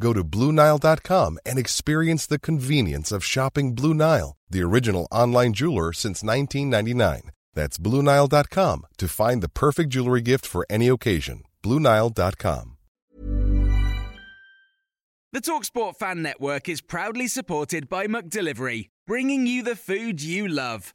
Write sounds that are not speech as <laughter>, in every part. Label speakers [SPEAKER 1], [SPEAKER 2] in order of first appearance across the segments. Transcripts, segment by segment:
[SPEAKER 1] Go to BlueNile.com and experience the convenience of shopping Blue Nile, the original online jeweler since 1999. That's BlueNile.com to find the perfect jewelry gift for any occasion. BlueNile.com.
[SPEAKER 2] The Talksport Fan Network is proudly supported by McDelivery, bringing you the food you love.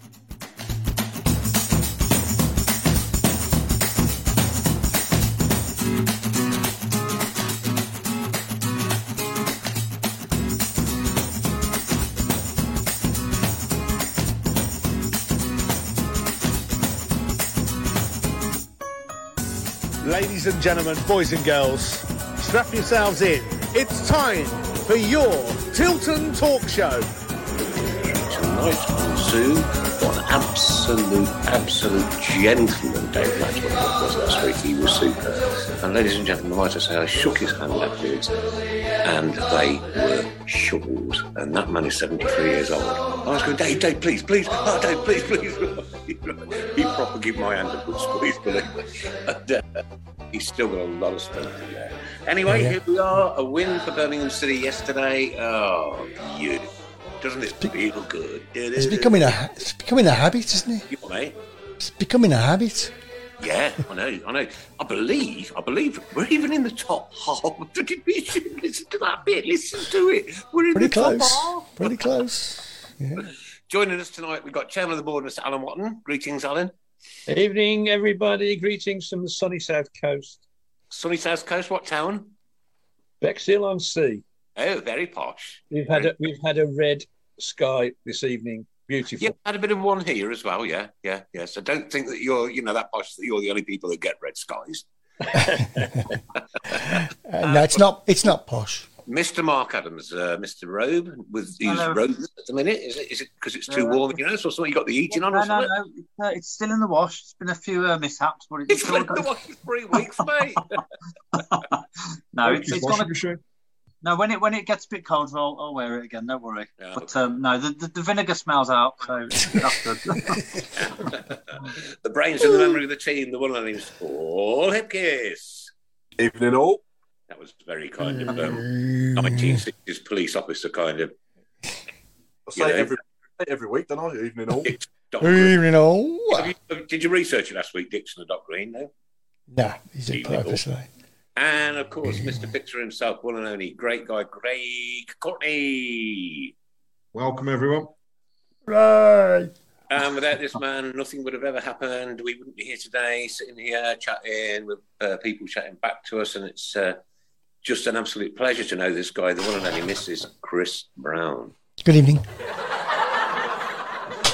[SPEAKER 3] Ladies and gentlemen, boys and girls, strap yourselves in. It's time for your Tilton Talk Show.
[SPEAKER 4] tonight on Zoo. What an absolute, absolute gentleman Dave Maxwell was last week. He was super. And ladies and gentlemen, might I say, I shook his hand afterwards, and they were shocked. And that man is 73 years old. <laughs> I was going, Dave, Dave, please, please, oh, Dave, please, please. he proper gave my hand a good squeeze, believe me. And, uh, he's still got a lot of strength in there. Anyway, here we are. A win for Birmingham City yesterday. Oh, beautiful. Doesn't it feel good?
[SPEAKER 5] It's becoming a it's becoming a habit, isn't it?
[SPEAKER 4] You know, mate.
[SPEAKER 5] It's becoming a habit.
[SPEAKER 4] Yeah, I know, I know. I believe, I believe we're even in the top half <laughs> of the division. Listen to that bit. Listen to it. We're in
[SPEAKER 5] Pretty
[SPEAKER 4] the
[SPEAKER 5] close.
[SPEAKER 4] top half.
[SPEAKER 5] Pretty close.
[SPEAKER 4] Joining us tonight, we've got Chairman of the Board, Mr. Alan Watton. Greetings, Alan.
[SPEAKER 6] Evening, everybody. Greetings from the sunny south coast,
[SPEAKER 4] Sunny South Coast, what town?
[SPEAKER 6] Bexhill on Sea.
[SPEAKER 4] Oh, very posh.
[SPEAKER 6] We've had a, we've had a red sky this evening. Beautiful.
[SPEAKER 4] Yeah, had a bit of one here as well. Yeah, yeah, yeah. So don't think that you're, you know, that posh that you're the only people that get red skies.
[SPEAKER 5] Uh, no, it's not. It's not posh.
[SPEAKER 4] Mr. Mark Adams, uh, Mr. Robe, with his
[SPEAKER 7] Hello.
[SPEAKER 4] robe at the minute. Is it? Is it because it's too
[SPEAKER 7] Hello.
[SPEAKER 4] warm? You know, so something you got the heating on
[SPEAKER 7] no,
[SPEAKER 4] or
[SPEAKER 7] no,
[SPEAKER 4] something?
[SPEAKER 7] no, it's, uh, it's still in the wash. It's been a few uh, mishaps, but it's,
[SPEAKER 4] It's
[SPEAKER 7] still
[SPEAKER 4] been
[SPEAKER 7] got-
[SPEAKER 4] the three weeks,
[SPEAKER 7] <laughs>
[SPEAKER 4] mate.
[SPEAKER 7] no, it's, it's gonna,
[SPEAKER 6] Washing machine.
[SPEAKER 7] no. When it when it gets a bit colder, I'll, I'll wear it again. Don't worry.
[SPEAKER 4] Yeah,
[SPEAKER 7] but um, no, the, the, the vinegar smells out, so that's good.
[SPEAKER 4] <laughs>
[SPEAKER 7] <laughs>
[SPEAKER 4] the brains and the memory of the team, the one and only Paul Hipkiss.
[SPEAKER 3] Evening all.
[SPEAKER 4] That was very kind of um,
[SPEAKER 7] Mm.
[SPEAKER 4] 1960s police officer, kind of.
[SPEAKER 3] I
[SPEAKER 4] Yeah.
[SPEAKER 3] say it every, say it every week, don't I? Evening
[SPEAKER 4] <laughs>
[SPEAKER 3] all.
[SPEAKER 4] Dick- Doc Green.
[SPEAKER 5] Evening all.
[SPEAKER 4] Have you- Did you research it last week, Dixon and Doc Green? No.
[SPEAKER 5] Nah, he's did it
[SPEAKER 4] Evening all.
[SPEAKER 5] purposely.
[SPEAKER 4] And of course, Mr. Fixer himself, one and only great guy, Greg Courtney.
[SPEAKER 3] Welcome, everyone.
[SPEAKER 5] Right.
[SPEAKER 4] And Um, without this man, nothing would have ever happened. We wouldn't be here today, sitting here chatting with uh, people chatting back to us. And it's uh, just an absolute pleasure to know this guy, the one and only Mrs. Chris Brown.
[SPEAKER 5] Good evening.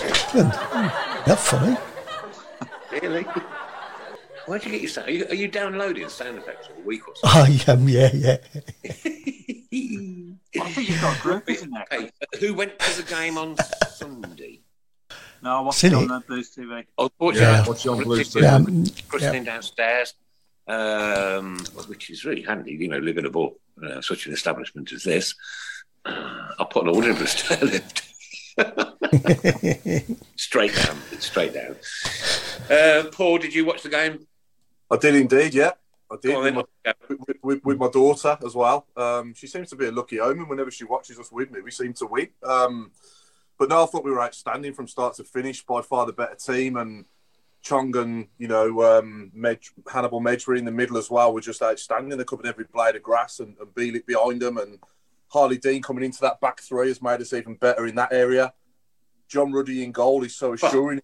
[SPEAKER 5] Excellent. That's funny.
[SPEAKER 4] Really? <laughs> Where'd you get your sound? Are you, are you downloading sound effects for a week or so?
[SPEAKER 5] I am. Yeah, yeah. <laughs>
[SPEAKER 7] I think you've got a group, isn't there?
[SPEAKER 4] Hey, who went to the game on Sunday?
[SPEAKER 7] No, I watched
[SPEAKER 5] Silly.
[SPEAKER 7] it on the Blues TV.
[SPEAKER 5] Yeah.
[SPEAKER 4] Unfortunately,
[SPEAKER 3] Watch on Blues
[SPEAKER 5] Yeah.
[SPEAKER 4] yeah.
[SPEAKER 5] um,
[SPEAKER 4] christening downstairs, um, which is really handy, you know, living above uh, such an establishment as this. Uh, I'll put an order in for a stair lift.
[SPEAKER 5] yeah.
[SPEAKER 4] <laughs> straight down, straight down. Uh, Paul, did you watch the game?
[SPEAKER 3] I did indeed, yeah. I did
[SPEAKER 4] Go on
[SPEAKER 3] with
[SPEAKER 4] then.
[SPEAKER 3] my, with, with, with my daughter as well. Um, she seems to be a lucky omen whenever she watches us with me. We seem to win. Um, but no, I thought we were outstanding from start to finish, by far the better team. And Chong and you know um, Medj, Hannibal Medjbury in the middle as well were just outstanding. They covered every blade of grass and, and Bielik behind them, and Harley Dean coming into that back three has made us even better in that area. John Ruddy in goal is so assuring.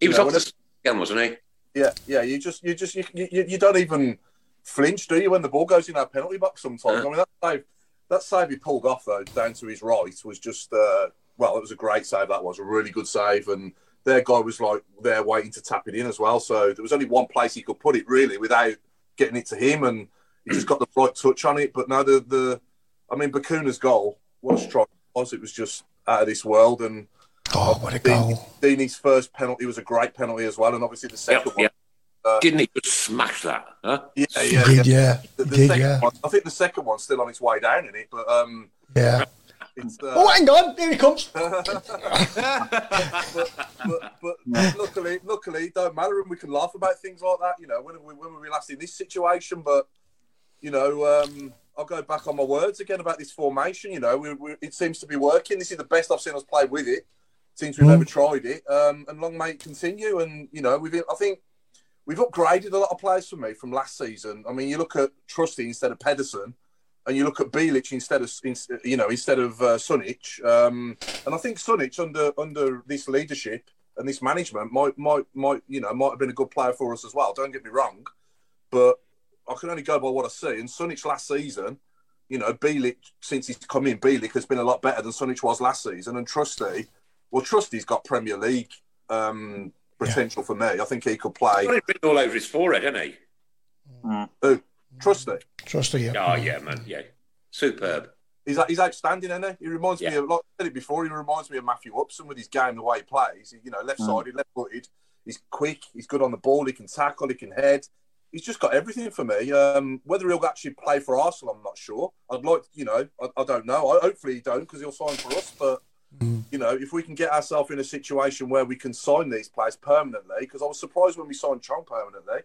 [SPEAKER 4] He was
[SPEAKER 3] No,
[SPEAKER 4] off
[SPEAKER 3] I
[SPEAKER 4] the game, wasn't he?
[SPEAKER 3] Yeah, yeah. You just, you just, you, you, you don't even flinch, do you, when the ball goes in our penalty box? Sometimes. I mean, that save, that save he pulled off though, down to his right, was just, uh, well, it was a great save. That was a really good save, and their guy was like there waiting to tap it in as well. So there was only one place he could put it really without getting it to him, and he just got the right touch on it. But now the, the, I mean, Bakuna's goal, what a strike it was! It was just out of this world, and.
[SPEAKER 5] Oh, what a goal.
[SPEAKER 3] Deeney's first penalty was a great penalty as well, and obviously the
[SPEAKER 4] Yep,
[SPEAKER 3] second one. uh,
[SPEAKER 4] yep. Didn't he just smash that?
[SPEAKER 3] Ah,
[SPEAKER 4] Huh?
[SPEAKER 3] Yeah,
[SPEAKER 5] He did, yeah.
[SPEAKER 3] The,
[SPEAKER 5] He
[SPEAKER 3] the
[SPEAKER 5] did,
[SPEAKER 3] second
[SPEAKER 5] yeah.
[SPEAKER 3] one, I think the second one's still on its way down in it, but um,
[SPEAKER 5] Yeah.
[SPEAKER 3] it's
[SPEAKER 5] Oh,
[SPEAKER 3] uh,
[SPEAKER 5] hang on. Here he
[SPEAKER 3] <laughs>
[SPEAKER 5] comes.
[SPEAKER 3] but, but luckily, luckily, it don't matter, and we can laugh about things like that. You know, when have we when were we last in this situation? But you know, um, I'll go back on my words again about this formation. You know, we, we, it seems to be working. This is the best I've seen us play with it since we've
[SPEAKER 5] Mm.
[SPEAKER 3] ever tried it. Um, and long may it continue. And you know, we've I think we've upgraded a lot of players for me from last season. I mean, you look at Trusty instead of Pedersen, and you look at Bilic instead of in, you know instead of uh, Sunic. Um, and I think Sunic under under this leadership and this management might might might you know might have been a good player for us as well. Don't get me wrong, but I can only go by what I see. And Sunic last season, you know, Bilic since he's come in, Bilic has been a lot better than Sunic was last season. And Trusty, well, Trusty's got Premier League um, potential for me. I think he could play.
[SPEAKER 4] He's got it written all over his forehead, hasn't he?
[SPEAKER 3] Who? Trusty.
[SPEAKER 5] Trust you.
[SPEAKER 4] Oh, yeah, man. Yeah. Superb.
[SPEAKER 3] He's, he's outstanding, isn't he? He reminds me
[SPEAKER 4] Yeah.
[SPEAKER 3] of, like I said it before, he reminds me of Matthew Upson with his game, the way he plays. He, you know, left sided,
[SPEAKER 4] Mm.
[SPEAKER 3] left footed. He's quick. He's good on the ball. He can tackle. He can head. He's just got everything for me. Um, whether he'll actually play for Arsenal, I'm not sure. I'd like, you know, I, I don't know. I, hopefully he don't because he'll sign for us. But
[SPEAKER 5] Mm.
[SPEAKER 4] Mm.
[SPEAKER 3] you know, if we can get ourselves in a situation where we can sign these players permanently, because I was surprised when we signed Chong permanently.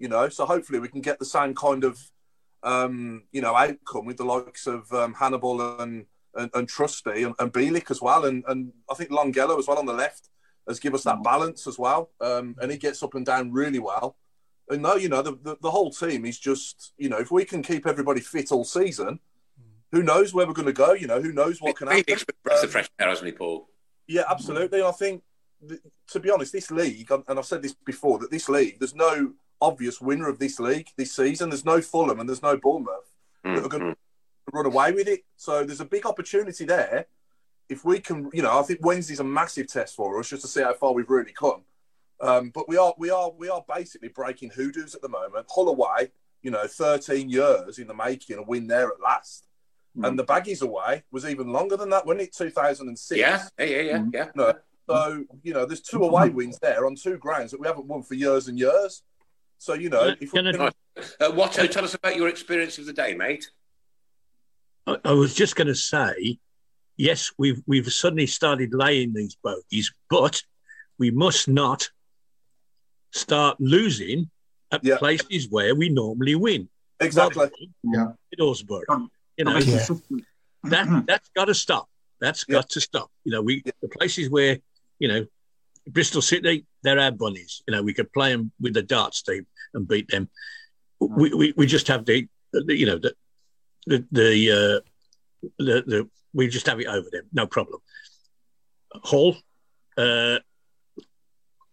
[SPEAKER 3] You know, so hopefully we can get the same kind of um, you know, outcome with the likes of um, Hannibal and, and, and Trusty and, and Bielik as well. And, and I think Longello as well on the left has given us that balance as well. Um, and he gets up and down really well. And no, you know, the, the, the whole team is just, you know, if we can keep everybody fit all season, who knows where we're going to go? You know, who knows what can happen?
[SPEAKER 4] Phoenix with breath
[SPEAKER 3] Um,
[SPEAKER 4] of fresh air, hasn't he, Paul?
[SPEAKER 3] yeah, absolutely. And I think, th- to be honest, this league, and and I've said this before, that this league, there's no obvious winner of this league this season. There's no Fulham and there's no Bournemouth that are
[SPEAKER 4] Mm,
[SPEAKER 3] going
[SPEAKER 4] mm.
[SPEAKER 3] to run away with it. So there's a big opportunity there. If we can, you know, I think Wednesday's a massive test for us just to see how far we've really come. Um, but we are, we are, we are basically breaking hoodoos at the moment. Hull away, you know, 13 years in the making, a win there at last.
[SPEAKER 4] Hmm.
[SPEAKER 3] And the baggies away was even longer than that, wasn't it? 2006.
[SPEAKER 4] Yeah, yeah, yeah, yeah. yeah.
[SPEAKER 3] No. So, you know, there's two away wins there on two grounds that we haven't won for years and years. So, you know, if we
[SPEAKER 8] Can I-
[SPEAKER 3] can-
[SPEAKER 4] Uh, Watto, tell us about your experience of the day, mate.
[SPEAKER 8] I, I was just going to say, yes, we've we've suddenly started laying these bogeys, but we must not start losing at
[SPEAKER 3] Yeah.
[SPEAKER 8] places where we normally win.
[SPEAKER 3] exactly.
[SPEAKER 8] Rotherham,
[SPEAKER 5] Yeah.
[SPEAKER 8] Middlesbrough. You know,
[SPEAKER 5] Yeah.
[SPEAKER 8] that that's got to stop. That's
[SPEAKER 3] Mm-hmm. Yeah.
[SPEAKER 8] got to stop. You know, we
[SPEAKER 3] Yeah.
[SPEAKER 8] the places where you know Bristol City, they're our bunnies. You know, we could play them with the darts team and beat them. We we, we just have the, the you know the the the, uh, the the we just have it over them, no problem. Hall, uh,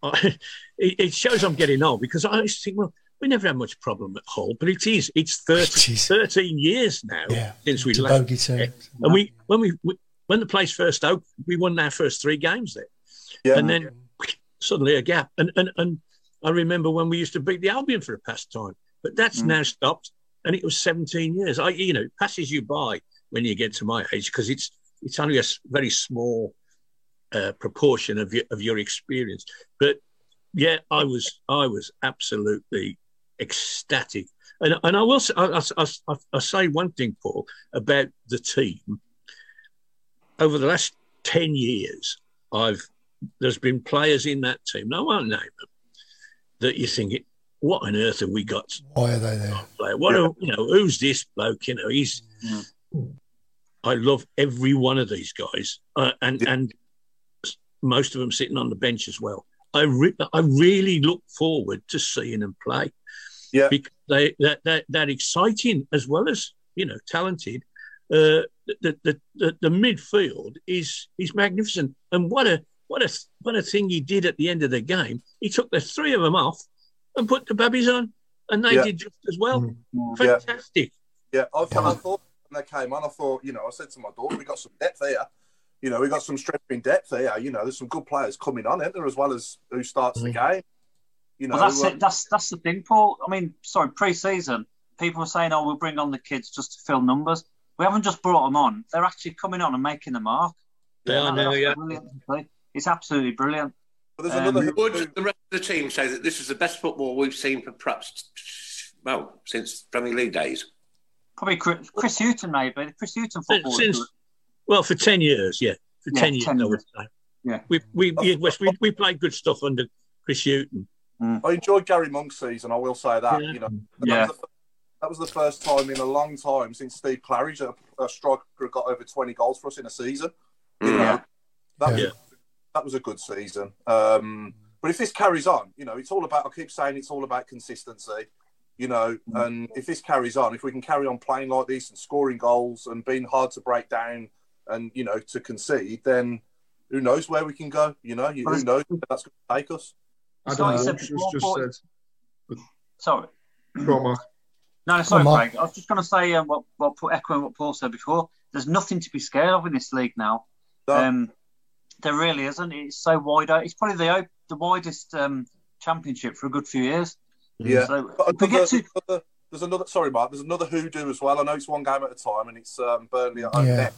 [SPEAKER 8] I, <laughs> it, it shows I'm getting old because I used to think, well, we never had much problem at Hull, but it is it's
[SPEAKER 5] <laughs>
[SPEAKER 8] 13,
[SPEAKER 5] Jeez.
[SPEAKER 8] 13 years now
[SPEAKER 5] Yeah.
[SPEAKER 8] since we
[SPEAKER 5] To
[SPEAKER 8] left.
[SPEAKER 5] bogey team.
[SPEAKER 8] And we when we, we when the place first opened, we won our first three games there,
[SPEAKER 3] Yeah.
[SPEAKER 8] and then suddenly a gap. And and and I remember when we used to beat the Albion for a past time, but that's now stopped, and it was 17 years. I you know it passes you by when you get to my age because it's it's only a s- very small uh, proportion of your of your experience. But yeah, I was I was absolutely ecstatic. And, and I will say, I, I, I, I say one thing, Paul, about the team over the last 10 years, I've there's been players in that team, no one name them, that you think, what on earth have we got to
[SPEAKER 5] Why are they there?
[SPEAKER 8] play? What are, you know, who's this bloke? You know, he's.
[SPEAKER 7] Yeah.
[SPEAKER 8] I love every one of these guys, uh, and and s- most of them sitting on the bench as well. I re- I really look forward to seeing them play.
[SPEAKER 3] Yeah.
[SPEAKER 8] because they that that that exciting as well as you know talented. Uh, the, the the the midfield is is magnificent, and what a what a what a thing he did at the end of the game. He took the three of them off and put the babbies on, and they
[SPEAKER 3] Yeah.
[SPEAKER 8] did just as well.
[SPEAKER 3] Yeah.
[SPEAKER 8] Fantastic.
[SPEAKER 3] Yeah, I, I thought when they came on, I thought, you know, I said to my daughter, we got some depth here. You know, we got some strength in depth here. You know, there's some good players coming on, is there, as well as who starts the
[SPEAKER 8] Mm.
[SPEAKER 3] game. You know,
[SPEAKER 7] Well, that's
[SPEAKER 3] uh,
[SPEAKER 7] it. That's that's the thing, Paul. I mean, sorry, pre-season, people were saying, "Oh, we'll bring on the kids just to fill numbers." We haven't just brought them on; they're actually coming on and making the mark.
[SPEAKER 8] Yeah, I
[SPEAKER 7] And
[SPEAKER 8] know,
[SPEAKER 7] that's
[SPEAKER 8] yeah.
[SPEAKER 7] brilliant to see. It's absolutely brilliant.
[SPEAKER 3] but there's
[SPEAKER 7] um,
[SPEAKER 3] another.
[SPEAKER 4] Would the rest of the team say that this is the best football we've seen for perhaps, well, since Premier League days?
[SPEAKER 7] Probably Chris, Chris Hutton, maybe Chris Hutton football.
[SPEAKER 8] Since, since- well, for ten years, yeah, for
[SPEAKER 7] Yeah,
[SPEAKER 8] ten years,
[SPEAKER 7] 10
[SPEAKER 8] I would
[SPEAKER 7] years.
[SPEAKER 8] say.
[SPEAKER 7] Yeah.
[SPEAKER 8] we we yeah, Wes, we we played good stuff under Chris Hutton.
[SPEAKER 3] I enjoyed Gary Monk's season. I will say that.
[SPEAKER 8] Yeah.
[SPEAKER 3] You know,
[SPEAKER 7] Yeah.
[SPEAKER 3] that, was the, that was the first time in a long time since Steve Claridge, a, a striker, got over 20 goals for us in a season. You know, that, was,
[SPEAKER 8] Yeah.
[SPEAKER 3] that was a good season. Um, but if this carries on, you know, it's all about. I keep saying it's all about consistency. You know,
[SPEAKER 9] Mm.
[SPEAKER 3] and if this carries on, if we can carry on playing like this and scoring goals and being hard to break down and you know to concede, then who knows where we can go? You know, you, who knows where that's going to take us?
[SPEAKER 9] I
[SPEAKER 7] So
[SPEAKER 9] don't
[SPEAKER 7] he
[SPEAKER 9] know
[SPEAKER 7] said
[SPEAKER 9] what
[SPEAKER 7] before,
[SPEAKER 9] was just
[SPEAKER 7] Paul-
[SPEAKER 9] said.
[SPEAKER 7] sorry.
[SPEAKER 9] Go on, Mark.
[SPEAKER 7] No, no, sorry,
[SPEAKER 5] Come on.
[SPEAKER 7] Craig. I was just going to say um, what what Paul- echoing what Paul said before. There's nothing to be scared of in this league now.
[SPEAKER 3] No.
[SPEAKER 7] Um, there really isn't. It's so wide. o- It's probably the o- the widest um, championship for a good few years.
[SPEAKER 3] Yeah.
[SPEAKER 7] So
[SPEAKER 3] But
[SPEAKER 7] if we
[SPEAKER 3] another-
[SPEAKER 7] get to
[SPEAKER 3] another- there's another. Sorry, Mark. There's another hoodoo as well. I know it's one game at a time, and it's um, Burnley at home
[SPEAKER 5] Yeah.
[SPEAKER 3] next.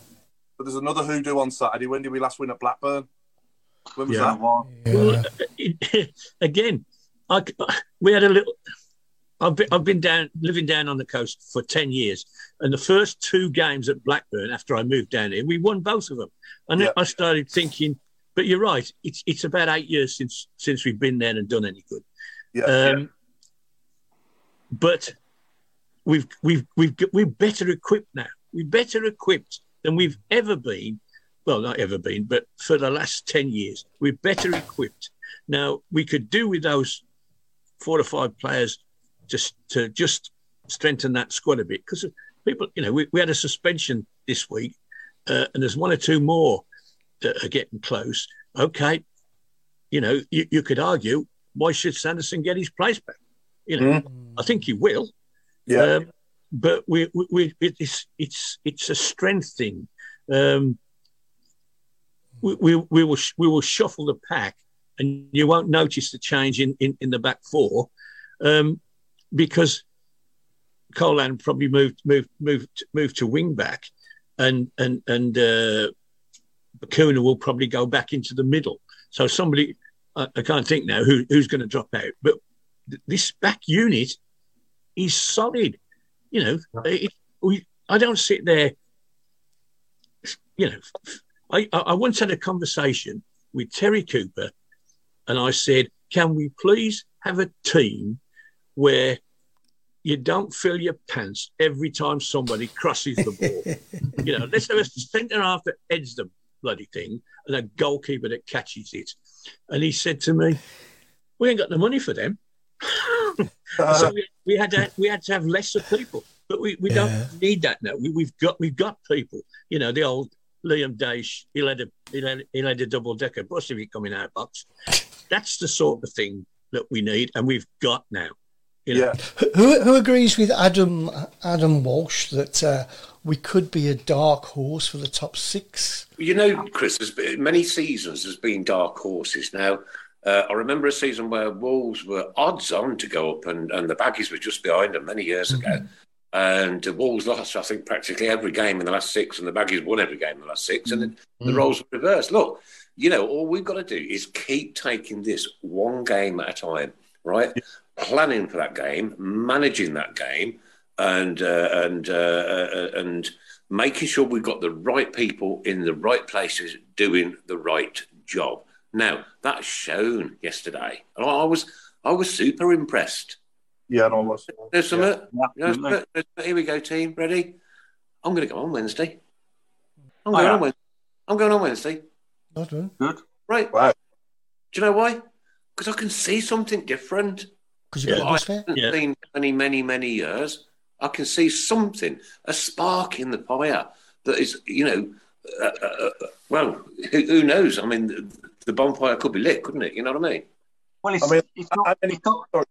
[SPEAKER 3] But there's another hoodoo on Saturday. When did we last win at Blackburn? When was
[SPEAKER 8] Yeah.
[SPEAKER 3] that?
[SPEAKER 8] Well,
[SPEAKER 5] Yeah.
[SPEAKER 8] again, I, we had a little. I've been, I've been down living down on the coast for ten years, and the first two games at Blackburn after I moved down here, we won both of them. And then
[SPEAKER 3] Yeah.
[SPEAKER 8] I started thinking, but you're right. It's it's about eight years since since we've been there and done any good.
[SPEAKER 3] Yeah.
[SPEAKER 8] Um, But we've we've we've got- we're better equipped now. We're better equipped than we've ever been. Well, not ever been, but for the last ten years, we're better equipped. Now we could do with those four or five players just to just strengthen that squad a bit because people, you know, we, we had a suspension this week, uh, and there's one or two more that are getting close. Okay, you know, you, you could argue why should Sanderson get his place back? You know, I think he will.
[SPEAKER 3] yeah.
[SPEAKER 8] Um, but we, we, we it's it's it's a strength thing. Um, we, we, we will sh- we will shuffle the pack, and you won't notice the change in in, in the back four, um, because Colan probably moved moved moved moved to wing back, and and and uh, Bakuna will probably go back into the middle. So somebody, I, I can't think now who, who's going to drop out. But th- this back unit is solid. You know, it, we, I don't sit there. You know, I, I I once had a conversation with Terry Cooper, and I said, "Can we please have a team where you don't fill your pants every time somebody crosses the ball? you know, let's have a centre half that heads the bloody thing and a goalkeeper that catches it." And he said to me, "We ain't got the money for
[SPEAKER 3] <laughs>
[SPEAKER 8] them." so we, we had to, we had to have lesser people, but we, we
[SPEAKER 5] Yeah.
[SPEAKER 8] don't need that now. We, we've got we've got people. You know, the old Liam Daesh, he'll had a he'll had, he'll had a double decker bus if he come in our box. That's the sort of thing that we need, and we've got now. You know,
[SPEAKER 3] yeah.
[SPEAKER 5] Who, who agrees with Adam Adam Walsh that uh, we could be a dark horse for the top six?
[SPEAKER 4] You know, Chris, there's been, many seasons there's been dark horses. Now, uh, I remember a season where Wolves were odds on to go up, and, and the Baggies were just behind them many years
[SPEAKER 3] Mm-hmm.
[SPEAKER 4] ago. And the Wolves lost, I think, practically every game in the last six, and the Baggies won every game in the last six, and then
[SPEAKER 3] Mm-hmm.
[SPEAKER 4] the roles were reversed. Look, you know, all we've got to do is keep taking this one game at a time, right? Planning for that game, managing that game, and uh, and uh, uh, and making sure we've got the right people in the right places doing the right job. Now that's shown yesterday, and I, I was I was super impressed.
[SPEAKER 3] Yeah, and I was.
[SPEAKER 4] There's some,
[SPEAKER 3] Yeah.
[SPEAKER 4] you
[SPEAKER 7] absolutely.
[SPEAKER 4] know, here we go, team, ready? I'm going to go on Wednesday.
[SPEAKER 7] Oh,
[SPEAKER 4] I'm going
[SPEAKER 7] yeah.
[SPEAKER 4] on Wednesday. I'm going on Wednesday.
[SPEAKER 5] Not one.
[SPEAKER 7] good.
[SPEAKER 4] Right?
[SPEAKER 3] Wow.
[SPEAKER 4] Do you know why? Because I can see something different.
[SPEAKER 5] Because you've
[SPEAKER 8] Yeah.
[SPEAKER 5] got
[SPEAKER 4] I
[SPEAKER 5] atmosphere.
[SPEAKER 4] haven't
[SPEAKER 8] Yeah.
[SPEAKER 4] seen many, many, many years. I can see something, a spark in the fire that is, you know, uh, uh, uh, well, who, who knows? I mean, the, the bonfire could be lit, couldn't it? You know what I mean?
[SPEAKER 7] Well, it's,
[SPEAKER 3] I mean,
[SPEAKER 7] it's, not,
[SPEAKER 3] I- I mean-
[SPEAKER 7] it's not.
[SPEAKER 3] Sorry.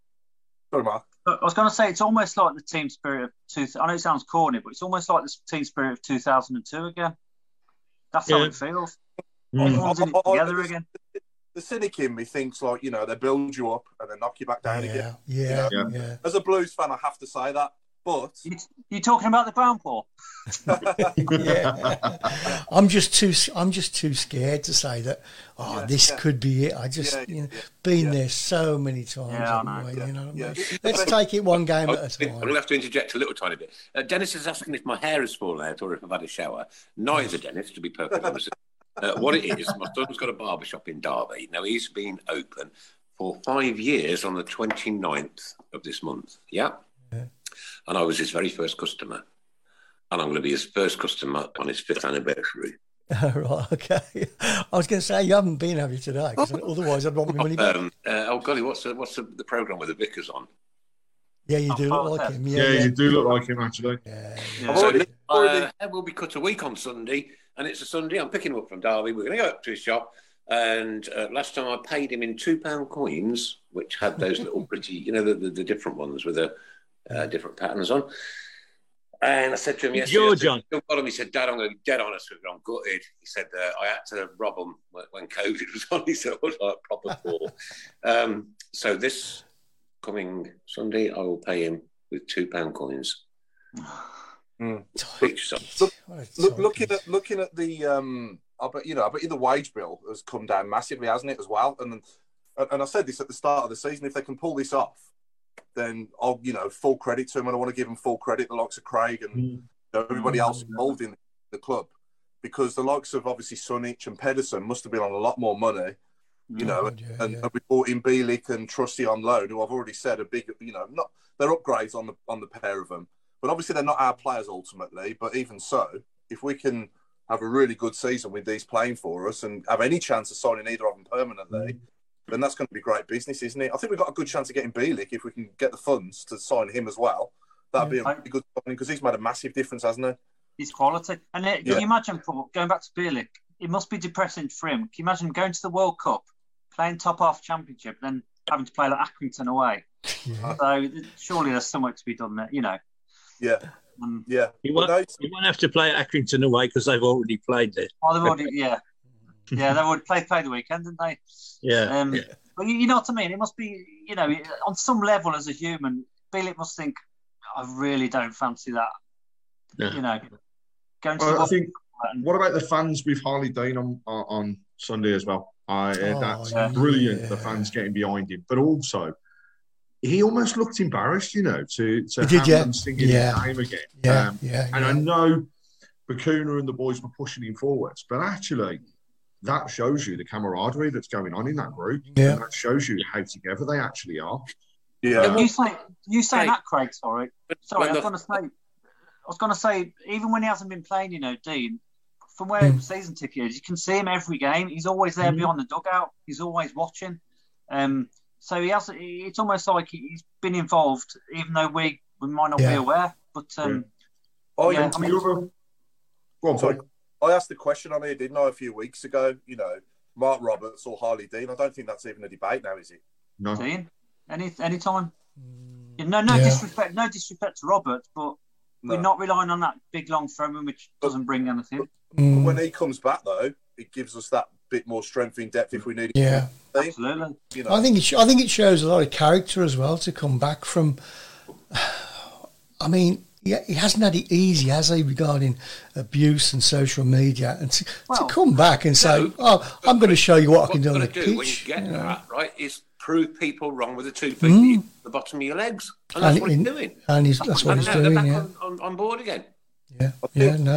[SPEAKER 3] man.
[SPEAKER 7] But I was going to say it's almost like the team spirit of two. I know it sounds corny, but it's almost like the team spirit of 2002 again. That's how
[SPEAKER 8] Yeah.
[SPEAKER 7] it feels.
[SPEAKER 8] Mm.
[SPEAKER 7] Everyone's in it
[SPEAKER 3] I- I-
[SPEAKER 7] together again.
[SPEAKER 3] The cynic in me thinks like you know they build you up and then knock you back down
[SPEAKER 5] yeah,
[SPEAKER 3] again.
[SPEAKER 5] yeah,
[SPEAKER 4] Yeah.
[SPEAKER 5] yeah.
[SPEAKER 3] As a Blues fan, I have to say that. But
[SPEAKER 7] You, you talking about the ground <laughs> ball?
[SPEAKER 5] <laughs> yeah. I'm just too. I'm just too scared to say that. Oh,
[SPEAKER 3] Yeah,
[SPEAKER 5] this
[SPEAKER 3] yeah.
[SPEAKER 5] could be it. I just
[SPEAKER 3] Yeah,
[SPEAKER 5] you know,
[SPEAKER 3] yeah,
[SPEAKER 5] been
[SPEAKER 3] yeah.
[SPEAKER 5] there so many times.
[SPEAKER 7] Yeah, I know,
[SPEAKER 5] haven't we?
[SPEAKER 3] yeah,
[SPEAKER 5] you know what I
[SPEAKER 3] yeah.
[SPEAKER 5] mean? Let's take it one game at a
[SPEAKER 4] Oh,
[SPEAKER 5] <laughs>
[SPEAKER 4] I'm going to
[SPEAKER 5] time.
[SPEAKER 4] have to interject a little tiny bit. Uh, Dennis is asking if my hair is falling out or if I've had a shower.
[SPEAKER 5] <laughs>
[SPEAKER 4] Neither, Dennis, to be perfectly honest. Uh, what it is, my son's got a barber shop in Derby. Now, he's been open for five years on the 29th of this month. Yeah. And I was his very first customer. And I'm going to be his first customer on his fifth anniversary.
[SPEAKER 5] right. Okay. I was going to say you haven't been have you today?
[SPEAKER 3] <laughs>
[SPEAKER 5] 'Cause otherwise I'd want my money back.
[SPEAKER 4] Um, uh, oh, golly, what's the, what's the, the programme with the Vickers on?
[SPEAKER 5] Yeah, you do
[SPEAKER 7] Oh,
[SPEAKER 5] look like
[SPEAKER 7] yeah.
[SPEAKER 5] him.
[SPEAKER 9] Yeah,
[SPEAKER 5] Yeah, yeah.
[SPEAKER 9] you do look like him actually.
[SPEAKER 5] yeah.
[SPEAKER 7] Yeah.
[SPEAKER 4] So,
[SPEAKER 3] Already-
[SPEAKER 4] uh,
[SPEAKER 3] already-
[SPEAKER 4] hair will be cut a week on Sunday, and it's a Sunday. I'm picking him up from Derby. We're going to go up to his shop, and uh, last time I paid him in two pound coins, which had those little pretty, you know, the, the, the different ones with the uh, different patterns on. And I said to him yesterday,
[SPEAKER 8] Your
[SPEAKER 4] I said,
[SPEAKER 8] John.
[SPEAKER 4] "Still got 'em?" He said, "Dad, I'm going to be dead honest with you. I'm gutted." He said, uh, "I had to rob them when, when COVID was on." <laughs> He said, "I was like proper poor." um, so this coming Sunday, I will pay him with two pound coins. Pictures on.
[SPEAKER 5] Look,
[SPEAKER 3] look, looking at looking at the, um, I bet you know, I bet you the wage bill has come down massively, hasn't it, as well? And and, and I said this at the start of the season. If they can pull this off, then I'll you know full credit to him, and I want to give him full credit. The likes of Craig and
[SPEAKER 9] Mm.
[SPEAKER 3] you know, everybody else
[SPEAKER 5] Mm.
[SPEAKER 3] involved in the club, because the likes of obviously Sunich and Pedersen must have been on a lot more money. You know,
[SPEAKER 5] Mm, yeah,
[SPEAKER 3] and,
[SPEAKER 5] yeah.
[SPEAKER 3] and we brought in Bielik and Trusty on loan, who I've already said are big. You know, not they're upgrades on the on the pair of them, but obviously they're not our players ultimately. But even so, if we can have a really good season with these playing for us and have any chance of signing either of them permanently, then that's going to be great business, isn't it? I think we've got a good chance of getting Bielik if we can get the funds to sign him as well. That'd be a
[SPEAKER 7] Yeah.
[SPEAKER 3] really good signing because he's made a massive difference, hasn't he?
[SPEAKER 7] His quality. And it,
[SPEAKER 3] Yeah.
[SPEAKER 7] can you imagine, Paul, going back to Bielik, it must be depressing for him. Can you imagine going to the World Cup, playing top half championship, then having to play like Accrington away?
[SPEAKER 5] Yeah.
[SPEAKER 7] So surely there's some work to be done there, you know.
[SPEAKER 3] Yeah,
[SPEAKER 7] Um,
[SPEAKER 3] yeah.
[SPEAKER 8] You
[SPEAKER 3] But
[SPEAKER 8] won't,
[SPEAKER 3] no,
[SPEAKER 8] you won't have to play at Accrington away because they've already played there.
[SPEAKER 7] oh, they've already, yeah. Yeah, they would play play the weekend, didn't they?
[SPEAKER 8] Yeah.
[SPEAKER 7] Um,
[SPEAKER 8] yeah.
[SPEAKER 7] But you, you know what I mean? It must be, you know, on some level as a human, Bielik must think, I really don't fancy that.
[SPEAKER 8] No.
[SPEAKER 7] You know, going to the
[SPEAKER 9] I, I
[SPEAKER 7] World
[SPEAKER 9] think.
[SPEAKER 7] Cup and
[SPEAKER 9] What about the fans with Harley Dean on on- on Sunday as well? I, uh,
[SPEAKER 5] Oh,
[SPEAKER 9] that's
[SPEAKER 5] yeah.
[SPEAKER 9] brilliant. The fans getting behind him, but also he almost looked embarrassed, you know, to to
[SPEAKER 5] He did,
[SPEAKER 9] have
[SPEAKER 5] yeah.
[SPEAKER 9] them singing
[SPEAKER 5] Yeah.
[SPEAKER 9] his name again.
[SPEAKER 5] yeah,
[SPEAKER 9] Um,
[SPEAKER 5] yeah,
[SPEAKER 9] And
[SPEAKER 5] yeah.
[SPEAKER 9] I know Bakuna and the boys were pushing him forwards, but actually, that shows you the camaraderie that's going on in that group.
[SPEAKER 5] Yeah.
[SPEAKER 9] And that shows you how together they actually are.
[SPEAKER 3] yeah.
[SPEAKER 7] you say you say
[SPEAKER 4] Craig.
[SPEAKER 7] that, Craig. Sorry, sorry.
[SPEAKER 4] When
[SPEAKER 7] I was
[SPEAKER 4] the-
[SPEAKER 7] going to say, I was going to say, even when he hasn't been playing, you know, Dean, from where
[SPEAKER 5] Hmm.
[SPEAKER 7] the season ticket is, you can see him every game. He's always there beyond the dugout. He's always watching. Um, so he has. It's almost like he- he's been involved, even though we we might not
[SPEAKER 5] Yeah.
[SPEAKER 7] be aware. But um,
[SPEAKER 3] Oh,
[SPEAKER 7] Yeah,
[SPEAKER 3] yeah.
[SPEAKER 7] I
[SPEAKER 9] I
[SPEAKER 7] mean-
[SPEAKER 9] Go on,
[SPEAKER 3] Sorry.
[SPEAKER 9] Paul.
[SPEAKER 3] I asked the question on here, didn't I, a few weeks ago? You know, Mark Roberts or Harley Dean. I don't think that's even a debate now, is it?
[SPEAKER 9] No.
[SPEAKER 7] Dean, any any time. No, no
[SPEAKER 5] Hmm. Yeah.
[SPEAKER 7] disrespect, no disrespect to Robert, but
[SPEAKER 3] No.
[SPEAKER 7] we're not relying on that big long throw in, which doesn't bring anything.
[SPEAKER 3] But
[SPEAKER 5] Mm,
[SPEAKER 3] when he comes back, though, it gives us that bit more strength in depth if we need it.
[SPEAKER 5] yeah.
[SPEAKER 3] Dean,
[SPEAKER 7] Absolutely.
[SPEAKER 3] You know,
[SPEAKER 5] I think it sh- I think it shows a lot of character as well to come back from. <sighs> I mean, yeah, he hasn't had it easy, has he, regarding abuse and social media, and to,
[SPEAKER 7] Well-
[SPEAKER 5] to come back and say, "Oh, I'm going to show you what I
[SPEAKER 4] What
[SPEAKER 5] can
[SPEAKER 4] you've
[SPEAKER 5] do on
[SPEAKER 4] got
[SPEAKER 5] the
[SPEAKER 4] to do when you
[SPEAKER 5] pitch."
[SPEAKER 4] get
[SPEAKER 5] you know.
[SPEAKER 4] that, right, is prove people wrong with the two feet that you- the bottom of your legs. And that's
[SPEAKER 5] Mm. And,
[SPEAKER 4] what he's
[SPEAKER 5] in-
[SPEAKER 4] doing.
[SPEAKER 5] and he's, that's what
[SPEAKER 4] and
[SPEAKER 5] he's
[SPEAKER 4] now they're
[SPEAKER 5] doing.
[SPEAKER 4] back
[SPEAKER 5] Yeah,
[SPEAKER 4] on, on, on board again.
[SPEAKER 5] yeah, yeah. No,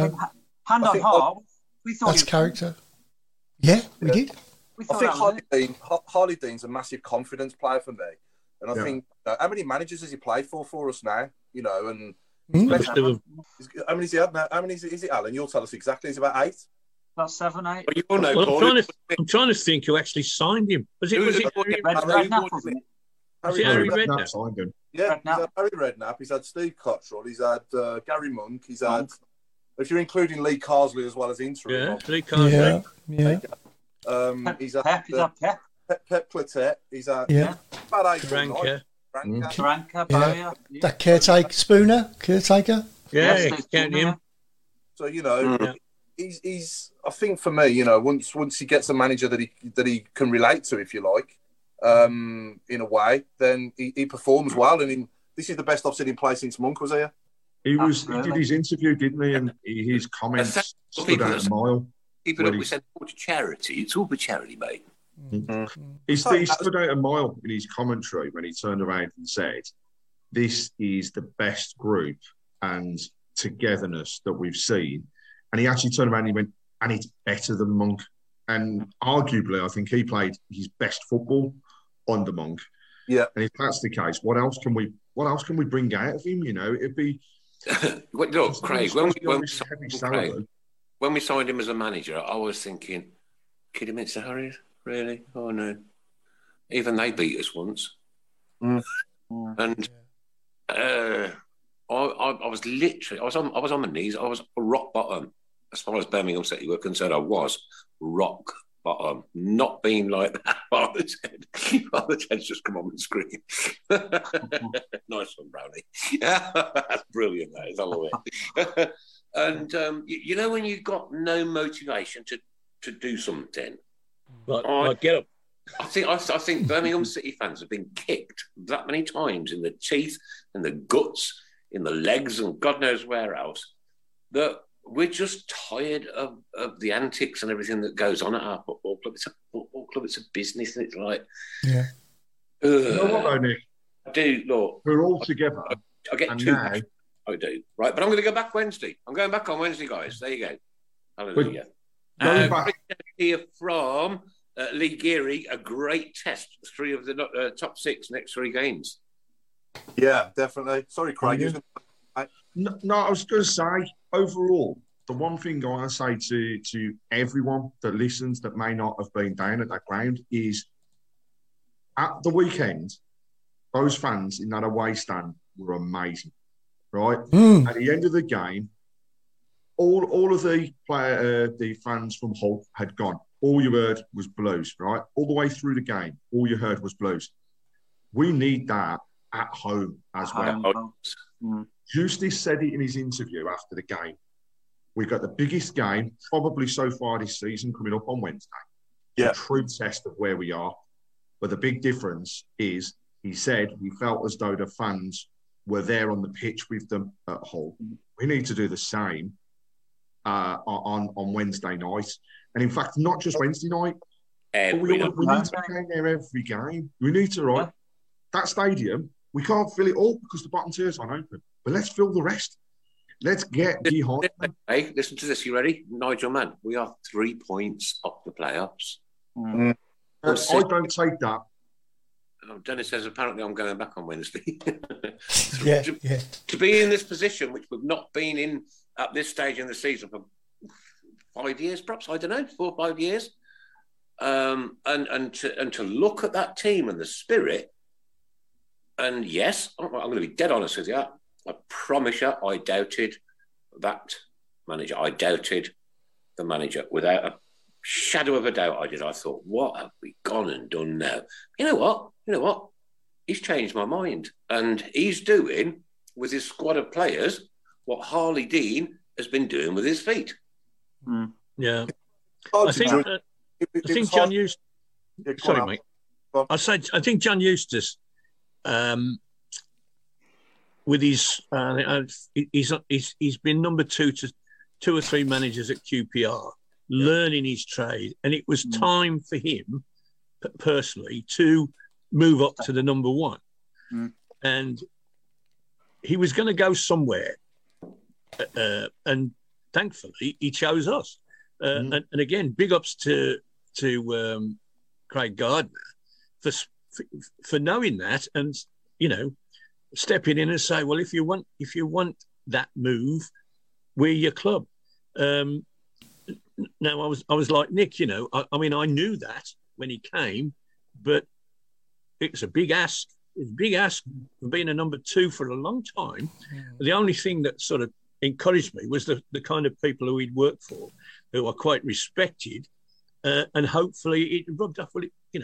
[SPEAKER 7] Hand
[SPEAKER 3] I
[SPEAKER 7] on
[SPEAKER 3] think-
[SPEAKER 7] heart, we thought
[SPEAKER 5] that's
[SPEAKER 7] he-
[SPEAKER 5] character. Yeah, we
[SPEAKER 3] Yeah.
[SPEAKER 5] did.
[SPEAKER 7] We
[SPEAKER 3] I
[SPEAKER 7] thought
[SPEAKER 3] think
[SPEAKER 7] that was
[SPEAKER 3] Harley
[SPEAKER 7] it.
[SPEAKER 3] Dean, Har- Harley Dean's a massive confidence player for me. And I
[SPEAKER 9] Yeah.
[SPEAKER 3] think, uh, how many managers has he played for for us now? You know, and
[SPEAKER 5] Mm.
[SPEAKER 8] But there were-
[SPEAKER 3] he's- how many has he had now? How many is it, is it, Alan? You'll tell us exactly. He's about eight.
[SPEAKER 7] About seven, eight.
[SPEAKER 4] But you all know,
[SPEAKER 8] Well,
[SPEAKER 4] Paul,
[SPEAKER 8] I'm trying
[SPEAKER 4] who-
[SPEAKER 8] I'm trying to think who actually signed him. Was it,
[SPEAKER 4] who-
[SPEAKER 8] was it,
[SPEAKER 4] who-
[SPEAKER 7] Red,
[SPEAKER 4] who-
[SPEAKER 7] red
[SPEAKER 4] who-
[SPEAKER 7] Knapp, wasn't it?
[SPEAKER 8] it
[SPEAKER 3] Redknapp.
[SPEAKER 8] Harry Redknapp?
[SPEAKER 9] Redknapp signed him.
[SPEAKER 3] Yeah,
[SPEAKER 7] Redknapp.
[SPEAKER 3] he's had Harry Redknapp. He's had Steve Cottrell. He's had uh, Gary Monk. He's had,
[SPEAKER 7] Monk.
[SPEAKER 3] if you're including Lee Carsley as well as
[SPEAKER 8] yeah,
[SPEAKER 3] interim,
[SPEAKER 8] Lee Carter.
[SPEAKER 5] Yeah, yeah,
[SPEAKER 3] um, he's had
[SPEAKER 7] Pep, he's
[SPEAKER 3] uh,
[SPEAKER 7] had Pep.
[SPEAKER 3] Pep, Pep Platet. He's had
[SPEAKER 5] yeah.
[SPEAKER 3] about eight or nine.
[SPEAKER 8] Ranker.
[SPEAKER 7] Branca,
[SPEAKER 5] Yeah. That caretaker, Spooner, caretaker.
[SPEAKER 3] So you know,
[SPEAKER 5] Mm.
[SPEAKER 3] he's he's. I think for me, you know, once once he gets a manager that he that he can relate to, if you like, um, in a way, then he, he performs well. And in, this is the best I've seen him play since Monk was here.
[SPEAKER 9] He was. He did
[SPEAKER 3] Absolutely.
[SPEAKER 9] his interview, didn't he? And he- his comments stood
[SPEAKER 4] people
[SPEAKER 9] out
[SPEAKER 4] that-
[SPEAKER 9] a mile.
[SPEAKER 4] Keep it
[SPEAKER 9] when
[SPEAKER 4] up.
[SPEAKER 9] he-
[SPEAKER 4] We send it all to charity. It's all for charity, mate.
[SPEAKER 9] He, st- he stood out a mile in his commentary when he turned around and said, "This is the best group and togetherness that we've seen." And he actually turned around and he went, "And it's better than Monk." And arguably, I think he played his best football under Monk.
[SPEAKER 3] Yeah.
[SPEAKER 9] And if that's the case, what else can we? What else can we bring out of him? You know, it'd be
[SPEAKER 4] What, look, Craig, when we, when, we signed-
[SPEAKER 9] heavy
[SPEAKER 4] Craig,
[SPEAKER 9] salary.
[SPEAKER 4] when we signed him as a manager, I was thinking, could he make salaries? Really? Oh, no. Even they beat us once. And uh, I, I, I was literally, I was on, I was on my knees. I was rock bottom as far as Birmingham City were concerned. I was rock bottom, not being like that. <laughs> Father Ted, Father Ted's just come on and scream. <laughs> nice one, Brownie. <laughs> That's brilliant. That is, I love it. <laughs> and um, you, you know when you've got no motivation to to do something.
[SPEAKER 8] Like,
[SPEAKER 4] I-
[SPEAKER 8] like, get up.
[SPEAKER 4] I think I, I
[SPEAKER 9] <laughs>
[SPEAKER 4] think Birmingham City fans have been kicked that many times in the teeth, in the guts, in the legs, and God knows where else. That we're just tired of, of the antics and everything that goes on at our football club. It's a football club. It's a business, and it's like,
[SPEAKER 5] Yeah.
[SPEAKER 4] ugh.
[SPEAKER 9] You know what, though, Nick?
[SPEAKER 4] I do look.
[SPEAKER 9] We're all together.
[SPEAKER 4] I get
[SPEAKER 9] and
[SPEAKER 4] too
[SPEAKER 9] now-
[SPEAKER 4] much. I do right, but I'm going to go back Wednesday. I'm going back on Wednesday, guys. There you go. Hallelujah.
[SPEAKER 9] Going
[SPEAKER 4] Uh,
[SPEAKER 9] back-
[SPEAKER 4] here from uh, Lee Geary, a great test. Three of the no- uh, top six next three games.
[SPEAKER 3] Yeah, definitely. Sorry, Craig.
[SPEAKER 9] Yeah. No, no, I was going to say overall, the one thing I want to say to to everyone that listens that may not have been down at that ground is at the weekend, those fans in that away stand were amazing, right? At the end of the game, all all of the player uh, the fans from Hull had gone. All you heard was blues, right? All the way through the game, all you heard was blues. We need that at home as well.
[SPEAKER 7] Hmm.
[SPEAKER 9] Justy said it in his interview after the game. We've got the biggest game probably so far this season coming up on Wednesday. Yeah. A true test of where we are. But the big difference is he said he felt as though the fans were there on the pitch with them at Hull. We need to do the same uh, on, on Wednesday night. And in fact, not just Wednesday night. but Eh, we,
[SPEAKER 4] Every
[SPEAKER 9] all- we need to be going there every game. We need to, right? That stadium, we can't fill it all because the bottom tiers aren't open. But let's fill the rest. Let's get behind. them.
[SPEAKER 4] Hey, listen to this. You ready, Nigel Mann? We are three points off the playoffs.
[SPEAKER 9] Uh, I don't take that.
[SPEAKER 4] Oh, Dennis says apparently I'm going back on Wednesday. <laughs>
[SPEAKER 5] Yeah, yeah.
[SPEAKER 4] to be in this position, which we've not been in at this stage in the season for five years, perhaps I don't know, four or five years, um, and and to and to look at that team and the spirit, and yes, I'm, I'm going to be dead honest with you. I promise you, I doubted that manager. I doubted the manager without a shadow of a doubt. I did. I thought, what have we gone and done now? You know what? You know what? He's changed my mind, and he's doing with his squad of players what Harley Dean has been doing with his feet.
[SPEAKER 8] Yeah.
[SPEAKER 4] Oh,
[SPEAKER 8] I think,
[SPEAKER 4] John-
[SPEAKER 8] uh,
[SPEAKER 3] it-
[SPEAKER 8] I
[SPEAKER 3] it
[SPEAKER 8] think
[SPEAKER 3] was
[SPEAKER 8] John
[SPEAKER 3] hard-
[SPEAKER 8] Eustace.
[SPEAKER 3] Yeah, go
[SPEAKER 8] Sorry,
[SPEAKER 3] on,
[SPEAKER 8] mate.
[SPEAKER 3] Al.
[SPEAKER 8] I said I think John Eustace, um, with his uh, uh, he's he's he's been number two to two or three managers at QPR, learning his trade, and it was time for him p- personally to move up to the number one, and he was going to go somewhere, uh, and thankfully he chose us. Uh, and, and again, big ups to to um, Craig Gardner for, s- for for knowing that and you know stepping in and say, well, if you want if you want that move, we're your club. Um, n- now I was I was like Nick, you know, I, I mean I knew that when he came, but it's a big ask. It's a big ask for being a number two for a long time. The only thing that sort of encouraged me was the, the kind of people who he'd worked for, who are quite respected, uh, and hopefully it rubbed off. Well, it, you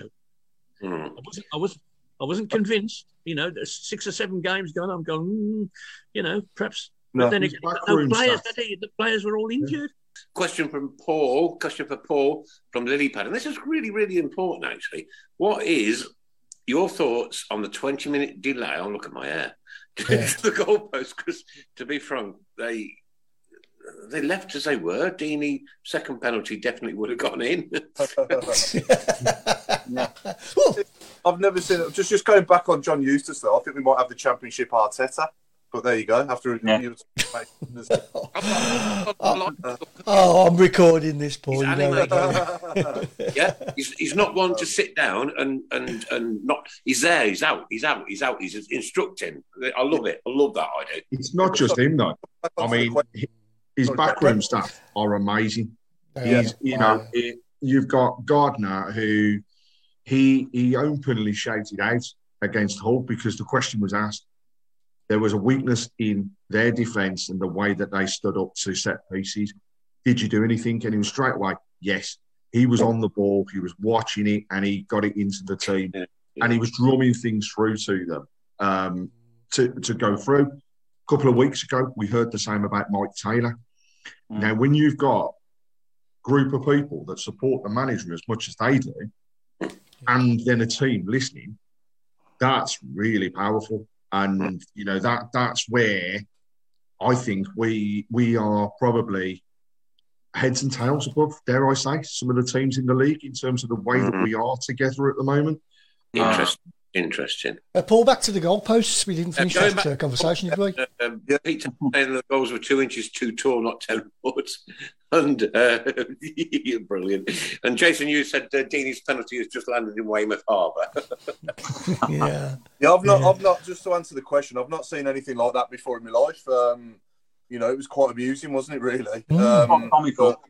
[SPEAKER 8] know, I wasn't, I wasn't I wasn't convinced. You know, there's six or seven games gone. I'm going, mm, you know, perhaps.
[SPEAKER 4] No,
[SPEAKER 8] but then
[SPEAKER 4] he's
[SPEAKER 8] again, no
[SPEAKER 4] backroom
[SPEAKER 8] players,
[SPEAKER 4] stuff.
[SPEAKER 8] did he? the players were all injured.
[SPEAKER 4] Question from Paul. Question for Paul from Lilypad. And this is really, really important, actually. What is your thoughts on the 20 minute delay? I'll look at my hair. <laughs> to the goalpost, because to be frank, they they left as they were. Deeney, second penalty definitely would have gone in.
[SPEAKER 3] I've never seen it. Just just going back on John Eustace though, I think we might have the championship Arteta. But there you go. After you
[SPEAKER 5] Oh, I'm recording this, Paul. You know that, don't you?
[SPEAKER 4] <laughs> yeah, he's, he's not one to sit down and and and not. He's there. He's out. He's out. He's out. He's instructing. I love it. I love that idea.
[SPEAKER 9] It's not just him though. I mean, h- his backroom staff are amazing.
[SPEAKER 4] Yeah.
[SPEAKER 9] He's, you know, it- you've got Gardner who he he openly shouted out against Hull because the question was asked. There was a weakness in their defence and the way that they stood up to set pieces. Did you do anything? And he was straight away, yes. He was on the ball. He was watching it, and he got it into the team, and he was drumming things through to them um, to to go through couple of weeks ago, we heard the same about Mike Taylor. Now, when you've got group of people that support the manager as much as they do, and then a team listening, that's really powerful. And you know that that's where I think we we are probably heads and tails above, dare I say, some of the teams in the league in terms of the way that
[SPEAKER 4] Mhm.
[SPEAKER 9] we are together at the moment.
[SPEAKER 4] Interesting. Interesting.
[SPEAKER 5] Uh, Paul, back to the goalposts. We didn't finish
[SPEAKER 4] going
[SPEAKER 5] that uh, conversation,
[SPEAKER 4] <laughs>
[SPEAKER 5] did we?
[SPEAKER 4] Um, Peter saying the goals were two inches too tall, not ten foot. <laughs> And uh, <laughs> you're brilliant. And Jason, you said uh, Deeney's penalty has just landed in Weymouth Harbour. <laughs>
[SPEAKER 5] yeah.
[SPEAKER 3] Yeah, I've not, I've not. Just to answer the question, I've not seen anything like that before in my life. Um, you know, it was quite amusing, wasn't it? Really.
[SPEAKER 5] Mm.
[SPEAKER 3] Um, but-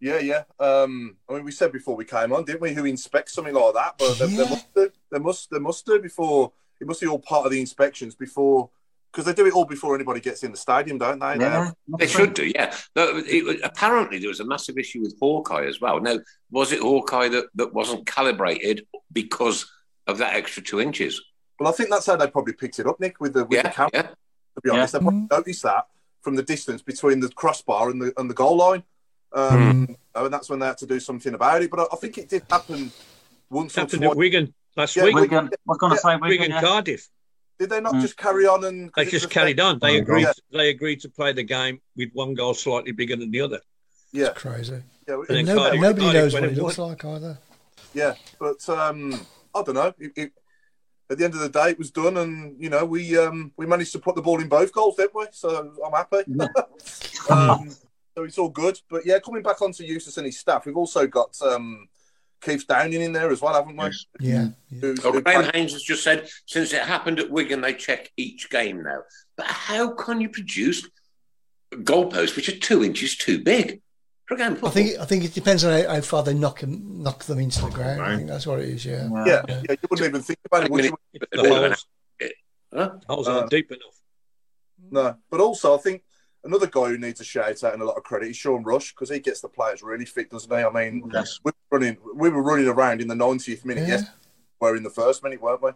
[SPEAKER 3] yeah, yeah. Um, I mean, we said before we came on, didn't we? Who inspects something like that? But they, they must, do, they must, they must do before. It must be all part of the inspections before, because they do it all before anybody gets in the stadium, don't they? Now?
[SPEAKER 4] They should do, yeah. No, it was- apparently, there was a massive issue with Hawkeye as well. Now, was it Hawkeye that, that wasn't calibrated because of that extra two inches?
[SPEAKER 3] Well, I think that's how they probably picked it up, Nick, with the with the camera. To be honest, they probably noticed that from the distance between the crossbar and the and the goal line, um, and that's when they had to do something about it. But I, I think it did happen once or
[SPEAKER 8] Happened
[SPEAKER 3] twice.
[SPEAKER 8] at Wigan last
[SPEAKER 3] Yeah,
[SPEAKER 8] week.
[SPEAKER 3] Wigan. I was gonna say Wigan,
[SPEAKER 8] Wigan
[SPEAKER 3] yeah. Hmm.
[SPEAKER 8] Cardiff.
[SPEAKER 3] Did they not just carry on and?
[SPEAKER 8] They just carried on. They
[SPEAKER 3] Oh,
[SPEAKER 8] agreed.
[SPEAKER 3] God.
[SPEAKER 8] They agreed to play the game with one goal slightly bigger than the other.
[SPEAKER 3] Yeah,
[SPEAKER 5] crazy.
[SPEAKER 3] Yeah, it-
[SPEAKER 5] And
[SPEAKER 8] And
[SPEAKER 5] no-
[SPEAKER 8] Cardiff-
[SPEAKER 5] nobody
[SPEAKER 8] Cardiff
[SPEAKER 5] knows what
[SPEAKER 8] went
[SPEAKER 5] it
[SPEAKER 8] and
[SPEAKER 5] looks
[SPEAKER 8] won.
[SPEAKER 5] like either.
[SPEAKER 3] Yeah, but um, I don't know. It, it, at the end of the day, it was done, and you know we um, we managed to put the ball in both goals, didn't we? So I'm happy. <laughs> um, so it's all good. But yeah, coming back onto Eustace and his staff, we've also got um, Keith Downing in there as well, haven't we?
[SPEAKER 5] Yeah.
[SPEAKER 3] Who's-
[SPEAKER 4] Oh,
[SPEAKER 3] who
[SPEAKER 4] Graham
[SPEAKER 3] played-
[SPEAKER 4] Haynes has just said since it happened at Wigan, they check each game now. But how can you produce goalposts which are two inches too big? For a game of
[SPEAKER 5] I think I think it depends on how, how far they knock them, knock them into the ground. I think that's what it is. Yeah.
[SPEAKER 3] yeah, yeah, you wouldn't even think about it. Would you?
[SPEAKER 8] The holes,
[SPEAKER 4] Huh?
[SPEAKER 8] holes aren't deep enough.
[SPEAKER 3] Uh, No, but also I think another guy who needs a shout out and a lot of credit is Sean Rush because he gets the players really fit, doesn't he? I mean,
[SPEAKER 9] Yes.
[SPEAKER 3] we were running, we were running around in the 90th minute. Yes, we were in the first minute, weren't we?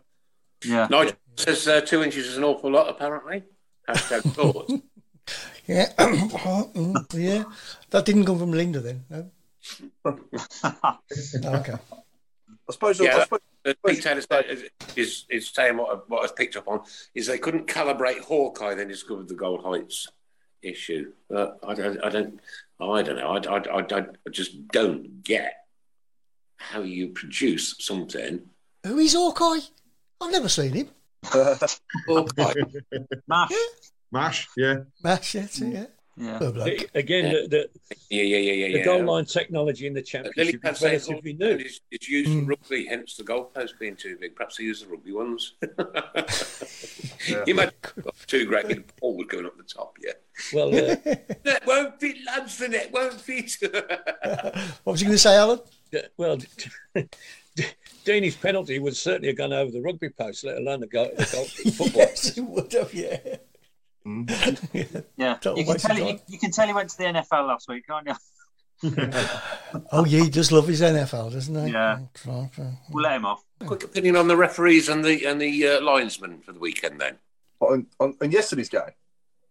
[SPEAKER 7] Yeah.
[SPEAKER 4] Nigel says uh, two inches is an awful lot, apparently. Hashtag thoughts.
[SPEAKER 5] Yeah. <coughs> Mm, yeah. That didn't come from Linda then. No. okay.
[SPEAKER 3] I suppose.
[SPEAKER 4] Yeah,
[SPEAKER 3] I suppose
[SPEAKER 4] uh, Pete Taylor is, is, is saying what, I- what I've picked up on is they couldn't calibrate Hawkeye, then discovered the gold heights issue. Uh, I, don't, I don't, I don't know. I, I, I, don't- I just don't get how you produce something.
[SPEAKER 5] Who is Hawkeye? I've never seen him.
[SPEAKER 4] Hawkeye.
[SPEAKER 7] Mash.
[SPEAKER 9] Mash, yeah.
[SPEAKER 5] Mash, that's it, yeah. Poor bloke.
[SPEAKER 8] The- Again, the, the,
[SPEAKER 4] yeah, yeah, yeah, yeah.
[SPEAKER 8] the
[SPEAKER 4] yeah.
[SPEAKER 8] goal line technology in the
[SPEAKER 4] But Lily
[SPEAKER 8] championship
[SPEAKER 4] Pad
[SPEAKER 8] is
[SPEAKER 4] says
[SPEAKER 8] relatively new. Hmm.
[SPEAKER 4] it's, it's used for rugby, hence the goalpost being too big. Perhaps they use the
[SPEAKER 8] <laughs>
[SPEAKER 4] rugby ones. <laughs> Imagine two great big balls going up the top, yeah.
[SPEAKER 8] Well, uh,
[SPEAKER 4] Net "Oh, won't fit, lads, the net won't fit.
[SPEAKER 5] <laughs>
[SPEAKER 4] <laughs>
[SPEAKER 5] What was you going to say, Alan?
[SPEAKER 8] d- well, <laughs> Deeney's penalty would certainly have gone over the rugby post, let alone the goal. The goal
[SPEAKER 4] <laughs>
[SPEAKER 8] football.
[SPEAKER 5] Yes, it would have. Yeah.
[SPEAKER 7] Yeah.
[SPEAKER 5] Total
[SPEAKER 7] You can,
[SPEAKER 3] Mm.
[SPEAKER 5] <laughs> waste of
[SPEAKER 7] tell he,
[SPEAKER 5] time.
[SPEAKER 7] you can tell he went to the NFL last week, can't you?
[SPEAKER 5] <laughs> oh, yeah, he does love his NFL, doesn't he? Oh,
[SPEAKER 7] Yeah.
[SPEAKER 5] We'll
[SPEAKER 7] let him off.
[SPEAKER 4] Quick opinion on the referees and the and the uh, linesmen for the weekend then.
[SPEAKER 3] On, on, on yesterday's game.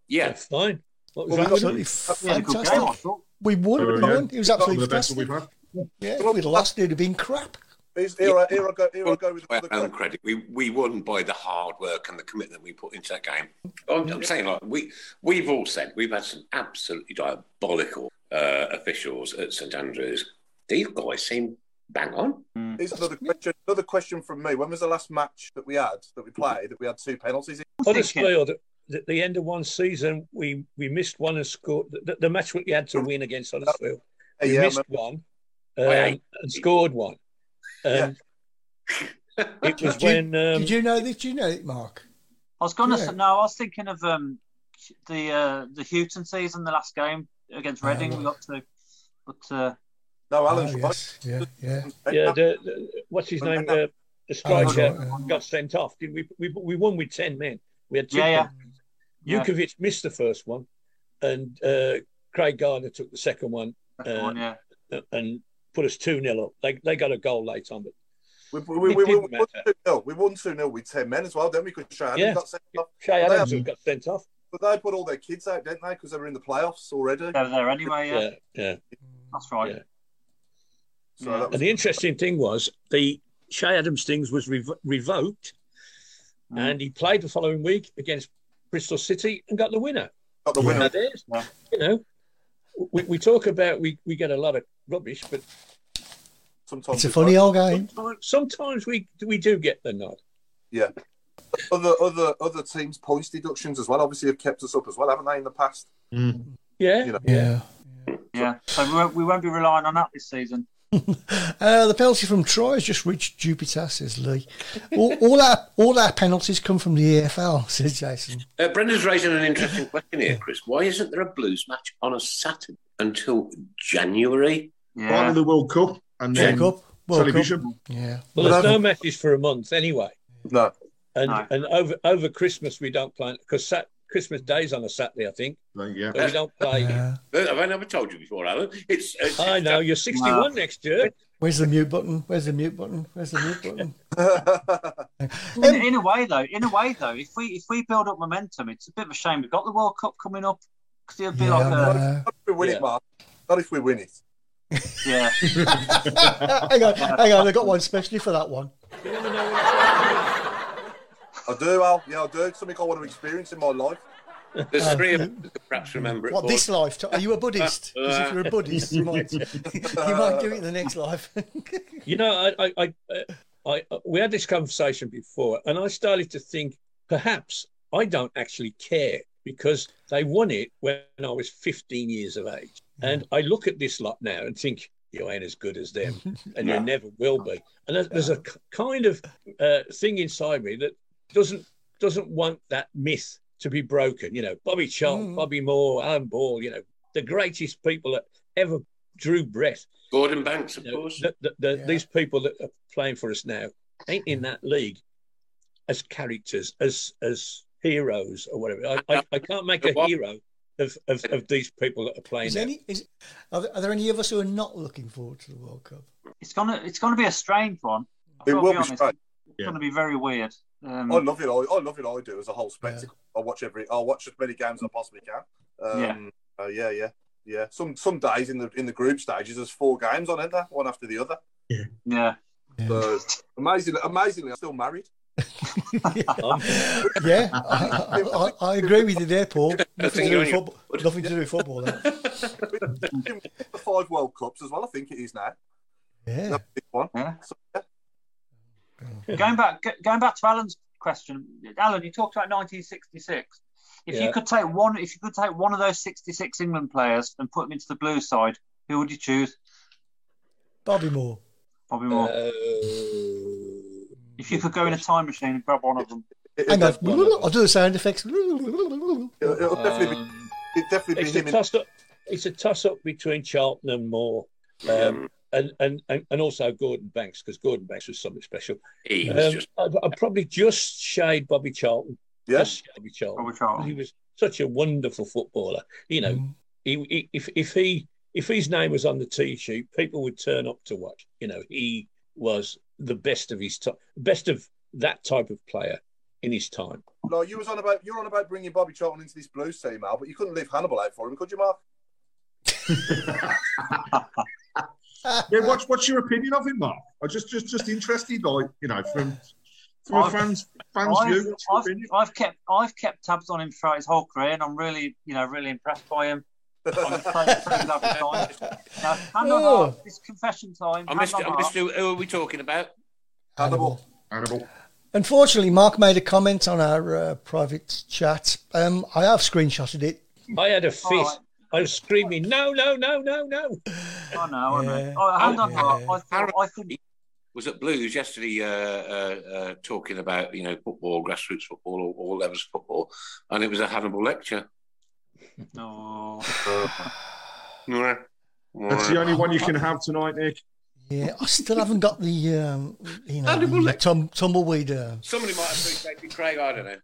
[SPEAKER 4] Yeah,
[SPEAKER 8] fine. What
[SPEAKER 5] was that? Absolutely fantastic. We won.
[SPEAKER 3] Yeah.
[SPEAKER 5] we won. It was absolutely
[SPEAKER 3] Not the best
[SPEAKER 5] fantastic.
[SPEAKER 3] we've had.
[SPEAKER 5] Yeah, if we'd lost, it'd have been crap.
[SPEAKER 3] Here's- Here, I, here I go. Here I go with
[SPEAKER 4] Well,
[SPEAKER 3] another
[SPEAKER 4] and
[SPEAKER 3] game.
[SPEAKER 4] credit, we, we won by the hard work and the commitment we put into that game. I'm, I'm saying like we we've all said we've had some absolutely diabolical uh, officials at St Andrews. These guys seem bang on.
[SPEAKER 3] Here's another question. Another question from me. When was the last match that we had that we played that we had two penalties? in?
[SPEAKER 8] Huddersfield, at the end of one season, we, we missed one and scored the, the match we had to win against Huddersfield. We
[SPEAKER 3] Yeah, I
[SPEAKER 8] missed one um, and scored one. Um, It
[SPEAKER 7] <laughs>
[SPEAKER 8] was
[SPEAKER 5] Did you-
[SPEAKER 8] when um,
[SPEAKER 5] Did you know this? Did you know it, Mark?
[SPEAKER 7] I was going to
[SPEAKER 5] Yeah.
[SPEAKER 7] say, no, I was thinking of um, the uh, the Houghton season, the last game
[SPEAKER 5] Ah,
[SPEAKER 7] against Reading we got to. But uh,
[SPEAKER 3] no,
[SPEAKER 5] Alan's Yeah, Oh, yeah.
[SPEAKER 8] yeah, the, the, what's his name? Uh, the
[SPEAKER 5] Alan
[SPEAKER 8] striker
[SPEAKER 5] Shearer.
[SPEAKER 8] got sent off. Did we, we? We won with ten men. We had two.
[SPEAKER 7] Yeah, yeah.
[SPEAKER 8] penalties.
[SPEAKER 7] Yeah.
[SPEAKER 8] Jukovic missed the first one, and uh, Craig Gardner took the second one, uh,
[SPEAKER 7] one, yeah.
[SPEAKER 8] and put us two 0 up. They they got a goal late on, but
[SPEAKER 3] We, we,
[SPEAKER 8] It
[SPEAKER 3] we, we,
[SPEAKER 8] didn't
[SPEAKER 3] won
[SPEAKER 8] matter.
[SPEAKER 3] two 0 We won two 0 with ten men as well. Then we could Shay Adams
[SPEAKER 8] Yeah.
[SPEAKER 3] got sent off.
[SPEAKER 8] Shay
[SPEAKER 3] But they
[SPEAKER 8] Adams
[SPEAKER 3] had-
[SPEAKER 8] got sent off.
[SPEAKER 3] But they put all their kids out, didn't they? Because they were in the playoffs already.
[SPEAKER 7] They were there anyway, yeah.
[SPEAKER 8] Yeah, yeah.
[SPEAKER 7] That's right.
[SPEAKER 8] Yeah.
[SPEAKER 3] So that
[SPEAKER 8] And
[SPEAKER 3] was,
[SPEAKER 8] the interesting thing was the Shay Adams things was revo- revoked,
[SPEAKER 3] Mm.
[SPEAKER 8] and he played the following week against Bristol City and got the winner.
[SPEAKER 3] got the winner.
[SPEAKER 8] Now there's- you know, we, we talk about we, we get a lot of rubbish, but
[SPEAKER 3] Sometimes
[SPEAKER 5] It's a funny old game.
[SPEAKER 8] sometimes, sometimes we we do get the nod.
[SPEAKER 3] Yeah. Other other other teams' points deductions as well. Obviously, have kept us up as well, haven't they? In the past,
[SPEAKER 8] Yeah,
[SPEAKER 3] you know.
[SPEAKER 5] Yeah.
[SPEAKER 7] Yeah. So we won't, we won't be relying on that this season.
[SPEAKER 5] Uh, the penalty from Troy has just reached Jupiter, says Lee. All, all our all our penalties come from the E EFL, says Jason.
[SPEAKER 4] Uh, Brendan's raising an interesting question here, Chris. Why isn't there a Blues match on a Saturday until January?
[SPEAKER 9] Finally,
[SPEAKER 7] Yeah.
[SPEAKER 9] the World Cup
[SPEAKER 8] <laughs>
[SPEAKER 9] and then
[SPEAKER 5] Check up, World
[SPEAKER 9] television.
[SPEAKER 5] Cup. Yeah.
[SPEAKER 8] well, there's no matches for a month anyway,
[SPEAKER 3] No,
[SPEAKER 8] and
[SPEAKER 7] No.
[SPEAKER 8] and over over Christmas we don't play because sat, Christmas Day's on a Saturday, I think,
[SPEAKER 9] Like, yeah.
[SPEAKER 8] but we don't play.
[SPEAKER 5] Yeah.
[SPEAKER 4] Look, I've never told you before, Alan. It's, it's
[SPEAKER 8] I know you're 61
[SPEAKER 7] Wow.
[SPEAKER 8] next year.
[SPEAKER 5] Where's the mute button? Where's the mute button? Where's the mute button? Um,
[SPEAKER 7] In, in a way, though, in a way, though, if we if we build up momentum, it's a bit of a shame we've got the World Cup coming up because it'll be
[SPEAKER 5] Yeah,
[SPEAKER 7] like, a,
[SPEAKER 5] I
[SPEAKER 3] not if we win
[SPEAKER 8] Yeah.
[SPEAKER 3] it, Mark. Not if we win it.
[SPEAKER 7] yeah,
[SPEAKER 5] know. <laughs> <laughs> hang on, hang on. I got one specially for that one.
[SPEAKER 3] I do, Al. Yeah, I do. It's something I want to experience in my life.
[SPEAKER 4] There's three of us who could perhaps remember it.
[SPEAKER 5] Uh, What
[SPEAKER 4] for
[SPEAKER 5] this
[SPEAKER 4] us.
[SPEAKER 5] life? Are you a
[SPEAKER 3] <laughs>
[SPEAKER 5] Buddhist? 'Cause if you're a Buddhist, you might you might do it in the next
[SPEAKER 3] <laughs>
[SPEAKER 5] life.
[SPEAKER 8] You know, I, I, I, I, we had this conversation before, and I started to think perhaps I don't actually care because they won it when I was 15 years of age, and I look at this lot now and think you ain't as good as them, and you never will be. And there's, there's a k- kind of uh, thing inside me that doesn't doesn't want that myth to be broken. You know, Bobby Charlton, Bobby Moore, Alan Ball. You know, the greatest people that ever drew breath
[SPEAKER 4] Gordon Banks, of
[SPEAKER 8] you know,
[SPEAKER 4] course.
[SPEAKER 8] the, the, the,
[SPEAKER 5] Yeah.
[SPEAKER 8] these people that are playing for us now ain't in that league as characters, as as heroes or whatever. I, I, I can't make a hero of, of, of these people that are playing
[SPEAKER 5] Is
[SPEAKER 8] now.
[SPEAKER 5] any, is, are, there, are there any of us who are not looking forward to the World Cup?
[SPEAKER 7] it's gonna it's gonna be a strange one.
[SPEAKER 3] It
[SPEAKER 7] I'll
[SPEAKER 3] will
[SPEAKER 7] be
[SPEAKER 3] be
[SPEAKER 7] honest.
[SPEAKER 3] strange.
[SPEAKER 7] It's gonna be very weird. Um,
[SPEAKER 3] I love it. I, I love it. I do as a whole spectacle. I watch every. I watch as many games as I possibly can. Um, yeah. yeah. Yeah. Yeah. Some some days in the in the group stages, there's four games on, isn't there? One after the other.
[SPEAKER 7] yeah.
[SPEAKER 3] So amazingly, amazingly, I'm still married.
[SPEAKER 5] <laughs> yeah, I, I, I agree with you there,
[SPEAKER 3] <laughs>
[SPEAKER 5] Paul. Nothing to do with
[SPEAKER 4] you're-
[SPEAKER 5] football. Nothing to do with football. Then.
[SPEAKER 3] the five World Cups as well. I think it is now.
[SPEAKER 5] Yeah.
[SPEAKER 3] That's the big one.
[SPEAKER 7] Yeah.
[SPEAKER 3] So, yeah.
[SPEAKER 7] <laughs> going back go- going back to Alan's question, Alan, you talked about 1966. If
[SPEAKER 8] Yeah.
[SPEAKER 7] you could take one, if you could take one of those 66 England players and put them into the blue side, who would you choose?
[SPEAKER 5] Bobby Moore.
[SPEAKER 7] Bobby Moore. if you could go in a time machine and grab one of them,
[SPEAKER 3] It,
[SPEAKER 5] Hang on.
[SPEAKER 3] will
[SPEAKER 5] I'll do the sound effects. Uh,
[SPEAKER 3] definitely be.
[SPEAKER 8] Um,
[SPEAKER 3] It'd definitely be
[SPEAKER 8] it's a
[SPEAKER 3] him. In,
[SPEAKER 8] toss up. It's a toss up between Charlton and Moore, um, and, and and and also Gordon Banks because Gordon Banks was something special.
[SPEAKER 4] He was
[SPEAKER 8] Um,
[SPEAKER 4] just
[SPEAKER 8] I, I probably just shade Bobby Charlton.
[SPEAKER 3] yeah.
[SPEAKER 8] Just Bobby Charlton.
[SPEAKER 7] Robert Charlton.
[SPEAKER 5] Mm.
[SPEAKER 8] He was such a wonderful footballer. You know, he, he, if if he if his name was on the T sheet, people would turn up to watch. You know, he was the best of his time, best of that type of player in his time.
[SPEAKER 3] No, you was on about you're on about bringing Bobby Charlton into this Blues team, Al, but you couldn't leave Hannibal out for him, could you, Mark?
[SPEAKER 9] yeah, what's what's your opinion of him, Mark? I just just just interested, like you know, from from a
[SPEAKER 7] I've-
[SPEAKER 9] fans fans
[SPEAKER 7] I've,
[SPEAKER 9] view. what's your
[SPEAKER 7] I've,
[SPEAKER 9] opinion?
[SPEAKER 7] I've kept I've kept tabs on him throughout his whole career, and I'm really you know really impressed by
[SPEAKER 4] <laughs>
[SPEAKER 7] him. I'm so- so glad we signed him. Now, hand on
[SPEAKER 5] Oh.
[SPEAKER 7] heart, it's confession time.
[SPEAKER 4] I missed,
[SPEAKER 7] hand on
[SPEAKER 4] I missed
[SPEAKER 7] heart.
[SPEAKER 4] who, who are we talking about?
[SPEAKER 5] Hannibal.
[SPEAKER 9] Hannibal.
[SPEAKER 5] Unfortunately, Mark made a comment on our uh, private chat. Um, I have screenshotted it.
[SPEAKER 8] I had a fist.
[SPEAKER 7] right.
[SPEAKER 8] I was screaming, "No, no, no, no, no!"
[SPEAKER 7] I know, I know.
[SPEAKER 5] Yeah.
[SPEAKER 7] Oh, hand on
[SPEAKER 4] Yeah.
[SPEAKER 7] heart. I, thought, I think
[SPEAKER 4] was at Blues yesterday, uh, uh, uh, talking about you know football, grassroots football, all, all levels of football, and it was a Hannibal lecture.
[SPEAKER 3] <sighs>
[SPEAKER 7] no.
[SPEAKER 9] That's the only one you can have tonight, Nick.
[SPEAKER 5] Yeah, I still haven't got the um, you know
[SPEAKER 4] Hannibal
[SPEAKER 5] the
[SPEAKER 4] Lecter.
[SPEAKER 5] tum- tumbleweed. Uh,
[SPEAKER 4] Somebody might have been taking Craig. I don't know.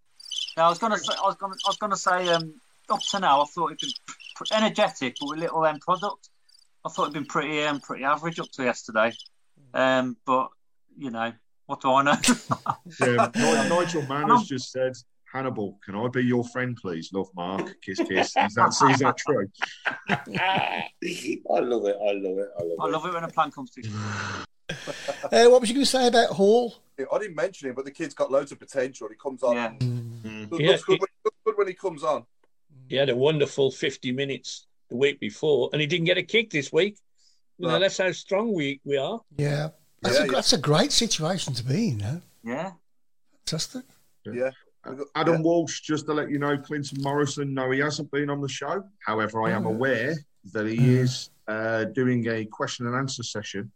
[SPEAKER 7] No, I was gonna say, I was gonna, I was gonna say, um, up to now, I thought it'd been pr- pr- energetic, but with little end product. I thought it'd been pretty, um, pretty average up to yesterday. Um, but you know, what do I know?
[SPEAKER 5] <laughs>
[SPEAKER 9] Yeah,
[SPEAKER 7] <laughs>
[SPEAKER 9] Ni- Nigel Mann has just said, Hannibal, can I be your friend, please? Love, Mark. Kiss, kiss. Is that, is that true?
[SPEAKER 4] I love it. <laughs> I love it. I love it.
[SPEAKER 7] I love it when a plan
[SPEAKER 3] <sighs>
[SPEAKER 7] comes to.
[SPEAKER 5] uh, what was you going to say about Hall?
[SPEAKER 3] I didn't mention him, but the kid's got loads of potential. He comes on.
[SPEAKER 7] Yeah.
[SPEAKER 3] Looks,
[SPEAKER 8] Yeah,
[SPEAKER 3] good when, looks good when he comes on.
[SPEAKER 8] He had a wonderful 50 minutes the week before, and he didn't get a kick this week. You know,
[SPEAKER 3] No.
[SPEAKER 8] that's how strong we, we are.
[SPEAKER 5] Yeah, that's,
[SPEAKER 3] Yeah,
[SPEAKER 5] a,
[SPEAKER 3] yeah.
[SPEAKER 5] that's a great situation to be in. Huh?
[SPEAKER 7] Yeah.
[SPEAKER 5] Fantastic.
[SPEAKER 3] Yeah.
[SPEAKER 9] Uh, Adam Walsh, just to let you know, Clinton Morrison, no, he hasn't been on the show. However, I
[SPEAKER 5] Mm.
[SPEAKER 9] am aware that he is uh, doing a question and answer session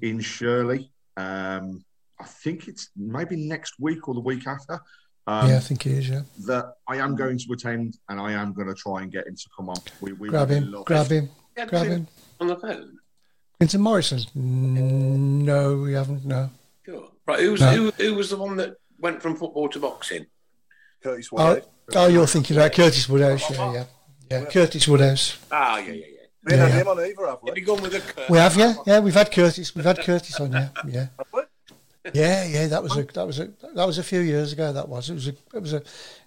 [SPEAKER 9] in Shirley. Um, I think it's maybe next week or the week after. Um,
[SPEAKER 5] yeah, I think it is. Yeah,
[SPEAKER 9] That I am going to attend and I am going to try and get him to come on. We, we
[SPEAKER 5] grab
[SPEAKER 9] would
[SPEAKER 5] him,
[SPEAKER 9] love-
[SPEAKER 5] grab him,
[SPEAKER 4] Yeah,
[SPEAKER 5] grab
[SPEAKER 4] Clint-
[SPEAKER 5] him.
[SPEAKER 4] on the phone.
[SPEAKER 5] Clinton Morrison. Mm, No, we haven't. No.
[SPEAKER 4] Sure. Right. Who was
[SPEAKER 5] No.
[SPEAKER 4] who, who was the one that went from football to boxing?
[SPEAKER 3] Curtis
[SPEAKER 5] Oh,
[SPEAKER 3] Wade.
[SPEAKER 5] oh, you're thinking about Curtis Woodhouse. Yeah, yeah, yeah. Curtis Woodhouse.
[SPEAKER 4] Ah, yeah, yeah, yeah.
[SPEAKER 3] we ain't had
[SPEAKER 5] yeah.
[SPEAKER 3] him on either, have
[SPEAKER 4] Have you
[SPEAKER 3] we?
[SPEAKER 4] gone with a curve?
[SPEAKER 5] We have, yeah, yeah. We've had Curtis. We've had Curtis on, yeah, yeah, yeah, yeah. That was a that was a that was a few years ago. That was it was a it was a it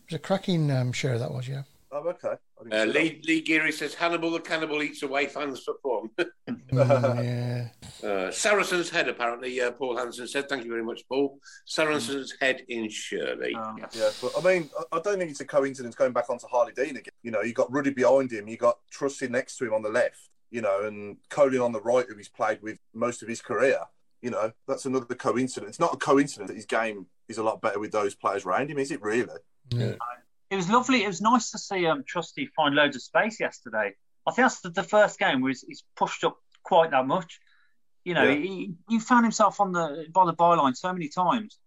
[SPEAKER 5] was a cracking um, show. That was, yeah.
[SPEAKER 3] Oh, okay. I didn't
[SPEAKER 4] Uh,
[SPEAKER 3] see that.
[SPEAKER 4] Lee, Lee Geary says Hannibal the Cannibal eats away fans for fun. <laughs>
[SPEAKER 5] Mm, yeah.
[SPEAKER 4] Uh, Saracen's Head, apparently, uh, Paul Hansen said. Thank you very much, Paul. Saracen's Head in Shirley.
[SPEAKER 7] Um,
[SPEAKER 3] Yeah, but I mean, I- I don't think it's a coincidence going back onto Harley Dean again. You know, you got Ruddy behind him, you got Trusty next to him on the left, you know, and Colin on the right, who he's played with most of his career. You know, that's another coincidence. It's not a coincidence that his game is a lot better with those players around him, is it really?
[SPEAKER 7] It was lovely. It was nice to see um, Trusty find loads of space yesterday. I think that's the, the first game where he's, he's pushed up quite that much. You know,
[SPEAKER 3] Yeah.
[SPEAKER 7] he, he found himself on the by the byline so many times,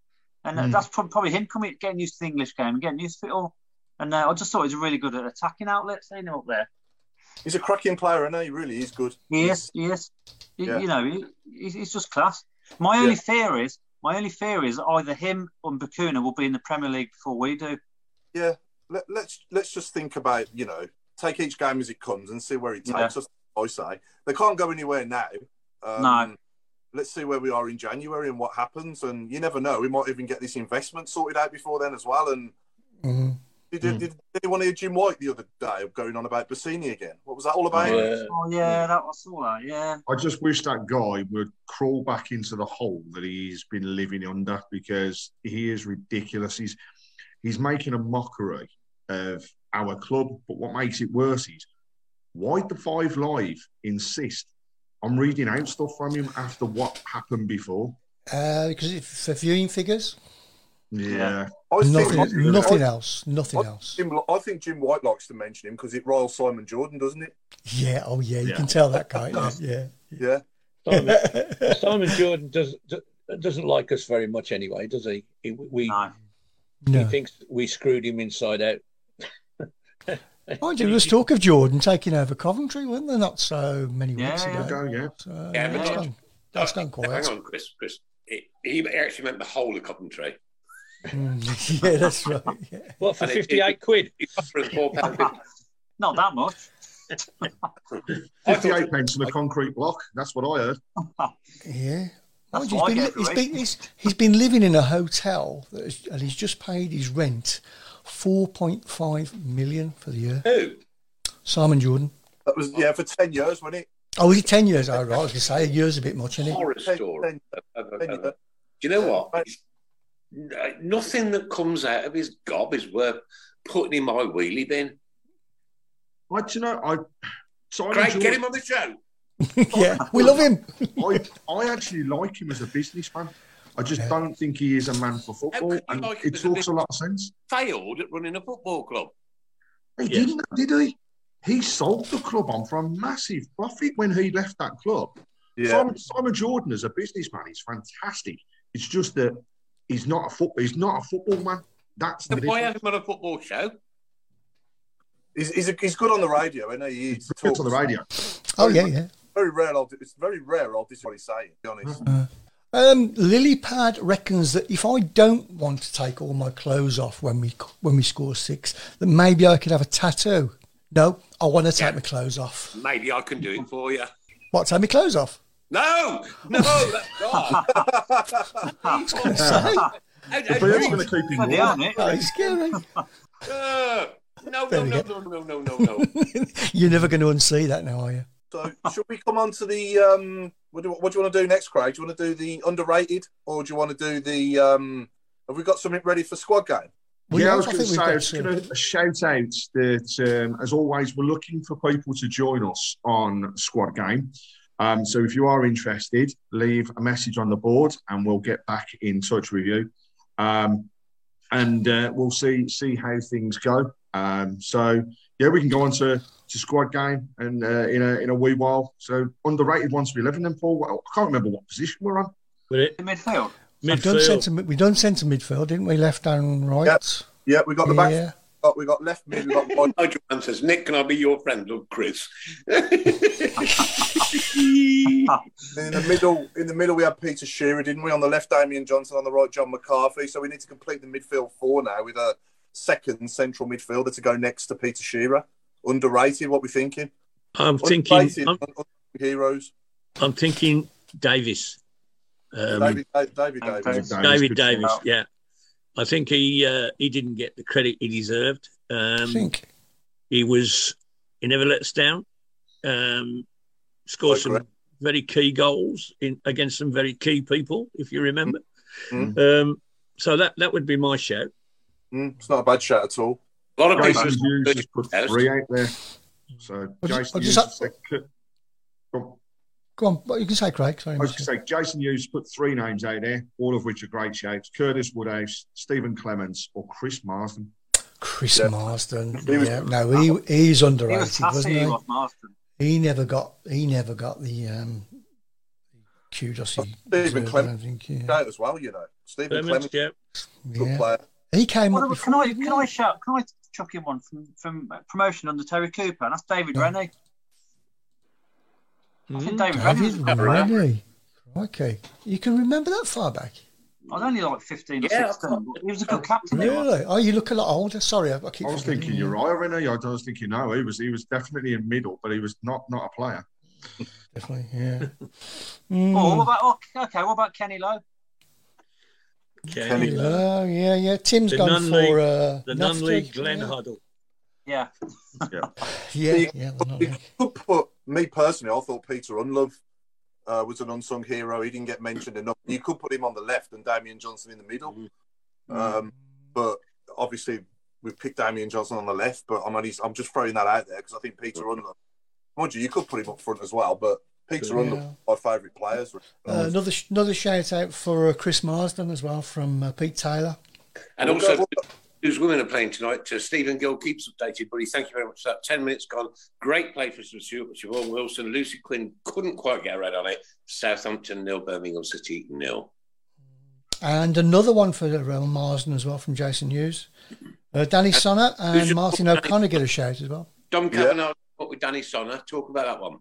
[SPEAKER 7] and
[SPEAKER 3] Hmm.
[SPEAKER 5] Mm.
[SPEAKER 7] that's prob- probably him coming getting used to the English game, and getting used to it all. And uh, I just thought he was really good at attacking outlets. Seeing him up there,
[SPEAKER 3] He's a cracking player, and he really is good.
[SPEAKER 7] he is, he is. He-
[SPEAKER 3] Yeah.
[SPEAKER 7] You know, he, he's- he's just class. My only fear is, my only fear is either him or Bakuna will be in the Premier League before we do.
[SPEAKER 3] Yeah, let, let's let's just think about you know take each game as it comes and see where it takes
[SPEAKER 7] Yeah.
[SPEAKER 3] us. I say they can't go anywhere now. Um,
[SPEAKER 7] No.
[SPEAKER 3] Let's see where we are in January and what happens. And you never know, we might even get this investment sorted out before then as well. And
[SPEAKER 5] Mm.
[SPEAKER 3] did, did, did anyone hear Jim White the other day going on about Bassini again? What was that all about?
[SPEAKER 8] Uh,
[SPEAKER 7] Oh yeah, that I saw that. Yeah.
[SPEAKER 9] I just wish that guy would crawl back into the hole that he's been living under because he is ridiculous. He's he's making a mockery of our club. But what makes it worse is why the Five Live insist on reading out stuff from him after what happened before.
[SPEAKER 5] Uh, because it's for viewing figures,
[SPEAKER 9] Yeah,
[SPEAKER 3] I was thinking-
[SPEAKER 5] nothing, nothing
[SPEAKER 3] I-
[SPEAKER 5] else, nothing
[SPEAKER 3] I,
[SPEAKER 5] else.
[SPEAKER 3] Jim- I think Jim White likes to mention him because it riles Simon Jordan, doesn't it?
[SPEAKER 5] Yeah, oh yeah, you
[SPEAKER 9] Yeah.
[SPEAKER 5] can tell that guy. Yeah,
[SPEAKER 3] Yeah.
[SPEAKER 8] Simon,
[SPEAKER 5] <laughs> yeah.
[SPEAKER 8] Simon Jordan does, do- doesn't like us very much anyway, does he? he we,
[SPEAKER 7] No.
[SPEAKER 8] He
[SPEAKER 5] no.
[SPEAKER 8] thinks we screwed him inside out.
[SPEAKER 5] Mind you, there was talk of Jordan taking over Coventry, weren't there? Not so many weeks
[SPEAKER 7] Yeah.
[SPEAKER 5] ago.
[SPEAKER 9] go yeah.
[SPEAKER 5] So,
[SPEAKER 4] Yeah,
[SPEAKER 7] but
[SPEAKER 5] Uh, that's,
[SPEAKER 7] not-
[SPEAKER 5] gone, that's gone quiet.
[SPEAKER 4] Hang on, Chris. Chris. He, he actually meant the whole of Coventry.
[SPEAKER 5] Mm, <laughs> yeah, that's right. Yeah.
[SPEAKER 8] What, for
[SPEAKER 4] And it-
[SPEAKER 8] 58 quid?
[SPEAKER 4] He offered us £4.50.
[SPEAKER 7] <laughs> Not that much.
[SPEAKER 9] 58 pence and a concrete block. That's what I heard.
[SPEAKER 5] Yeah. Mind
[SPEAKER 9] That's what I
[SPEAKER 5] you,
[SPEAKER 9] get
[SPEAKER 5] he's, been, he's,
[SPEAKER 9] for it.
[SPEAKER 5] been, he's, he's been living in a hotel that is, and he's just paid his rent 4.5 million for the year.
[SPEAKER 3] Who?
[SPEAKER 5] Simon Jordan.
[SPEAKER 3] That was yeah for ten years, wasn't it?
[SPEAKER 5] Oh, is it 10 years? Oh, right. I was going to say a year's a bit much, isn't it?
[SPEAKER 4] horror story. Do you know what? He's- Nothing that comes out of his gob is worth putting in my wheelie bin.
[SPEAKER 9] I, do you know, I. Simon
[SPEAKER 4] Craig, get
[SPEAKER 9] Jordan-
[SPEAKER 4] him on the show.
[SPEAKER 5] <laughs> yeah, we love him.
[SPEAKER 9] I, I actually like him as a businessman. I just don't think he is a man for football. And
[SPEAKER 4] like him
[SPEAKER 9] it
[SPEAKER 4] as a
[SPEAKER 9] talks a lot of sense.
[SPEAKER 4] Failed at running a football club.
[SPEAKER 9] He didn't, did he? He sold the club on for a massive profit when he left that club.
[SPEAKER 3] Yeah.
[SPEAKER 9] Simon, Simon Jordan as a businessman is fantastic. It's just that he's not a foot, he's not a football man. That's the
[SPEAKER 4] Then why
[SPEAKER 9] difference.
[SPEAKER 4] have him on a football show?
[SPEAKER 3] He's, he's, he's good on the radio, isn't he? He's
[SPEAKER 9] Good on the radio.
[SPEAKER 5] Oh, yeah, yeah.
[SPEAKER 3] Very rare. I'll, it's very rare. I'll dis what he's saying. To be honest.
[SPEAKER 5] Um, Lilypad reckons that if I don't want to take all my clothes off when we when we score six, then maybe I could have a tattoo. No, I want to take my clothes off.
[SPEAKER 4] Maybe I can do it for you.
[SPEAKER 5] What? Take my clothes off?
[SPEAKER 4] No, no, that's not.
[SPEAKER 5] Sorry.
[SPEAKER 9] If he is going to keep him warm,
[SPEAKER 5] Oh, it's scary.
[SPEAKER 4] Uh, no, no,
[SPEAKER 5] There we
[SPEAKER 4] no, no,
[SPEAKER 5] go.
[SPEAKER 4] no, no, no, no.
[SPEAKER 5] <laughs> You're never going to unsee that now, are you?
[SPEAKER 3] So should we come on to the um? What do, what do you want to do next, Craig? Do you want to do the underrated, or do you want to do the um? Have we got something ready for
[SPEAKER 8] <laughs>
[SPEAKER 3] squad game?
[SPEAKER 5] Well,
[SPEAKER 9] yeah,
[SPEAKER 5] yeah,
[SPEAKER 9] I was
[SPEAKER 5] I
[SPEAKER 9] going to
[SPEAKER 5] think we've
[SPEAKER 9] say, I
[SPEAKER 5] got
[SPEAKER 9] was
[SPEAKER 5] to.
[SPEAKER 9] going to shout out that, um, as always, we're looking for people to join us on Squad Game. Um, so if you are interested, leave a message on the board and we'll get back in touch with you. Um, and uh, we'll see see how things go. Um, so, yeah, we can go on to, to Squad Game and uh, in, a, in a wee while. So, underrated ones to be 11 and Paul. I can't remember what position we're on.
[SPEAKER 7] In midfield.
[SPEAKER 5] We've done
[SPEAKER 8] Midfield.
[SPEAKER 5] centre, we done centre midfield, didn't we? Left and right.
[SPEAKER 3] Yeah, we got the back.
[SPEAKER 5] Yeah.
[SPEAKER 3] We
[SPEAKER 4] oh,
[SPEAKER 3] got, we got left mid. We got wide.
[SPEAKER 4] Nigel Mann says, Nick, can I be your friend? Look, Chris.
[SPEAKER 3] In the middle, in the middle, we had Peter Shearer, didn't we? On the left, Damian Johnson. On the right, John McCarthy. So we need to complete the midfield four now with a second central midfielder to go next to Peter Shearer. Underrated. What we thinking?
[SPEAKER 8] I'm thinking.
[SPEAKER 3] Underrated.
[SPEAKER 8] I'm,
[SPEAKER 3] un- un- heroes.
[SPEAKER 8] I'm thinking Davis. Um,
[SPEAKER 3] David, David, David,
[SPEAKER 7] David
[SPEAKER 3] Davis.
[SPEAKER 9] Davis,
[SPEAKER 8] David
[SPEAKER 9] good
[SPEAKER 8] Davis.
[SPEAKER 9] choice.
[SPEAKER 8] Yeah, I think he uh, he didn't get the credit he deserved.
[SPEAKER 5] I
[SPEAKER 8] Um,
[SPEAKER 5] think.
[SPEAKER 8] he was he never let us down. Um, scored
[SPEAKER 3] I
[SPEAKER 8] some
[SPEAKER 3] agree.
[SPEAKER 8] very key goals in against some very key people, if you remember.
[SPEAKER 3] Mm.
[SPEAKER 8] Um, so that that would be my shout.
[SPEAKER 3] Mm, it's not a bad shot at all.
[SPEAKER 4] A lot of people
[SPEAKER 9] Jason Hughes has put
[SPEAKER 4] Yes.
[SPEAKER 9] three out there. So
[SPEAKER 5] I just-
[SPEAKER 9] Jason
[SPEAKER 5] I
[SPEAKER 9] Hughes.
[SPEAKER 5] just-
[SPEAKER 9] has said- Go
[SPEAKER 5] Go on, what you can say, Craig. Sorry.
[SPEAKER 9] on. I was going to say Jason Hughes put three names out there, all of which are great shapes: Curtis Woodhouse, Stephen Clements, or Chris Marsden.
[SPEAKER 5] Chris
[SPEAKER 3] Yeah.
[SPEAKER 5] Marsden.
[SPEAKER 3] He was-
[SPEAKER 5] yeah, no, he he's
[SPEAKER 7] He
[SPEAKER 5] underrated,
[SPEAKER 7] was
[SPEAKER 5] was
[SPEAKER 7] classy,
[SPEAKER 5] not he?
[SPEAKER 7] he was Marston.
[SPEAKER 5] He never got he never got the um kudos he
[SPEAKER 3] Stephen
[SPEAKER 5] deserved, I
[SPEAKER 3] Clem-
[SPEAKER 5] don't think, yeah.
[SPEAKER 3] Shout as well, you know. Stephen
[SPEAKER 8] Clemens,
[SPEAKER 3] Clemens,
[SPEAKER 8] yeah.
[SPEAKER 3] good
[SPEAKER 5] Yeah.
[SPEAKER 3] player.
[SPEAKER 5] <laughs> He came
[SPEAKER 7] What
[SPEAKER 5] up
[SPEAKER 7] about-
[SPEAKER 5] before,
[SPEAKER 7] can I
[SPEAKER 5] didn't
[SPEAKER 7] can I
[SPEAKER 5] he?
[SPEAKER 7] shout? Can I chuck in one from from uh, promotion under Terry Cooper? And that's David
[SPEAKER 5] Yeah.
[SPEAKER 7] Rennie. I think David
[SPEAKER 5] Mm,
[SPEAKER 7] Rennie.
[SPEAKER 5] David
[SPEAKER 7] Was, I
[SPEAKER 5] Rennie. Okay. You can remember that far back.
[SPEAKER 7] was only like fifteen or
[SPEAKER 4] Yeah, I
[SPEAKER 7] sixteen. but He was a good captain. he was.
[SPEAKER 5] Really? Oh, you look a lot older. Sorry, I, I
[SPEAKER 9] I
[SPEAKER 5] keep
[SPEAKER 9] was
[SPEAKER 5] forgetting.
[SPEAKER 9] thinking Uriah Rennie. I was thinking no, he was he was definitely in middle, but he was not not a player.
[SPEAKER 5] Definitely,
[SPEAKER 9] <laughs>
[SPEAKER 5] yeah.
[SPEAKER 7] Oh,
[SPEAKER 5] Mm.
[SPEAKER 7] what about oh, okay? What about Kenny Lowe?
[SPEAKER 8] Okay.
[SPEAKER 3] Kenny
[SPEAKER 5] Oh, yeah, yeah. Tim's
[SPEAKER 8] The
[SPEAKER 5] gone
[SPEAKER 8] non-league-
[SPEAKER 5] for uh,
[SPEAKER 8] The
[SPEAKER 5] Nufty,
[SPEAKER 8] non-league Glenn
[SPEAKER 5] yeah.
[SPEAKER 8] Huddle.
[SPEAKER 7] Yeah,
[SPEAKER 5] <laughs> Yeah, yeah, the
[SPEAKER 3] You
[SPEAKER 5] non-league.
[SPEAKER 3] could put me personally. I thought Peter Unlove uh, was an unsung hero. He didn't get mentioned enough. You could put him on the left and Damian Johnson in the middle. Um, but obviously, we've picked Damian Johnson on the left. But I'm only, I'm just throwing that out there because I think Peter Unlove. Mind you, you could put him up front as well. But Peter
[SPEAKER 5] Yeah.
[SPEAKER 3] Unlove, my favourite players.
[SPEAKER 5] Uh, another sh- another shout out for uh, Chris Marsden as well from uh, Pete Taylor.
[SPEAKER 4] And
[SPEAKER 3] We'll
[SPEAKER 4] also,
[SPEAKER 3] go-
[SPEAKER 4] whose women are playing tonight? To Stephen Gill keeps updated, buddy. Thank you very much for that. 10 minutes gone. Great play for Stuart Siobhan Wilson. Lucy Quinn couldn't quite get a red on it. Southampton nil, Birmingham City nil.
[SPEAKER 5] And another one for uh, Marsden as well from Jason Hughes. Uh, Danny Sonner and
[SPEAKER 4] your-
[SPEAKER 5] Martin O'Connor get a shout as well.
[SPEAKER 4] Dom
[SPEAKER 3] Yeah.
[SPEAKER 4] Kavanagh what with Danny Sonner. Talk about that one.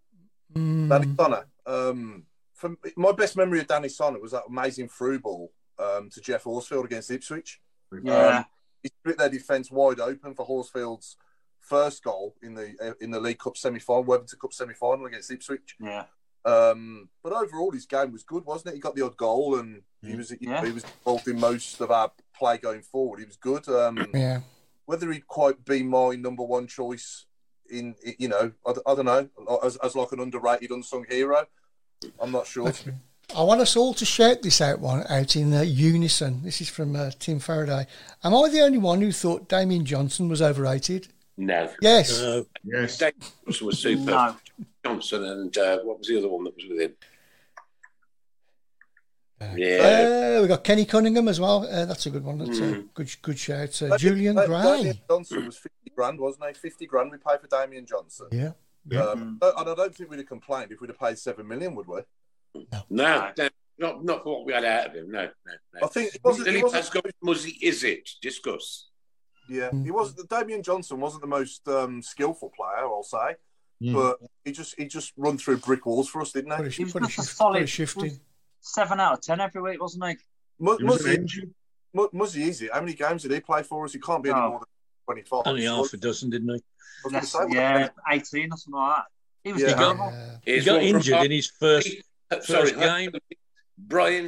[SPEAKER 5] Mm,
[SPEAKER 3] Danny Sonner. Um, from my best memory of Danny Sonner was that amazing through ball um, to Jeff Horsfield against Ipswich.
[SPEAKER 7] yeah.
[SPEAKER 3] Um, he split their defence wide open for Horsfield's first goal in the uh, in the League Cup semi final, Worthington Cup semi final against Ipswich.
[SPEAKER 7] Yeah.
[SPEAKER 3] Um, but overall, his game was good, wasn't it? He got the odd goal, and he was
[SPEAKER 7] Mm. Yeah.
[SPEAKER 3] he was involved in most of our play going forward. He was good. Um,
[SPEAKER 5] Yeah.
[SPEAKER 3] Whether he'd quite be my number one choice in, you know, I, don't know, as, as like an underrated, unsung hero, I'm not sure.
[SPEAKER 5] Okay. I want us all to shout this out one out in uh, unison. This is from uh, Tim Faraday. Am I the only one who thought Damien Johnson was overrated?
[SPEAKER 4] No.
[SPEAKER 5] Yes.
[SPEAKER 9] yes.
[SPEAKER 4] Dave Johnson was super. Johnson and uh, what was the other one that was with him? Yeah.
[SPEAKER 5] Uh, we got Kenny Cunningham as well. Uh, that's a good one. That's
[SPEAKER 7] Mm.
[SPEAKER 5] a good good shout. Uh, Julian
[SPEAKER 3] Da-
[SPEAKER 5] Gray.
[SPEAKER 3] Damien Johnson was 50 grand, wasn't he? 50 grand we paid for Damien Johnson.
[SPEAKER 5] Yeah.
[SPEAKER 3] Um, but- and I don't think we'd have complained if we'd have paid 7 million, would we?
[SPEAKER 5] uh,
[SPEAKER 4] no, no, not not for what we had out of him. No, no, no.
[SPEAKER 3] I think it wasn't- it
[SPEAKER 4] Lily
[SPEAKER 3] wasn't-
[SPEAKER 4] Pascoe was he- is it? Discuss.
[SPEAKER 3] Yeah,
[SPEAKER 5] Mm.
[SPEAKER 3] he was. Damien Johnson wasn't the most um, skillful player, I'll say, but he just he just run through brick walls for us, didn't he?
[SPEAKER 7] Mm. He was just a solid seven out of ten every week, wasn't he?
[SPEAKER 3] Mu-
[SPEAKER 9] He was an
[SPEAKER 3] Muzzy,
[SPEAKER 9] engine.
[SPEAKER 3] Mu- Muzzy is it? How many games did he play for us? He can't be any
[SPEAKER 7] No.
[SPEAKER 3] more than 25.
[SPEAKER 8] Only
[SPEAKER 3] So-
[SPEAKER 8] half a dozen, didn't he?
[SPEAKER 3] I was gonna
[SPEAKER 7] Less,
[SPEAKER 3] say, what-
[SPEAKER 7] yeah, eighteen or something like that. He was
[SPEAKER 3] Yeah.
[SPEAKER 7] terrible.
[SPEAKER 8] He
[SPEAKER 4] Here's
[SPEAKER 8] got
[SPEAKER 4] one from
[SPEAKER 8] injured
[SPEAKER 4] Bar-
[SPEAKER 8] in his first.
[SPEAKER 4] uh, Sorry,
[SPEAKER 8] first game.
[SPEAKER 4] Brian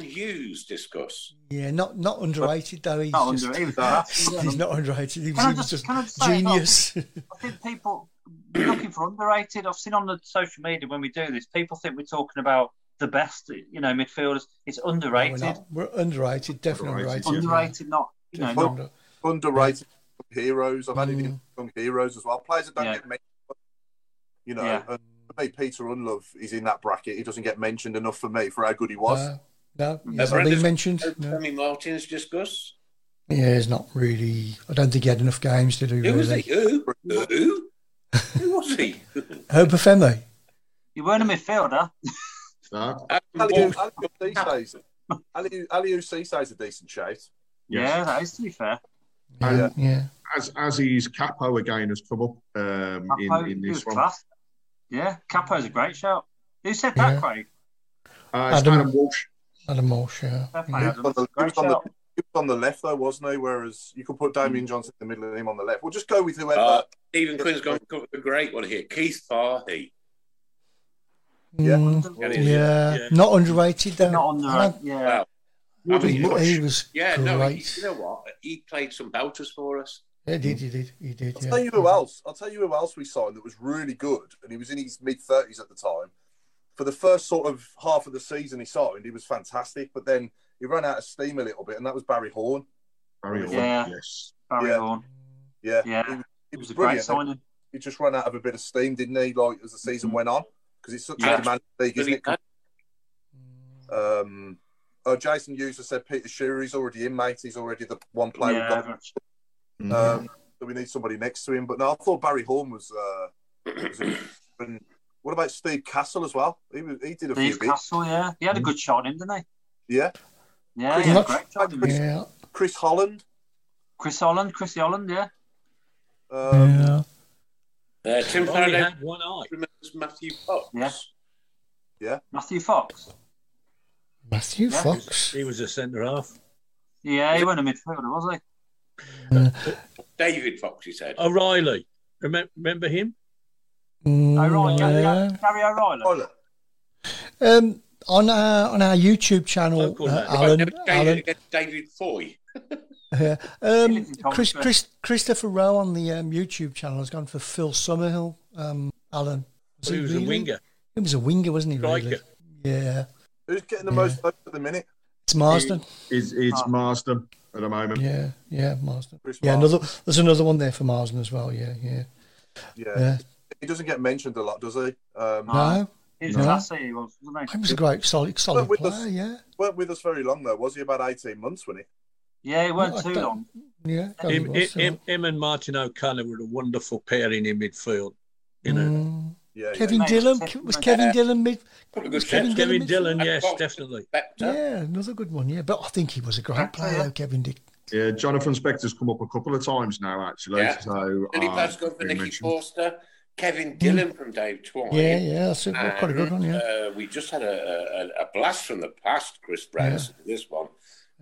[SPEAKER 5] <laughs>
[SPEAKER 4] Hughes. Discuss.
[SPEAKER 5] Yeah, not not underrated though. He's
[SPEAKER 7] Not
[SPEAKER 5] just,
[SPEAKER 7] under either. That's-
[SPEAKER 5] <laughs> he's not underrated. He was,
[SPEAKER 7] Can I
[SPEAKER 5] he was just,
[SPEAKER 7] just- can I just say,
[SPEAKER 5] genius. <laughs>
[SPEAKER 7] I think people we're looking for underrated. I've seen on the social media when we do this, people think we're talking about the best, you know, midfielders. It's
[SPEAKER 5] we're,
[SPEAKER 7] underrated.
[SPEAKER 5] not, we're underrated, definitely
[SPEAKER 9] Underrated,
[SPEAKER 5] underrated.
[SPEAKER 9] yeah.
[SPEAKER 7] underrated, not you know,
[SPEAKER 5] Definitely
[SPEAKER 7] not
[SPEAKER 5] under-
[SPEAKER 3] underrated heroes. I've added
[SPEAKER 5] Mm.
[SPEAKER 3] in young heroes as well. Players that don't
[SPEAKER 7] Yeah.
[SPEAKER 3] get mentioned. You know,
[SPEAKER 7] Yeah.
[SPEAKER 3] and for me, Peter Unlove is in that bracket. He doesn't get mentioned enough for me for how good he was.
[SPEAKER 5] Uh, no, he's
[SPEAKER 4] Uh,
[SPEAKER 5] not
[SPEAKER 4] Brendan-
[SPEAKER 5] been mentioned.
[SPEAKER 4] Uh,
[SPEAKER 5] No.
[SPEAKER 4] Tommy Martins. Discuss.
[SPEAKER 5] Yeah, he's not really. I don't think he had enough games to do.
[SPEAKER 4] Who was he?
[SPEAKER 5] really.
[SPEAKER 4] Who? Who? Who was he?
[SPEAKER 5] Obafemi.
[SPEAKER 7] <laughs> you weren't a midfielder.
[SPEAKER 9] No.
[SPEAKER 4] Um,
[SPEAKER 3] Aliou
[SPEAKER 4] <laughs>
[SPEAKER 3] Aliou Cissé's Aliou- Aliou Cissé's a decent shout.
[SPEAKER 7] Yeah,
[SPEAKER 9] Yes.
[SPEAKER 7] that is to be fair.
[SPEAKER 5] Yeah, yeah.
[SPEAKER 9] As as his capo again has come up um,
[SPEAKER 7] Capo,
[SPEAKER 9] in, in
[SPEAKER 7] he was
[SPEAKER 9] this one.
[SPEAKER 7] class. Yeah, Capo's a great shout. Who said that,
[SPEAKER 5] Yeah.
[SPEAKER 7] Craig?
[SPEAKER 9] Uh, it's
[SPEAKER 5] Adam-
[SPEAKER 9] Adam Walsh.
[SPEAKER 5] Adam Walsh. Yeah.
[SPEAKER 7] Fair play,
[SPEAKER 5] Yeah.
[SPEAKER 3] He was on
[SPEAKER 7] Adam.
[SPEAKER 3] the, he
[SPEAKER 7] Great
[SPEAKER 3] was on the-
[SPEAKER 7] shout.
[SPEAKER 3] he was on the left though, wasn't he? Whereas you could put Damien Johnson in the middle and him on the left. We'll just go with whoever.
[SPEAKER 4] Hmm. Uh, Stephen Quinn's gone got a great one here. Keith Fahey.
[SPEAKER 3] Yeah.
[SPEAKER 5] Mm,
[SPEAKER 4] Yeah.
[SPEAKER 5] yeah.
[SPEAKER 8] Yeah.
[SPEAKER 5] not underrated though.
[SPEAKER 7] Not on
[SPEAKER 5] I
[SPEAKER 7] the
[SPEAKER 5] don't-
[SPEAKER 7] yeah.
[SPEAKER 4] Wow.
[SPEAKER 5] I
[SPEAKER 4] I mean,
[SPEAKER 5] think he was
[SPEAKER 4] Yeah,
[SPEAKER 5] great.
[SPEAKER 4] no, he, you know what? He played some belters for us.
[SPEAKER 5] Yeah, he did, he did, he did.
[SPEAKER 3] I'll
[SPEAKER 5] Yeah.
[SPEAKER 3] tell you who else. I'll tell you who else we signed that was really good, and he was in his mid thirties at the time. For the first sort of half of the season he signed, he was fantastic, but then he ran out of steam a little bit, and that was Barry Horn.
[SPEAKER 9] Barry Orr,
[SPEAKER 7] Yeah.
[SPEAKER 9] Yes.
[SPEAKER 7] Barry
[SPEAKER 3] Yeah.
[SPEAKER 7] Horn.
[SPEAKER 3] Yeah,
[SPEAKER 7] Yeah.
[SPEAKER 3] he, he
[SPEAKER 7] It
[SPEAKER 3] was,
[SPEAKER 7] was a great
[SPEAKER 3] brilliant. eh?
[SPEAKER 7] signing.
[SPEAKER 3] He just ran out of a bit of steam, didn't he? Like as the season went on, because it's such
[SPEAKER 4] Yeah.
[SPEAKER 3] a demanding league, isn't
[SPEAKER 4] Billy
[SPEAKER 3] it? Um, oh, Jason User said Peter Shearer. He's already in, mate. He's already the one player
[SPEAKER 7] Yeah,
[SPEAKER 3] we've got.
[SPEAKER 10] Mm.
[SPEAKER 3] Um, so we need somebody next to him. But no, I thought Barry Horn was. Uh, was a- <coughs> and what about Steve Castle as well? He was, he did a
[SPEAKER 7] Steve
[SPEAKER 3] few bits.
[SPEAKER 7] Castle, yeah. He had a good shot in him, didn't
[SPEAKER 3] Yeah,
[SPEAKER 7] he? Yeah,
[SPEAKER 3] Chris-
[SPEAKER 7] he had a
[SPEAKER 5] Not-
[SPEAKER 7] great shot in him.
[SPEAKER 5] Yeah.
[SPEAKER 3] Chris Holland.
[SPEAKER 7] Chris Holland, Chris Holland, yeah.
[SPEAKER 3] Um,
[SPEAKER 5] yeah.
[SPEAKER 4] Uh, Tim
[SPEAKER 8] Only
[SPEAKER 4] Faraday
[SPEAKER 8] had one eye.
[SPEAKER 4] remembers Matthew Fox.
[SPEAKER 7] Yeah. Matthew Fox.
[SPEAKER 5] Matthew
[SPEAKER 7] Yeah.
[SPEAKER 5] Fox.
[SPEAKER 8] He was a centre half.
[SPEAKER 7] Yeah, he wasn't a midfielder, was he?
[SPEAKER 4] David Fox, he said.
[SPEAKER 8] O'Reilly. Remember, remember him?
[SPEAKER 5] Mm,
[SPEAKER 7] O'Reilly, Gary,
[SPEAKER 5] yeah.
[SPEAKER 7] Gary O'Reilly.
[SPEAKER 3] Tyler,
[SPEAKER 5] Um, on our on our YouTube channel,
[SPEAKER 8] Local
[SPEAKER 5] uh,
[SPEAKER 8] man.
[SPEAKER 4] Right,
[SPEAKER 5] Alan,
[SPEAKER 4] never change it
[SPEAKER 5] Alan,
[SPEAKER 4] against David Foy. <laughs>
[SPEAKER 5] yeah. um,
[SPEAKER 7] lives in
[SPEAKER 5] Chris,
[SPEAKER 7] Coventry.
[SPEAKER 5] Chris, Christopher Rowe on the um, YouTube channel has gone for Phil Summerhill. Um, Alan,
[SPEAKER 8] He was
[SPEAKER 5] really?
[SPEAKER 8] a winger.
[SPEAKER 5] He was a winger, wasn't he? Really?
[SPEAKER 8] Striker.
[SPEAKER 5] Yeah,
[SPEAKER 3] who's getting the
[SPEAKER 5] Yeah.
[SPEAKER 3] most votes at the minute?
[SPEAKER 5] it's Marsden.
[SPEAKER 9] It's, it's
[SPEAKER 7] Ah.
[SPEAKER 9] Marsden at the moment.
[SPEAKER 5] Yeah, yeah, Marsden.
[SPEAKER 3] Chris
[SPEAKER 5] Yeah,
[SPEAKER 3] Marsden.
[SPEAKER 5] another. There's another one there for Marsden as well. Yeah, yeah,
[SPEAKER 3] Yeah.
[SPEAKER 5] yeah.
[SPEAKER 3] he doesn't get mentioned a lot, does he? Um,
[SPEAKER 5] No,
[SPEAKER 7] He was
[SPEAKER 5] No.
[SPEAKER 7] classy, he was, wasn't
[SPEAKER 5] he was a great, solid, solid
[SPEAKER 3] with the-
[SPEAKER 5] player. Yeah,
[SPEAKER 3] weren't with us very long though, was he? About eighteen months, wasn't
[SPEAKER 7] he? Yeah, he weren't
[SPEAKER 5] No, I
[SPEAKER 7] too
[SPEAKER 5] don't-
[SPEAKER 7] long.
[SPEAKER 5] yeah. God, he
[SPEAKER 8] Him,
[SPEAKER 5] was,
[SPEAKER 8] him, him and Martin O'Connor were a wonderful pairing in midfield. You
[SPEAKER 5] yeah.
[SPEAKER 8] know,
[SPEAKER 5] Mm.
[SPEAKER 3] he? Yeah,
[SPEAKER 5] Kevin
[SPEAKER 7] Mate,
[SPEAKER 5] Dillon
[SPEAKER 7] Kevin-
[SPEAKER 5] was Kevin
[SPEAKER 4] Yeah.
[SPEAKER 5] Dillon mid.
[SPEAKER 4] What a
[SPEAKER 5] was
[SPEAKER 4] good catch.
[SPEAKER 8] Kevin
[SPEAKER 5] midfield?
[SPEAKER 8] Dillon, yes,
[SPEAKER 4] Fox, uh,
[SPEAKER 8] definitely.
[SPEAKER 4] Spector.
[SPEAKER 5] Yeah, another good one. Yeah, but I think he was a
[SPEAKER 7] Yeah,
[SPEAKER 5] great player,
[SPEAKER 7] yeah.
[SPEAKER 5] though, Kevin Dick.
[SPEAKER 9] Yeah, Jonathan Spector's come up a couple of times now, actually.
[SPEAKER 4] Yeah.
[SPEAKER 9] So,
[SPEAKER 4] Billy
[SPEAKER 9] uh,
[SPEAKER 4] Pascoe for
[SPEAKER 9] we
[SPEAKER 4] Nicky
[SPEAKER 9] mentioned-
[SPEAKER 4] Forster. Quite a good one. Kevin Dillon from Dave Twine.
[SPEAKER 5] Yeah, yeah, that's a, quite a good one.
[SPEAKER 4] And,
[SPEAKER 5] Yeah,
[SPEAKER 4] Uh, we just had a, a, a blast from the past, Chris Branson, this one.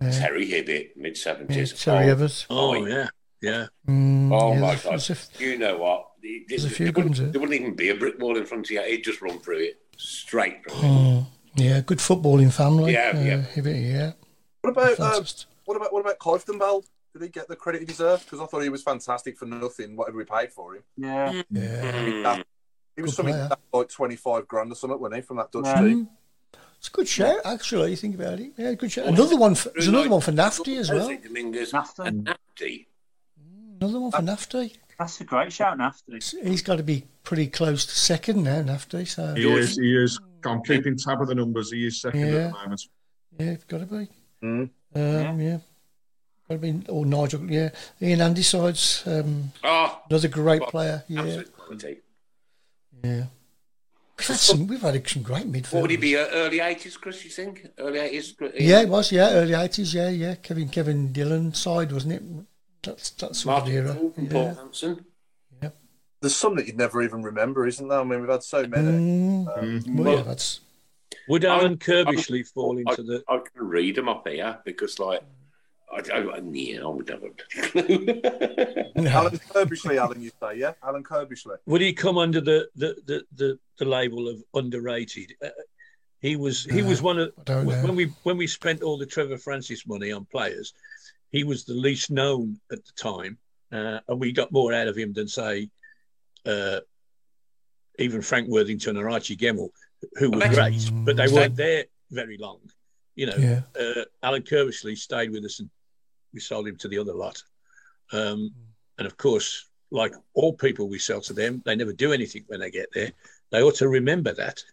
[SPEAKER 5] yeah.
[SPEAKER 4] Terry Hibbett, mid 70s.
[SPEAKER 5] yeah Terry Evers.
[SPEAKER 8] Oh,
[SPEAKER 4] Oh,
[SPEAKER 8] yeah, yeah.
[SPEAKER 5] Mm,
[SPEAKER 4] Oh
[SPEAKER 5] yeah,
[SPEAKER 4] my
[SPEAKER 5] that's-
[SPEAKER 4] God!
[SPEAKER 5] that's a-
[SPEAKER 4] You know what? They,
[SPEAKER 5] There's a few
[SPEAKER 4] there
[SPEAKER 5] good ones,
[SPEAKER 4] wouldn't-
[SPEAKER 5] isn't
[SPEAKER 4] There wouldn't even be a brick wall in front of you. It'd just run through it, straight through it.
[SPEAKER 5] Mm, yeah, good footballing family.
[SPEAKER 4] Yeah,
[SPEAKER 5] uh,
[SPEAKER 4] yeah.
[SPEAKER 5] Hibby, yeah.
[SPEAKER 3] What about um,
[SPEAKER 5] Fantastic.
[SPEAKER 3] what about what about Cliftonbell? Did he get the credit he deserved? Because I thought he was fantastic for nothing, whatever we paid for him.
[SPEAKER 7] Yeah.
[SPEAKER 3] Yeah. He was
[SPEAKER 5] Good
[SPEAKER 3] something
[SPEAKER 5] player.
[SPEAKER 3] that, like twenty five grand or something, wasn't he, from that Dutch
[SPEAKER 5] Yeah.
[SPEAKER 3] team?
[SPEAKER 5] It's a good shout, actually. You think about it. Yeah, good shout. Another one. For, there's another one Oh, for Nafty as well.
[SPEAKER 4] Jose Dominguez
[SPEAKER 7] Nafty.
[SPEAKER 4] and Nafty.
[SPEAKER 5] Another one for Nafty.
[SPEAKER 7] That's a great shout, Nafty.
[SPEAKER 5] He's got to be pretty close to second now, Nafty. So
[SPEAKER 9] He is, he is.
[SPEAKER 7] Mm.
[SPEAKER 9] I'm keeping tab of the numbers. He is second
[SPEAKER 5] Yeah.
[SPEAKER 9] at the moment.
[SPEAKER 5] yeah, it's got to be.
[SPEAKER 9] Mm.
[SPEAKER 5] Um, yeah. Got to be. Or Nigel. Yeah, Ian Andy sides. Um,
[SPEAKER 4] Oh,
[SPEAKER 5] another great
[SPEAKER 4] well,
[SPEAKER 5] player. Yeah,
[SPEAKER 4] Absolute quality.
[SPEAKER 5] yeah. We've had some. We've had some great midfielders.
[SPEAKER 4] What would he be? uh, Early eighties, Chris? You think? Early eighties?
[SPEAKER 5] Yeah, it was. Yeah, early eighties. Yeah, yeah. Kevin Kevin Dillon side, wasn't it? That's that's sort of
[SPEAKER 4] Martin
[SPEAKER 5] era.
[SPEAKER 4] Paul,
[SPEAKER 5] Yeah.
[SPEAKER 4] Paul Hanson.
[SPEAKER 3] There's some that you'd never even remember, isn't there? I mean, we've had so many.
[SPEAKER 5] Mm,
[SPEAKER 3] Um,
[SPEAKER 5] well, yeah, that's
[SPEAKER 8] Would Alan
[SPEAKER 4] I-
[SPEAKER 8] Kirbishley fall
[SPEAKER 4] I,
[SPEAKER 8] into the?
[SPEAKER 4] I can read them up here because, like, I, I, yeah, I would have a clue.
[SPEAKER 3] Alan Kirbishley, Alan, you say, yeah, Alan Kirbishley.
[SPEAKER 8] Would he come under the the the, the, the label of underrated? Uh, he was he was one of
[SPEAKER 5] I don't know.
[SPEAKER 8] when we when we spent all the Trevor Francis money on players, he was the least known at the time, uh, and we got more out of him than say, uh, even Frank Worthington or Archie Gemmell, who were
[SPEAKER 4] bet-
[SPEAKER 8] great, but they weren't there very long. You know,
[SPEAKER 5] yeah.
[SPEAKER 8] uh, Alan Kirbishley stayed with us, and we sold him to the other lot.
[SPEAKER 5] Mm.
[SPEAKER 8] Um, and of course, like all people we sell to them, they never do anything when they get there. They ought to remember that.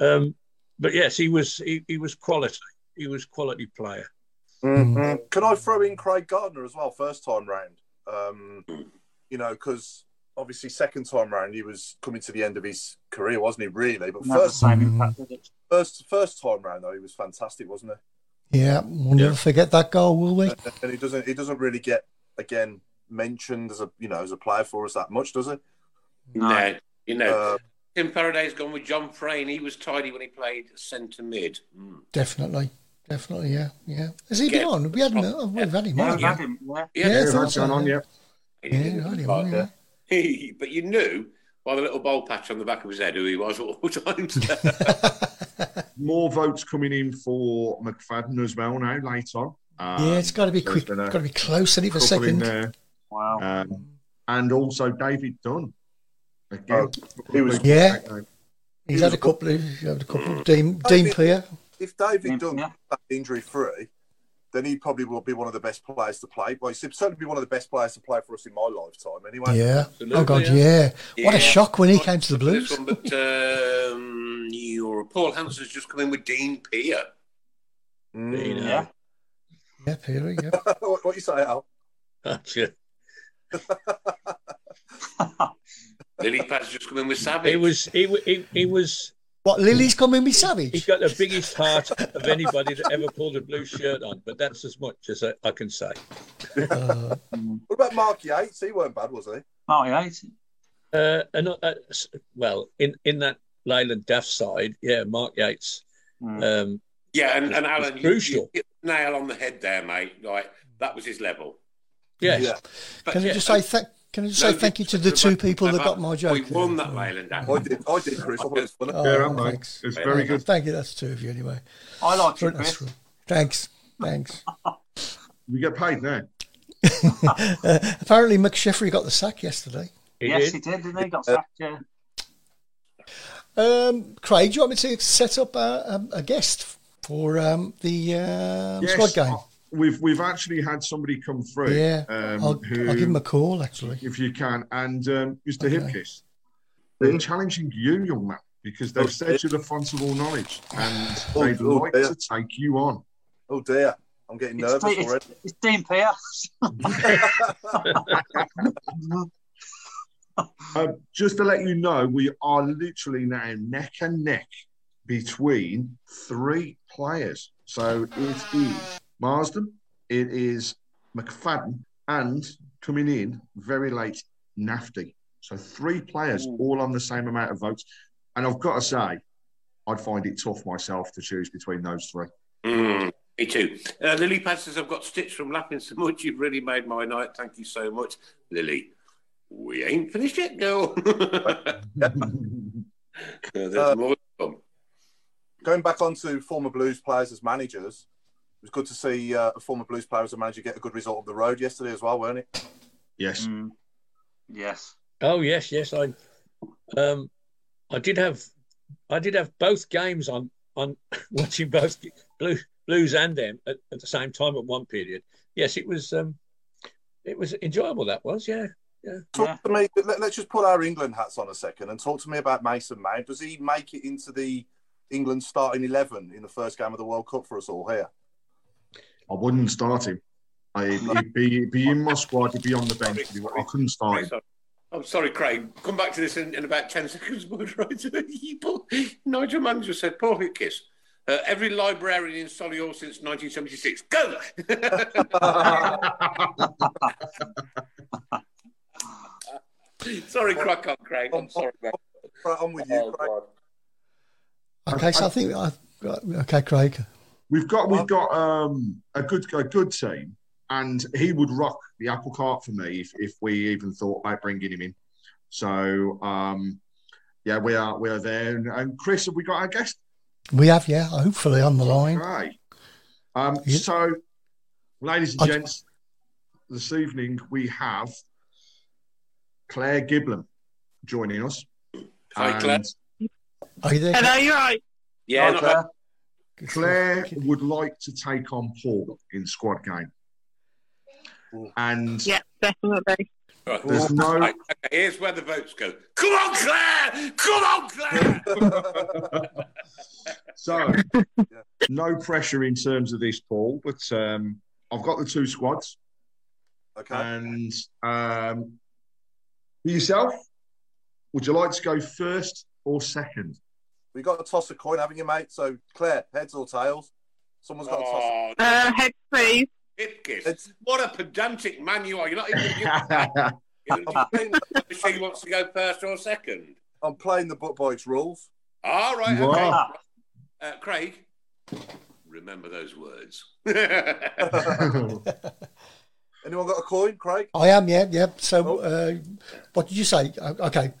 [SPEAKER 8] Um, but yes, he was he, he was quality. He was quality player.
[SPEAKER 3] Mm-hmm.
[SPEAKER 5] Mm-hmm. Mm.
[SPEAKER 3] Can I throw in Craig Gardner as well, first time round? Um, you know, because obviously second time round he was coming to the end of his career, wasn't he? Really, but
[SPEAKER 7] Didn't have the
[SPEAKER 3] first
[SPEAKER 7] same
[SPEAKER 5] Mm-hmm.
[SPEAKER 7] impact, did it?
[SPEAKER 3] first first time round though he was fantastic, wasn't he?
[SPEAKER 5] Yeah, we'll never forget that goal, will we?
[SPEAKER 3] And he doesn't he doesn't really get again mentioned as a you know as a player for us that much, does he?
[SPEAKER 4] no, you know,
[SPEAKER 3] Uh,
[SPEAKER 4] Tim Paraday's gone with John Frayne. He was tidy when he played centre mid. Mm.
[SPEAKER 5] Definitely, definitely. Yeah, yeah. Has he
[SPEAKER 4] Yeah.
[SPEAKER 5] been on? We hadn't. uh, We've had him
[SPEAKER 7] Yeah,
[SPEAKER 5] on.
[SPEAKER 7] we've
[SPEAKER 5] Yeah,
[SPEAKER 7] had him. Yeah.
[SPEAKER 4] Oh, He had
[SPEAKER 5] Yeah,
[SPEAKER 4] a
[SPEAKER 9] Yeah,
[SPEAKER 5] thought
[SPEAKER 9] that's
[SPEAKER 5] so,
[SPEAKER 9] going on,
[SPEAKER 5] yeah.
[SPEAKER 9] yeah.
[SPEAKER 4] He
[SPEAKER 5] yeah,
[SPEAKER 4] didn't
[SPEAKER 5] we've had him
[SPEAKER 4] look
[SPEAKER 5] on.
[SPEAKER 4] like
[SPEAKER 5] Yeah.
[SPEAKER 4] <laughs> that. uh, but you knew by the little bowl patch on the back of his head who he was at all times.
[SPEAKER 5] <laughs>
[SPEAKER 9] More votes coming in for McFadden as well now, later on. Um,
[SPEAKER 5] Yeah, it's got to be
[SPEAKER 9] there's
[SPEAKER 5] quick.
[SPEAKER 9] been
[SPEAKER 5] Got
[SPEAKER 9] a
[SPEAKER 5] to be close in it for a
[SPEAKER 9] couple
[SPEAKER 5] second.
[SPEAKER 9] in there.
[SPEAKER 7] Wow.
[SPEAKER 9] Um, and also David Dunn. Again,
[SPEAKER 3] he was-
[SPEAKER 5] Yeah.
[SPEAKER 9] Back
[SPEAKER 5] He's
[SPEAKER 3] he
[SPEAKER 5] had
[SPEAKER 3] was-
[SPEAKER 5] a couple. Of, he's had a couple. Dean Dean
[SPEAKER 3] think-
[SPEAKER 5] Clear.
[SPEAKER 3] If David
[SPEAKER 7] Yeah.
[SPEAKER 3] Dunn was injury free, then he probably will be one of the best players to play. Well, he'd certainly be one of the best players to play for us in my lifetime, anyway.
[SPEAKER 5] Yeah. Oh
[SPEAKER 4] Absolutely,
[SPEAKER 5] God.
[SPEAKER 4] yeah.
[SPEAKER 5] Yeah. What
[SPEAKER 4] Yeah.
[SPEAKER 5] a shock when he came to the
[SPEAKER 4] <laughs> This
[SPEAKER 5] Blues.
[SPEAKER 4] one, but um, your Paul Hansen's just come in with Dean Peer.
[SPEAKER 3] Mm.
[SPEAKER 5] uh,
[SPEAKER 8] You know,
[SPEAKER 7] Yeah.
[SPEAKER 5] Yeah, Peary. Yeah.
[SPEAKER 4] <laughs>
[SPEAKER 3] <laughs> what, what you say, Al?
[SPEAKER 8] Actually,
[SPEAKER 4] Lily Paz just come in with Savage.
[SPEAKER 8] he was he, wa- he, he was
[SPEAKER 5] What Lily's coming with
[SPEAKER 8] he
[SPEAKER 5] Savage?
[SPEAKER 8] got the biggest heart of anybody that ever pulled a blue shirt on. But that's as much as I, I
[SPEAKER 5] <laughs>
[SPEAKER 8] can say.
[SPEAKER 5] Uh,
[SPEAKER 3] What about Mark Yates? He weren't bad, was he?
[SPEAKER 7] Oh, yeah. it's-
[SPEAKER 8] Uh, and, uh, s- well, in in that Leyland Duff side, yeah, Mark Yates.
[SPEAKER 7] Mm.
[SPEAKER 8] Um,
[SPEAKER 4] yeah, and,
[SPEAKER 8] It's
[SPEAKER 4] and Alan, you,
[SPEAKER 8] crucial.
[SPEAKER 4] you hit the nail on the head there, mate. Like that was his level.
[SPEAKER 8] yes.
[SPEAKER 3] Yeah.
[SPEAKER 4] But
[SPEAKER 5] can I
[SPEAKER 4] yeah,
[SPEAKER 5] just
[SPEAKER 4] uh,
[SPEAKER 5] say thank? Can I just say
[SPEAKER 4] no,
[SPEAKER 5] thank you to
[SPEAKER 4] it's-
[SPEAKER 5] the two
[SPEAKER 4] remember-
[SPEAKER 5] people that got my joke?
[SPEAKER 4] We won that Leyland Duff.
[SPEAKER 3] I did. I did, Chris. I thought it was funny.
[SPEAKER 5] Oh,
[SPEAKER 9] there, am I?
[SPEAKER 5] thanks.
[SPEAKER 9] It's very good.
[SPEAKER 5] Thank you. That's two of you anyway.
[SPEAKER 7] I like you,
[SPEAKER 5] Very nice
[SPEAKER 7] Chris.
[SPEAKER 5] one. Thanks. Thanks.
[SPEAKER 9] We get paid now.
[SPEAKER 5] Uh, apparently, McSheffrey got the sack yesterday.
[SPEAKER 8] He
[SPEAKER 7] yes,
[SPEAKER 8] did.
[SPEAKER 7] he did, didn't he? Got sacked. Yeah.
[SPEAKER 5] Um, Craig, do you want me to set up a, um, a guest for um, the um, squad game?
[SPEAKER 9] uh, We've we've actually had somebody come through.
[SPEAKER 5] yeah,
[SPEAKER 9] um,
[SPEAKER 5] I'll,
[SPEAKER 9] who,
[SPEAKER 5] I'll give him a call. Actually,
[SPEAKER 9] if you can. And um, Mr.
[SPEAKER 5] Okay.
[SPEAKER 9] Hipkiss, they're
[SPEAKER 3] Mm.
[SPEAKER 9] challenging you, young man, because they've said you're the font of all knowledge, and
[SPEAKER 3] Oh,
[SPEAKER 9] they'd
[SPEAKER 3] oh,
[SPEAKER 9] like
[SPEAKER 3] yeah.
[SPEAKER 9] to take you on.
[SPEAKER 3] Oh dear, I'm getting
[SPEAKER 7] It's,
[SPEAKER 3] nervous
[SPEAKER 7] Dean-
[SPEAKER 3] already.
[SPEAKER 7] it's, it's Dean Pierce. <laughs>
[SPEAKER 9] Um, just to let you know, we are literally now neck and neck between three players. So it is Marsden, it is McFadden, and coming in very late, Nafty. So three players, all on the same amount of votes. And I've got to say, I'd find it tough myself to choose between those three.
[SPEAKER 4] Mm, me too. Uh, Lily Paz says, I've got stitched from laughing so much. You've really made my night. Thank you so much, Lily. We ain't finished yet, girl. <laughs>
[SPEAKER 3] Uh,
[SPEAKER 4] There's more to come.
[SPEAKER 3] Going back onto former Blues players as managers, it was good to see uh, a former Blues player as a manager get a good result on the road yesterday as well, weren't it?
[SPEAKER 9] Yes.
[SPEAKER 7] Yes.
[SPEAKER 8] Oh yes, yes. I, um, I did have, I did have both games on on <laughs> watching both blue, Blues and them at, at the same time at one period. Yes, it was, um, it was enjoyable. That was yeah, yeah.
[SPEAKER 3] Talk to me. Let, us just put our England hats on a second and talk to me about Mason Mount. Does he make it into the England starting eleven in the first game of the World Cup for us all here?
[SPEAKER 9] I wouldn't start him. I, he'd, be, he'd be in my squad, he'd be on the bench. He'd be- I couldn't start him.
[SPEAKER 4] I'm sorry, Craig. Come back to this in, in about 10 seconds. <laughs> But right, you put- Nigel Mann just said, Paul Hickis, uh, every librarian in Solihull since 1976.
[SPEAKER 9] <laughs>
[SPEAKER 4] Go! <laughs> sorry, crack on, Craig. I'm sorry, man.
[SPEAKER 3] I'm with you, Craig.
[SPEAKER 5] Okay, so I think I, right, okay, Craig.
[SPEAKER 9] We've got we've got um, a good a good team, and he would rock the apple cart for me if, if we even thought about bringing him in. So um, yeah, we are we are there. And, and Chris, have we got our guest?
[SPEAKER 5] We have, yeah, hopefully on the line.
[SPEAKER 9] Okay. Um, So, ladies and gents, this evening we have Claire Giblin joining us.
[SPEAKER 4] Hi, Claire.
[SPEAKER 5] Are you there?
[SPEAKER 4] you're right. Yeah, not bad.
[SPEAKER 9] Claire would like to take on Paul in squad game. And
[SPEAKER 11] Yeah, definitely.
[SPEAKER 9] there's no
[SPEAKER 4] Right, okay, here's where the votes go. Come on, Claire! Come on, Claire! <laughs>
[SPEAKER 9] so no pressure in terms of this, Paul, but um, I've got the two squads.
[SPEAKER 3] Okay.
[SPEAKER 9] And um, for yourself, would you like to go first or second?
[SPEAKER 3] We got to toss a coin, haven't you, mate? So Claire, heads or tails? Someone's got to
[SPEAKER 4] Oh,
[SPEAKER 11] Uh, head please.
[SPEAKER 4] Hipkiss. What a pedantic man you are. You're not even going
[SPEAKER 9] toss.
[SPEAKER 4] to give sure he wants to go first or second.
[SPEAKER 3] I'm playing the Butt Boys rules.
[SPEAKER 4] All right,
[SPEAKER 9] You
[SPEAKER 4] okay.
[SPEAKER 9] are.
[SPEAKER 4] Uh, Craig, remember those
[SPEAKER 3] <laughs>
[SPEAKER 4] words. <laughs> I've
[SPEAKER 3] Anyone got a coin, Craig?
[SPEAKER 5] I am, yeah, yeah. So, uh, what did you say? Uh, Okay,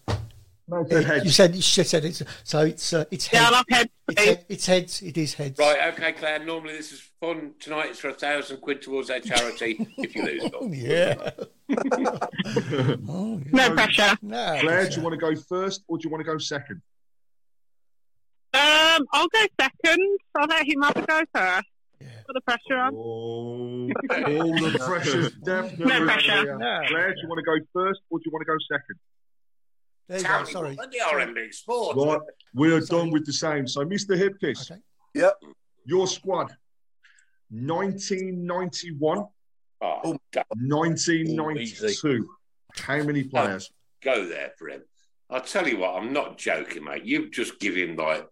[SPEAKER 9] No,
[SPEAKER 5] Uh,
[SPEAKER 9] good head.
[SPEAKER 5] you said you said it's so it's uh, it's
[SPEAKER 11] Yeah, I
[SPEAKER 5] heads.
[SPEAKER 11] love head
[SPEAKER 5] It's,
[SPEAKER 11] please.
[SPEAKER 5] head, it's heads. It is heads.
[SPEAKER 4] Right, okay, Claire. Normally this is fun. Tonight it's for a thousand quid towards our charity if you lose. <laughs> Bob.
[SPEAKER 5] Yeah.
[SPEAKER 9] <laughs>
[SPEAKER 5] oh, yeah.
[SPEAKER 11] No pressure.
[SPEAKER 5] No.
[SPEAKER 9] Claire, do you want to go first or do you want to go second?
[SPEAKER 11] Um, I'll go second. I'll let him have a go first. Put the pressure on.
[SPEAKER 9] Oh, all <laughs> the pressure's definitely
[SPEAKER 11] No pressure.
[SPEAKER 9] there. Claire, do you want to go first or do you want to go second?
[SPEAKER 5] There you
[SPEAKER 4] Tell
[SPEAKER 5] go.
[SPEAKER 4] me,
[SPEAKER 5] Sorry.
[SPEAKER 4] what the RMB Sports.
[SPEAKER 9] Right, we are done with the same. So, Mr. Hipkiss,
[SPEAKER 5] Okay.
[SPEAKER 3] Yep.
[SPEAKER 9] your squad 1991,
[SPEAKER 4] Oh, don't
[SPEAKER 9] 1992. How many players?
[SPEAKER 4] go there for him. I'll tell you what, I'm not joking, mate. You've just given like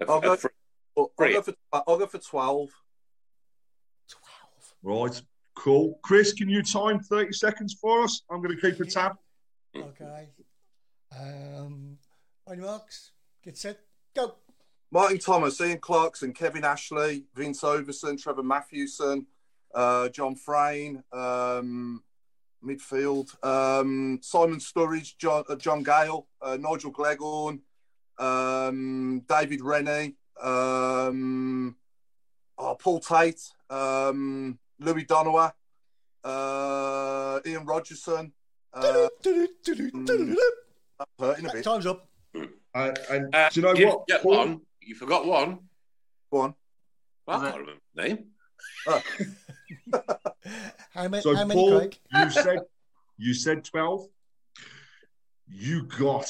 [SPEAKER 4] a,
[SPEAKER 3] I'll
[SPEAKER 4] a
[SPEAKER 3] go-
[SPEAKER 4] fr-
[SPEAKER 3] I'll, I'll, go
[SPEAKER 4] Brilliant.
[SPEAKER 3] for, I'll go for 12.
[SPEAKER 9] Right, cool. Chris, can you time 30 seconds for us? I'm going to keep a tab.
[SPEAKER 5] Okay. Um, on your marks, get set, go.
[SPEAKER 3] Martin Thomas, Ian Clarkson, Kevin Ashley, Vince Overson, Trevor Mathewson, uh, John Frayne, um, midfield, um, Simon Sturridge, John, uh, John Gale, uh, Nigel Gleghorn, um, David Rennie, um, oh, Paul Tate, um, Louis Donowa, uh, Ian Rogerson. Uh, that's hurting a
[SPEAKER 5] Mm.
[SPEAKER 3] bit.
[SPEAKER 5] Time's up.
[SPEAKER 9] Uh, and
[SPEAKER 4] Hmm. Uh,
[SPEAKER 9] do you know
[SPEAKER 4] did
[SPEAKER 9] what?
[SPEAKER 4] get
[SPEAKER 9] Paul?
[SPEAKER 4] one. You forgot one.
[SPEAKER 3] Go on.
[SPEAKER 4] Well,
[SPEAKER 7] Was
[SPEAKER 4] I
[SPEAKER 7] it-
[SPEAKER 4] can't remember the name.
[SPEAKER 5] How many?
[SPEAKER 9] So,
[SPEAKER 5] how many,
[SPEAKER 9] Paul,
[SPEAKER 5] Craig?
[SPEAKER 9] you said you said twelve. You got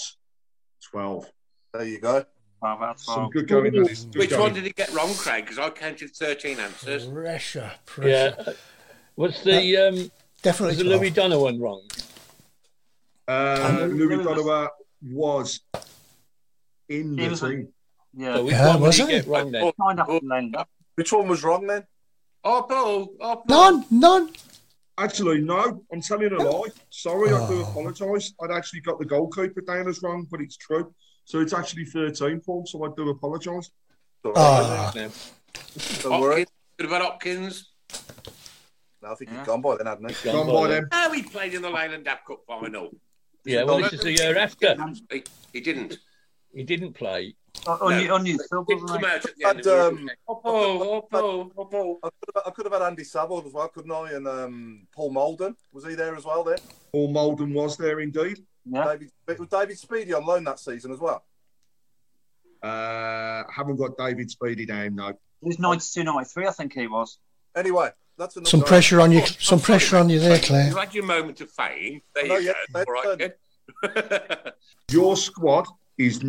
[SPEAKER 9] twelve.
[SPEAKER 3] There you go.
[SPEAKER 7] Well, that's
[SPEAKER 9] Some
[SPEAKER 7] well.
[SPEAKER 9] good going. that is. Good
[SPEAKER 4] Which
[SPEAKER 9] going.
[SPEAKER 4] one did he get wrong, Craig? Because I counted 13
[SPEAKER 5] <laughs>
[SPEAKER 4] answers.
[SPEAKER 5] Pressure, pressure.
[SPEAKER 8] Yeah. What's the um,
[SPEAKER 5] Definitely.
[SPEAKER 8] was the Louis
[SPEAKER 5] 12.
[SPEAKER 8] Donner one wrong?
[SPEAKER 9] Uh,
[SPEAKER 7] Um,
[SPEAKER 9] Louis Donovan was in
[SPEAKER 7] He
[SPEAKER 9] the
[SPEAKER 7] was a-
[SPEAKER 9] team.
[SPEAKER 7] Yeah.
[SPEAKER 8] which
[SPEAKER 5] Yeah,
[SPEAKER 8] one did he
[SPEAKER 5] wasn't
[SPEAKER 8] get
[SPEAKER 5] it?
[SPEAKER 8] wrong then?
[SPEAKER 7] Kind of lend up.
[SPEAKER 3] Which one was wrong then?
[SPEAKER 4] Oh, Paul. Oh, Paul.
[SPEAKER 5] None, none.
[SPEAKER 9] Actually, no. I'm telling a lie. Sorry, I do
[SPEAKER 5] Oh.
[SPEAKER 9] apologise. I'd actually got the goalkeeper down as wrong, but it's true. So it's actually 13, Paul. So I do apologise.
[SPEAKER 3] Don't
[SPEAKER 5] Ah,
[SPEAKER 12] uh,
[SPEAKER 3] don't worry.
[SPEAKER 4] Hopkins. What about Hopkins?
[SPEAKER 3] No, I think
[SPEAKER 7] Yeah.
[SPEAKER 3] he's gone by then, hadn't he?
[SPEAKER 9] Gone by them.
[SPEAKER 4] Oh, he played in the Leyland Dab Cup final.
[SPEAKER 12] Yeah, well, this is the year after.
[SPEAKER 4] He, he didn't.
[SPEAKER 12] He didn't play.
[SPEAKER 7] On you, on you, Phil,
[SPEAKER 4] didn't come out at the end
[SPEAKER 3] And,
[SPEAKER 4] of
[SPEAKER 3] um,
[SPEAKER 4] the
[SPEAKER 3] Oppo, Oppo, Oppo. I could have- I could have had Andy Savard as well, couldn't I? And um, Paul Molden was he there as well? There,
[SPEAKER 9] Paul Molden was there indeed.
[SPEAKER 3] David, was David Speedy on loan that season as well.
[SPEAKER 9] Uh, haven't got David Speedy down, no.
[SPEAKER 7] He was 92, 93, I think he was.
[SPEAKER 3] Anyway, that's another
[SPEAKER 5] Some pressure on you. Some pressure on you there, Claire.
[SPEAKER 4] You had your moment of fame. There
[SPEAKER 3] No,
[SPEAKER 4] you go.
[SPEAKER 3] yeah,
[SPEAKER 4] All right, then.
[SPEAKER 9] uh, Your squad is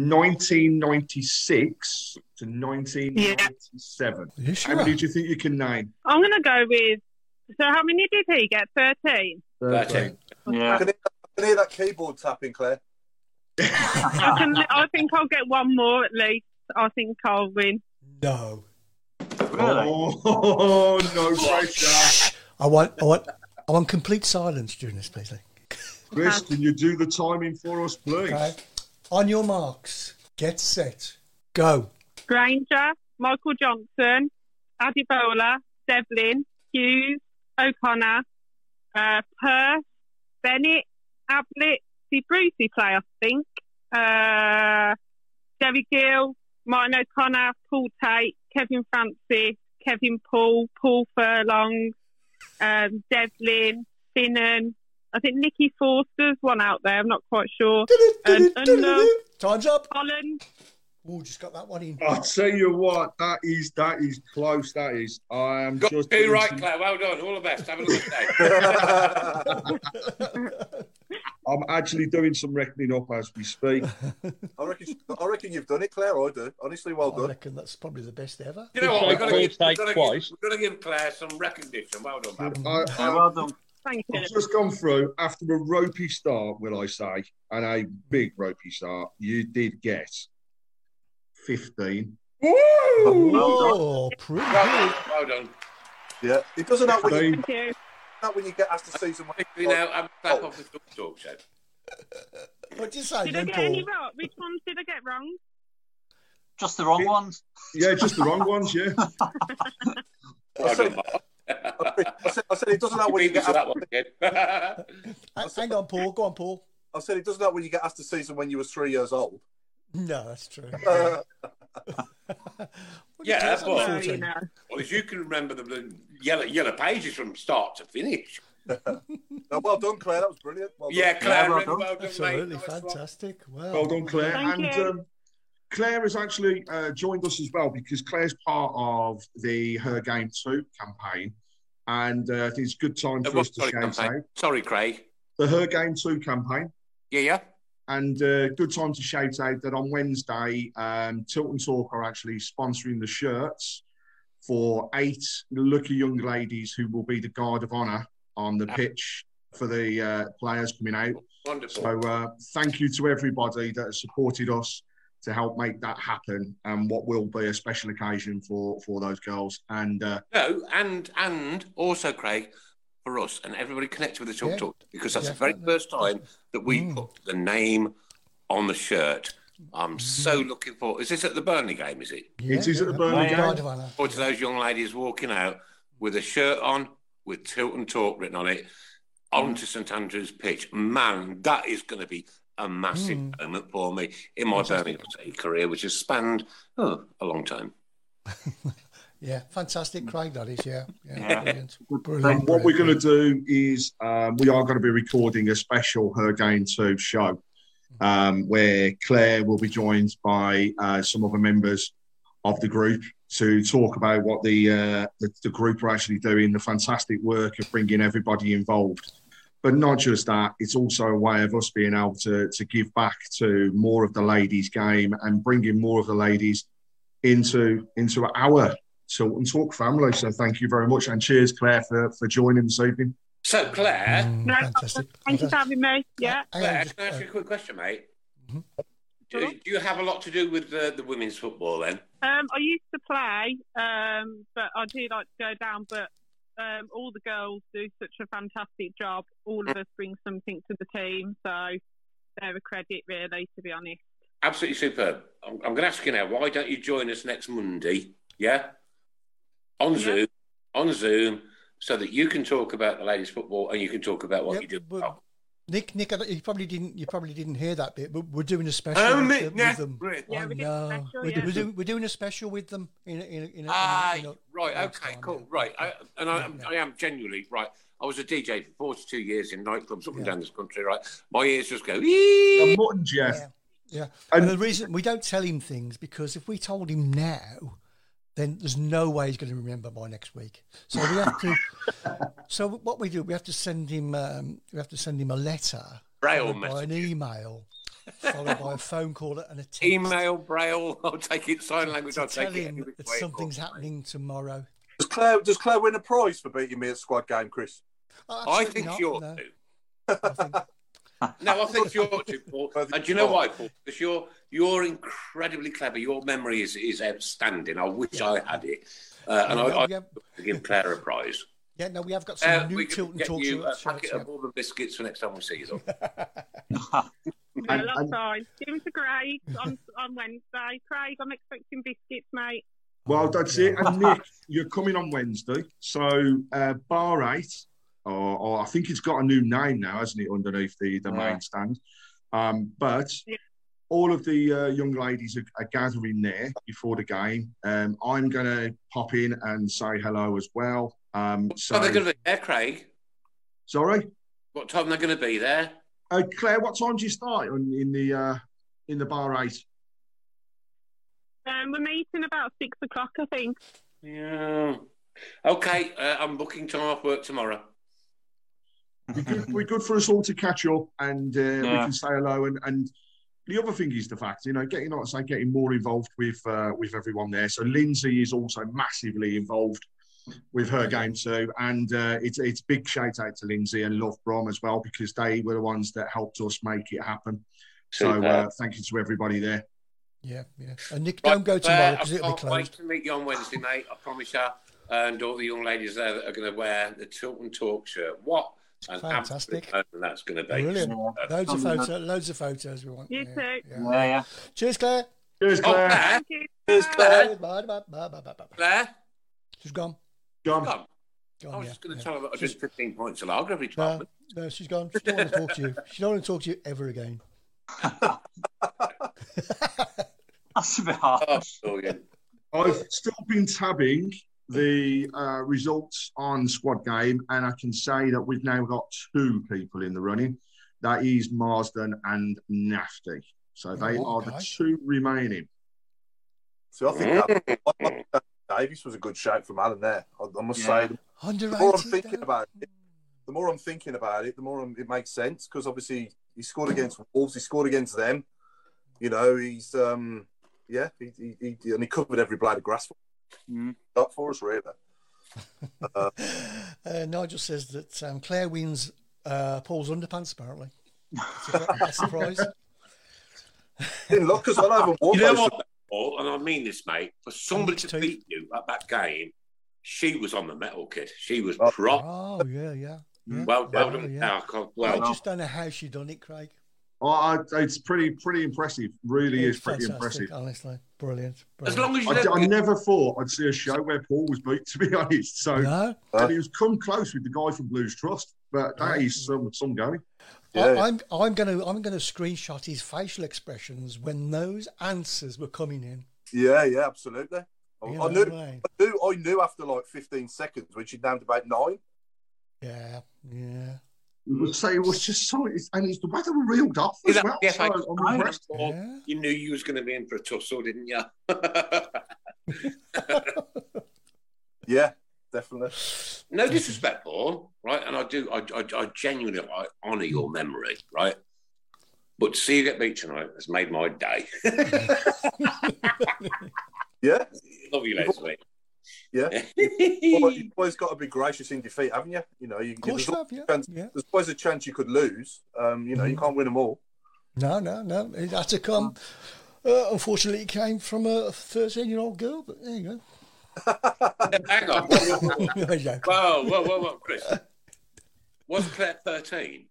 [SPEAKER 9] 1996 to 1997. How many do you think you can name?
[SPEAKER 11] I'm going to go with. So, how many did he get? 13.
[SPEAKER 9] Thirteen.
[SPEAKER 3] I can, hear, I can hear that keyboard tapping, Claire. <laughs>
[SPEAKER 11] I, can, I think I'll get one more at least. I think I'll win.
[SPEAKER 5] No,
[SPEAKER 9] Oh <laughs> no pressure.
[SPEAKER 5] I want. I want. I want complete silence during this, please. Lee.
[SPEAKER 9] Chris, can you do the timing for us, please?
[SPEAKER 5] Okay. On your marks, get set, go.
[SPEAKER 11] Granger, Michael Johnson, Adibola, Devlin, Hughes, O'Connor, uh, Purse, Bennett, Ablett, see Brucey play, I think. Uh, Jerry Gill, Martin O'Connor, Paul Tate, Kevin Francis, Kevin Paul, Paul Furlong, um, Devlin, Finnan. I think Nikki Forster's one out there. I'm not quite sure. Um, Unlove,
[SPEAKER 5] Time's up.
[SPEAKER 11] Holland.
[SPEAKER 5] Oh, just got that one in.
[SPEAKER 9] I tell you what, that is that is close. That is. I am
[SPEAKER 4] Got
[SPEAKER 9] just
[SPEAKER 4] two
[SPEAKER 9] doing
[SPEAKER 4] right,
[SPEAKER 9] some-
[SPEAKER 4] Claire. Well done. All the best. Have a look at
[SPEAKER 12] <laughs>
[SPEAKER 4] that.
[SPEAKER 9] I'm actually doing some reckoning up as we speak.
[SPEAKER 3] I reckon, I reckon you've done it, Claire. I do. Honestly, well
[SPEAKER 5] I
[SPEAKER 3] done.
[SPEAKER 5] reckon that's probably the best ever.
[SPEAKER 4] You know what? We've got to give, we've
[SPEAKER 9] Take
[SPEAKER 4] got to
[SPEAKER 9] twice.
[SPEAKER 4] give, we've got to give Claire some recognition. Well done, man.
[SPEAKER 9] I, I,
[SPEAKER 7] well done.
[SPEAKER 11] Thank
[SPEAKER 9] I've just gone through after a ropey start, will I say, and a big ropey start. You did get fifteen.
[SPEAKER 5] Oh, pretty good.
[SPEAKER 4] Well done.
[SPEAKER 3] Yeah, it doesn't help when you,
[SPEAKER 9] Fifteen.
[SPEAKER 11] Thank you.
[SPEAKER 3] not when you get asked to see someone.
[SPEAKER 4] You know, I'm back off the talk, talk show.
[SPEAKER 5] What'd you say,
[SPEAKER 11] Did I
[SPEAKER 5] then,
[SPEAKER 11] get any
[SPEAKER 5] Paul?
[SPEAKER 11] wrong? Which ones did I get wrong?
[SPEAKER 7] <laughs> Just the wrong ones.
[SPEAKER 9] Yeah, just the wrong ones.
[SPEAKER 7] <laughs>
[SPEAKER 9] Yeah.
[SPEAKER 4] Well done, Mark.
[SPEAKER 3] I said, I said it doesn't help
[SPEAKER 4] You
[SPEAKER 3] when you
[SPEAKER 4] beat me
[SPEAKER 3] get
[SPEAKER 4] to
[SPEAKER 3] asked
[SPEAKER 4] that one again.
[SPEAKER 5] <laughs> Hang- Hang on, Paul. Go on, Paul.
[SPEAKER 3] I said it doesn't help when you get asked to see someone when you were three years old.
[SPEAKER 5] No, that's true.
[SPEAKER 3] Uh,
[SPEAKER 5] What
[SPEAKER 4] Yeah,
[SPEAKER 5] did you say,
[SPEAKER 4] well-
[SPEAKER 11] No,
[SPEAKER 5] 14?
[SPEAKER 11] you know.
[SPEAKER 4] Well, as you can remember the blue- yellow yellow pages from start to finish.
[SPEAKER 3] no, well done, Claire. That was brilliant. Well done.
[SPEAKER 4] Yeah, Claire,
[SPEAKER 7] well
[SPEAKER 4] really
[SPEAKER 7] done.
[SPEAKER 4] well done,
[SPEAKER 5] Absolutely
[SPEAKER 4] mate. Nice one.
[SPEAKER 5] fantastic. Wow.
[SPEAKER 9] Well done, Claire.
[SPEAKER 11] Thank
[SPEAKER 9] and
[SPEAKER 11] you.
[SPEAKER 9] Um, Claire has actually uh, joined us as well because Claire's part of the Her Game 2 campaign. And uh, I think it's a good time
[SPEAKER 4] Uh,
[SPEAKER 9] for
[SPEAKER 4] well,
[SPEAKER 9] us to
[SPEAKER 4] sorry,
[SPEAKER 9] shout out
[SPEAKER 4] campaign. sorry, Craig.
[SPEAKER 9] the Her Game 2 campaign.
[SPEAKER 4] Yeah, yeah.
[SPEAKER 9] And uh, good time to shout out that on Wednesday, um, Tilt and Talk are actually sponsoring the shirts for eight lucky young ladies who will be the guard of honour on the pitch for the uh, players coming out.
[SPEAKER 4] Wonderful.
[SPEAKER 9] So uh, thank you to everybody that has supported us to help make that happen, and what will be a special occasion for for those girls. And uh,
[SPEAKER 4] No, and and also Craig, for us and everybody connected with the Talk
[SPEAKER 5] Yeah.
[SPEAKER 4] Talk, because that's the very
[SPEAKER 5] Definitely.
[SPEAKER 4] first time that we
[SPEAKER 5] Mm.
[SPEAKER 4] put the name on the shirt. I'm so looking forward. Is this at the Burnley game? Is it?
[SPEAKER 5] Mm-hmm. Yeah,
[SPEAKER 9] It is at
[SPEAKER 5] yeah,
[SPEAKER 9] the Burnley
[SPEAKER 5] yeah.
[SPEAKER 9] game.
[SPEAKER 5] Guard of honour.
[SPEAKER 4] Or to those young ladies walking out with a shirt on with Tilt and Talk written on it
[SPEAKER 5] Mm.
[SPEAKER 4] onto St Andrew's pitch. Man, that is going to be a massive
[SPEAKER 5] Mm.
[SPEAKER 4] moment for me in my Birmingham City career, which has spanned oh, a long time.
[SPEAKER 5] Yeah, fantastic, Craig. That is, yeah, yeah, brilliant.
[SPEAKER 9] and
[SPEAKER 5] brilliant
[SPEAKER 9] what we're going to do is um, we are going to be recording a special Her Game 2 show um, where Claire will be joined by uh, some other members of the group to talk about what the, uh, the the group are actually doing, the fantastic work of bringing everybody involved. But not just that, it's also a way of us being able to, to give back to more of the ladies' game and bringing more of the ladies into into our Salt and Talk family. So thank you very much. And cheers, Claire, for, for joining this evening.
[SPEAKER 4] So, Claire,
[SPEAKER 5] Mm,
[SPEAKER 11] No,
[SPEAKER 5] fantastic.
[SPEAKER 11] Thank you for
[SPEAKER 5] fantastic.
[SPEAKER 11] having me. Yeah.
[SPEAKER 5] Hang on,
[SPEAKER 4] Claire,
[SPEAKER 5] just- uh,
[SPEAKER 4] can I ask you a quick question, mate?
[SPEAKER 5] Mhm.
[SPEAKER 4] Do, do you have a lot to do with uh, the women's football then?
[SPEAKER 11] Um, I used to play, um, but I do like to go down. But um, all the girls do such a fantastic job. All of us bring something to the team, so they're a credit, really, to be honest.
[SPEAKER 4] Absolutely superb. I'm, I'm going to ask you now. Why don't you join us next Monday? Yeah, on
[SPEAKER 11] Yeah.
[SPEAKER 4] Zoom, on Zoom, so that you can talk about the ladies' football and you can talk about what
[SPEAKER 5] yeah,
[SPEAKER 4] you do. Oh,
[SPEAKER 5] we'll, Nick, Nick, I don't- you probably didn't. You probably didn't hear that bit, but we're doing a special
[SPEAKER 13] Oh,
[SPEAKER 5] with,
[SPEAKER 13] Nick,
[SPEAKER 5] with
[SPEAKER 13] yeah.
[SPEAKER 5] them.
[SPEAKER 13] Right. Yeah,
[SPEAKER 5] I
[SPEAKER 13] we did a
[SPEAKER 5] know.
[SPEAKER 13] special,
[SPEAKER 5] we're,
[SPEAKER 13] yeah.
[SPEAKER 5] we're doing, we're doing a special with them in a, in a, in a,
[SPEAKER 4] Ah,
[SPEAKER 5] in a, in a
[SPEAKER 4] right, okay, cool, right. I, and I, am I am genuinely right. I was a DJ for 42 years in nightclubs up and down this country, right? My ears just go, "Ee!"
[SPEAKER 5] Yeah. Yeah. And, the reason we don't tell him things because if we told him now, then there's no way he's going to remember by next week. So we have to. so what we do, we have to send him. Um, we have to send him a letter,
[SPEAKER 4] Braille
[SPEAKER 5] followed by an email, followed by a phone call and a text.
[SPEAKER 4] email, braille, <laughs> I'll take it, sign language, I'll
[SPEAKER 5] Tell
[SPEAKER 4] take it. any
[SPEAKER 5] him
[SPEAKER 4] which
[SPEAKER 5] that
[SPEAKER 4] way it
[SPEAKER 5] something's
[SPEAKER 4] goes.
[SPEAKER 5] happening tomorrow.
[SPEAKER 3] Does Claire, does Claire win a prize for beating me at squad game, Chris?
[SPEAKER 5] Oh,
[SPEAKER 4] I
[SPEAKER 5] absolutely
[SPEAKER 4] think
[SPEAKER 5] not,
[SPEAKER 4] she ought
[SPEAKER 5] no.
[SPEAKER 4] to. <laughs> no, I think she
[SPEAKER 3] <laughs>
[SPEAKER 4] ought to, Paul. And do you know why, Paul? Because you're you're incredibly clever. Your memory is, is outstanding. I wish I had it. Uh, and I, I
[SPEAKER 5] Yeah.
[SPEAKER 4] give Claire a prize.
[SPEAKER 5] Yeah, no, we have got some
[SPEAKER 4] Uh,
[SPEAKER 5] new
[SPEAKER 4] we can
[SPEAKER 5] Tilton
[SPEAKER 4] get
[SPEAKER 5] Talk
[SPEAKER 4] you a
[SPEAKER 5] shirts.
[SPEAKER 4] packet of bourbon biscuits for next time we
[SPEAKER 5] <laughs>
[SPEAKER 4] see you. though.
[SPEAKER 11] No, that's fine. Give us a Craig on, on Wednesday. Craig, I'm expecting biscuits, mate.
[SPEAKER 9] Well, that's it. And Nick, you're coming on Wednesday. So, uh, Bar 8, or, or I think it's got a new name now, hasn't it, underneath the, the
[SPEAKER 3] Yeah.
[SPEAKER 9] main stand? Um, but all of the uh, young ladies are, are gathering there before the game. Um, I'm going to pop in and say hello as well. Um, so,
[SPEAKER 4] What time they're going to be there, Craig?
[SPEAKER 9] Sorry?
[SPEAKER 4] What time they're going to be there?
[SPEAKER 9] Uh, Claire, what time do you start on, in the uh, in the Bar 8?
[SPEAKER 11] Um, we're meeting about six o'clock, I think.
[SPEAKER 4] Yeah. Okay, uh, I'm booking time off work tomorrow.
[SPEAKER 9] be good, be good for us all to catch up and uh, we
[SPEAKER 4] Yeah.
[SPEAKER 9] can say hello. And, and the other thing is the fact, you know, getting like I say, getting more involved with uh, with everyone there. So Lindsay is also massively involved with her game too, and uh, it's it's big shout out to Lindsay and Love Brom as well because they were the ones that helped us make it happen. So uh,
[SPEAKER 4] Superb.
[SPEAKER 9] thank you to everybody there.
[SPEAKER 5] Yeah, yeah. And Nick, don't go tomorrow because
[SPEAKER 4] uh, I
[SPEAKER 5] it'll be
[SPEAKER 4] can't wait
[SPEAKER 5] closed.
[SPEAKER 4] to meet you on Wednesday, mate. I promise you. And all the young ladies there that are going to wear the Tilton Talk shirt. What an
[SPEAKER 5] Fantastic.
[SPEAKER 4] absolute moment that's going to be.
[SPEAKER 5] Brilliant.
[SPEAKER 4] Uh,
[SPEAKER 5] Loads of photos. Loads of photos we want.
[SPEAKER 11] You
[SPEAKER 5] yeah.
[SPEAKER 11] too.
[SPEAKER 5] Yeah, yeah. Cheers, Claire.
[SPEAKER 9] Cheers,
[SPEAKER 4] Oh,
[SPEAKER 11] <laughs>
[SPEAKER 4] Claire. Claire.
[SPEAKER 11] Thank you.
[SPEAKER 4] Cheers, Claire.
[SPEAKER 5] Bye, bye, bye, bye, bye, bye.
[SPEAKER 4] Claire?
[SPEAKER 5] She's gone.
[SPEAKER 9] Gone.
[SPEAKER 4] Gone. I was
[SPEAKER 5] yeah,
[SPEAKER 4] just going to
[SPEAKER 5] yeah.
[SPEAKER 4] tell her that I
[SPEAKER 5] She's-
[SPEAKER 4] did 15 points of lager every time.
[SPEAKER 5] No, no, she's gone. She don't want to talk to you. She don't want to talk to you ever again.
[SPEAKER 9] That's a bit harsh.
[SPEAKER 4] Oh,
[SPEAKER 9] I've still been tabbing the uh, results on squad game, and I can say that we've now got two people in the running. That is Marsden and Nafty. So they
[SPEAKER 3] Oh,
[SPEAKER 9] are the
[SPEAKER 3] okay.
[SPEAKER 9] two remaining.
[SPEAKER 3] So I think that- I think that uh, Davies was a good shout from Alan there. I, I must
[SPEAKER 9] Yeah.
[SPEAKER 3] say, the more I'm
[SPEAKER 5] Underrated.
[SPEAKER 3] thinking about it, the more I'm thinking about it, the more I'm, it makes sense because obviously he scored against Wolves, he scored against them. You know, he's um, yeah, he, he, he and he covered every blade of grass. That for us, really. Uh,
[SPEAKER 5] Uh, Nigel says that um, Claire wins uh, Paul's underpants. Apparently, that's a prize.
[SPEAKER 3] didn't look as well. I haven't worn
[SPEAKER 4] You know
[SPEAKER 3] those.
[SPEAKER 4] what, Paul, and I mean this, mate, for somebody to beat you at that game, she was on the metal kit. She was prop.
[SPEAKER 5] Oh yeah, yeah.
[SPEAKER 4] Well, well
[SPEAKER 5] Oh,
[SPEAKER 4] done.
[SPEAKER 5] yeah.
[SPEAKER 4] Now I can't-
[SPEAKER 5] I
[SPEAKER 4] well,
[SPEAKER 5] just don't know how she done it, Craig.
[SPEAKER 9] Oh, <laughs> I, it's pretty pretty impressive. Really
[SPEAKER 5] It's
[SPEAKER 9] is pretty
[SPEAKER 5] fantastic,
[SPEAKER 9] impressive.
[SPEAKER 5] Honestly, brilliant.
[SPEAKER 4] As long as you
[SPEAKER 9] I,
[SPEAKER 4] don't
[SPEAKER 9] I
[SPEAKER 4] get-
[SPEAKER 9] never thought I'd see a show where Paul was beat, to be honest. So
[SPEAKER 5] No.
[SPEAKER 9] and he was come close with the guy from Blues Trust, but that is some some going.
[SPEAKER 5] Oh. I, I'm I'm going to I'm going to screenshot his facial expressions when those answers were coming in.
[SPEAKER 3] Yeah, yeah, absolutely. I,
[SPEAKER 5] You
[SPEAKER 3] I
[SPEAKER 5] know,
[SPEAKER 3] knew,
[SPEAKER 5] right.
[SPEAKER 3] I knew, I knew after like 15 seconds when she'd named about nine.
[SPEAKER 5] Yeah, yeah.
[SPEAKER 9] It was, so it was just so, it's, and it's the weather were reeled off as
[SPEAKER 4] Yeah,
[SPEAKER 9] well.
[SPEAKER 4] yeah,
[SPEAKER 9] so
[SPEAKER 4] I-
[SPEAKER 9] I'm impressed.
[SPEAKER 4] Paul, You knew you was going to be in for a tussle, didn't you?
[SPEAKER 3] Yeah, definitely.
[SPEAKER 4] No disrespect, Paul, right? And I do, I, I, I genuinely I honour your memory, right? But to see you get beat tonight has made my day.
[SPEAKER 3] yeah.
[SPEAKER 4] Love you, later, mate.
[SPEAKER 3] Yeah. You've always- you've always got to be gracious in defeat, haven't you? You know, you,
[SPEAKER 5] course
[SPEAKER 3] there's,
[SPEAKER 5] you
[SPEAKER 3] always
[SPEAKER 5] have,
[SPEAKER 3] a chance- there's always a chance you could lose. Um, you know, you
[SPEAKER 5] Mhm.
[SPEAKER 3] can't win them all.
[SPEAKER 5] No, no, no. It had to come. Uh, unfortunately, it came from a 13 year old girl, but there you
[SPEAKER 4] Hang on.
[SPEAKER 5] go. <laughs> Yeah.
[SPEAKER 4] Whoa, whoa, whoa, whoa, Chris. Was Claire 13?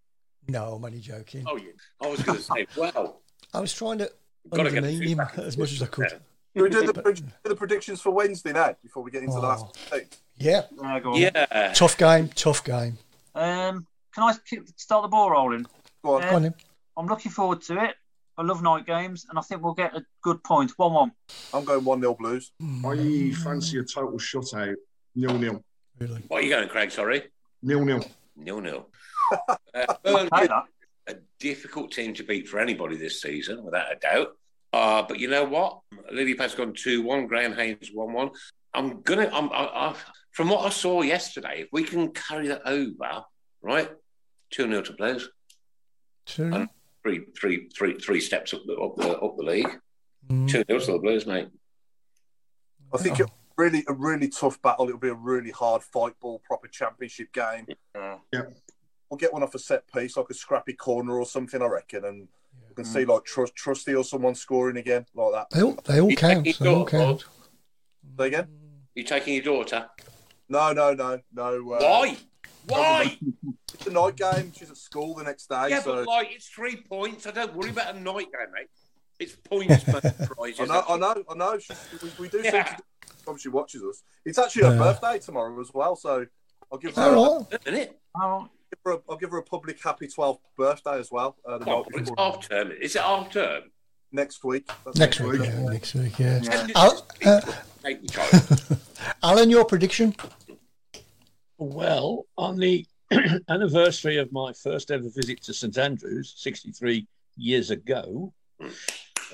[SPEAKER 5] no, I'm only joking.
[SPEAKER 4] Oh, yeah. I was going to say, wow.
[SPEAKER 5] I was trying to
[SPEAKER 4] Gotta get
[SPEAKER 5] undermine him as much as I could.
[SPEAKER 3] Can we do
[SPEAKER 5] <laughs>
[SPEAKER 3] the, pred- do the predictions for Wednesday now before we get into the last
[SPEAKER 5] Oh.
[SPEAKER 3] thing?
[SPEAKER 5] Yeah.
[SPEAKER 7] Yeah, Uh, go on.
[SPEAKER 4] Yeah.
[SPEAKER 5] Tough game, tough game.
[SPEAKER 7] Um, can I s- keep- start the ball rolling?
[SPEAKER 3] Go on.
[SPEAKER 7] Uh, I'm looking forward to it. I love night games, and I think we'll get a good point. One one.
[SPEAKER 3] I'm going one 0 Blues.
[SPEAKER 5] Hmm.
[SPEAKER 9] I fancy a total shutout. Nil nil.
[SPEAKER 4] What are you going, Craig? Sorry.
[SPEAKER 9] Nil nil.
[SPEAKER 4] Nil nil.
[SPEAKER 3] <laughs>
[SPEAKER 4] Uh, Burnley, a difficult team to beat for anybody this season, without a doubt. Uh, but you know what? Lily Pass gone two one. Graham Haynes one one. I'm gonna. I'm. I, I, from what I saw yesterday, if we can carry that over, right? Two 0 to Blues.
[SPEAKER 5] Two.
[SPEAKER 4] Three, three, three, three steps up the up the, up the league. Two 0 to the Blues, mate.
[SPEAKER 3] I think
[SPEAKER 5] Oh.
[SPEAKER 3] it really a really tough battle. It'll be a really hard fight ball, proper championship game.
[SPEAKER 9] Yeah.
[SPEAKER 3] We'll get one off a set piece, like a scrappy corner or something, I reckon, and we can see like trust, trusty or someone scoring again like that.
[SPEAKER 5] They all, they all count. They all count.
[SPEAKER 3] Say again?
[SPEAKER 4] You taking your daughter?
[SPEAKER 3] No, no, no, no. Uh,
[SPEAKER 4] Why? Why?
[SPEAKER 3] <laughs> It's a night game. She's at school the next day.
[SPEAKER 4] yeah,
[SPEAKER 3] so
[SPEAKER 4] but like it's three points. I don't worry about a night game, mate. It's points for
[SPEAKER 3] <laughs>
[SPEAKER 4] prizes.
[SPEAKER 3] I know, I know, I know. She, we, we do seem to. Time she watches us. It's actually her
[SPEAKER 4] Yeah.
[SPEAKER 3] birthday tomorrow as well, so I'll give her.
[SPEAKER 4] All
[SPEAKER 3] a,
[SPEAKER 4] Isn't it?
[SPEAKER 7] I'll
[SPEAKER 3] give her a, I'll give her a public happy 12th birthday as well. Uh, the
[SPEAKER 4] Oh,
[SPEAKER 3] night
[SPEAKER 4] it's
[SPEAKER 3] before.
[SPEAKER 4] half term. Is it half term?
[SPEAKER 3] next week. That's
[SPEAKER 5] Next week. Yeah, next week. Yeah.
[SPEAKER 4] Yeah.
[SPEAKER 5] Al- uh,
[SPEAKER 4] Take your time.
[SPEAKER 5] <laughs> Alan, your prediction?
[SPEAKER 8] Well, on the <clears throat> anniversary of my first ever visit to St Andrews, 63 years ago,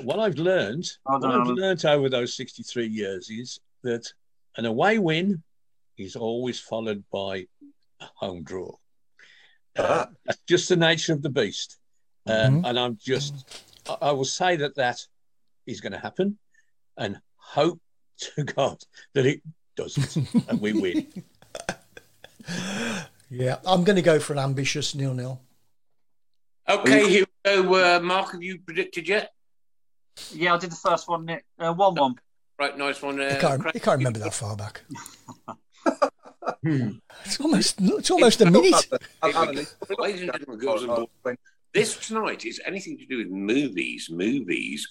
[SPEAKER 8] what I've learned,
[SPEAKER 7] Hold
[SPEAKER 8] what
[SPEAKER 7] on,
[SPEAKER 8] I've
[SPEAKER 7] Alan.
[SPEAKER 8] learned over those 63 years is that an away win is always followed by a home draw. Uh, that's just the nature of the beast. Um, And I'm just, I, I will say that that is going to happen and hope to God that it doesn't and we win.
[SPEAKER 5] Yeah, I'm going to go for an ambitious nil nil.
[SPEAKER 4] Okay, here we go. Uh, Mark, have you predicted yet?
[SPEAKER 7] Yeah, I did the first one. Nick. Uh, one one.
[SPEAKER 4] Right, nice one.
[SPEAKER 5] You
[SPEAKER 4] Uh,
[SPEAKER 5] can't,
[SPEAKER 4] Craig.
[SPEAKER 5] you can't remember that far back. it's almost it's almost a minute.
[SPEAKER 4] Ladies and gentlemen, girls and boys, this tonight is anything to do with movies, movies,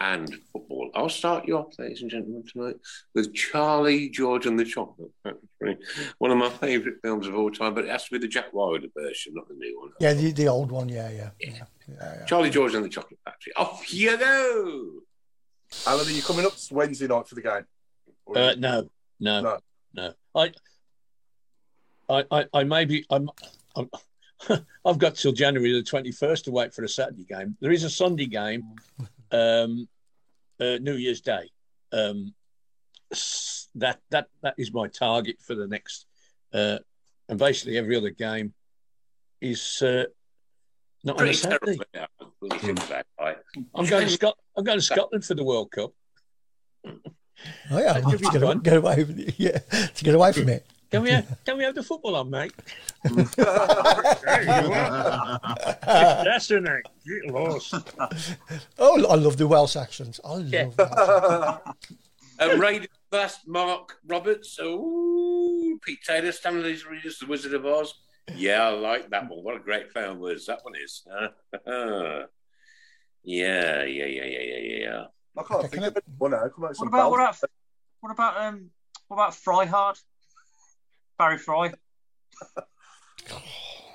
[SPEAKER 4] and football. I'll start you off, ladies and gentlemen, tonight with Charlie George and the Chocolate Factory, one of my favourite films of all time, but it has to be the Jack Wilder version, not the new one.
[SPEAKER 5] Yeah, the, the old one. Yeah, yeah. yeah.
[SPEAKER 4] Charlie George and the Chocolate Factory. Off you go.
[SPEAKER 3] Alan, are you coming up Wednesday night for the game?
[SPEAKER 8] Uh, no, no, no, I, I, I, I maybe I'm, I'm <laughs> I've got till January the twenty first to wait for a Saturday game. There is a Sunday game, um, uh, New Year's Day. Um, s- that that that is my target for the next, uh, and basically every other game is uh, not on a
[SPEAKER 4] Pretty
[SPEAKER 8] Saturday.
[SPEAKER 4] terrible. yeah, when you think about it, right?
[SPEAKER 8] I'm going to Scot- I'm going to Scotland for the World Cup.
[SPEAKER 5] Oh yeah,
[SPEAKER 8] You'll
[SPEAKER 5] to
[SPEAKER 8] be
[SPEAKER 5] get, away,
[SPEAKER 8] fine.
[SPEAKER 5] get away with it. Yeah, to get away from it.
[SPEAKER 8] Can we have, can we have the football on, mate? That's the name. Get lost.
[SPEAKER 5] <laughs> Oh, I love the Welsh accents. I love.
[SPEAKER 4] Yeah.
[SPEAKER 5] That.
[SPEAKER 4] Uh, Raiders last Mark Roberts. Ooh, Pete Taylor, Stanley's Readers, The Wizard of Oz. Yeah, I like that one. What a great fan words that one is. yeah, <laughs> yeah, yeah, yeah, yeah, yeah, yeah.
[SPEAKER 3] I can't think of it. Well, no, come out
[SPEAKER 7] What
[SPEAKER 3] some
[SPEAKER 7] about
[SPEAKER 3] bells.
[SPEAKER 7] what about what about um what about Fryhard? Barry Fry.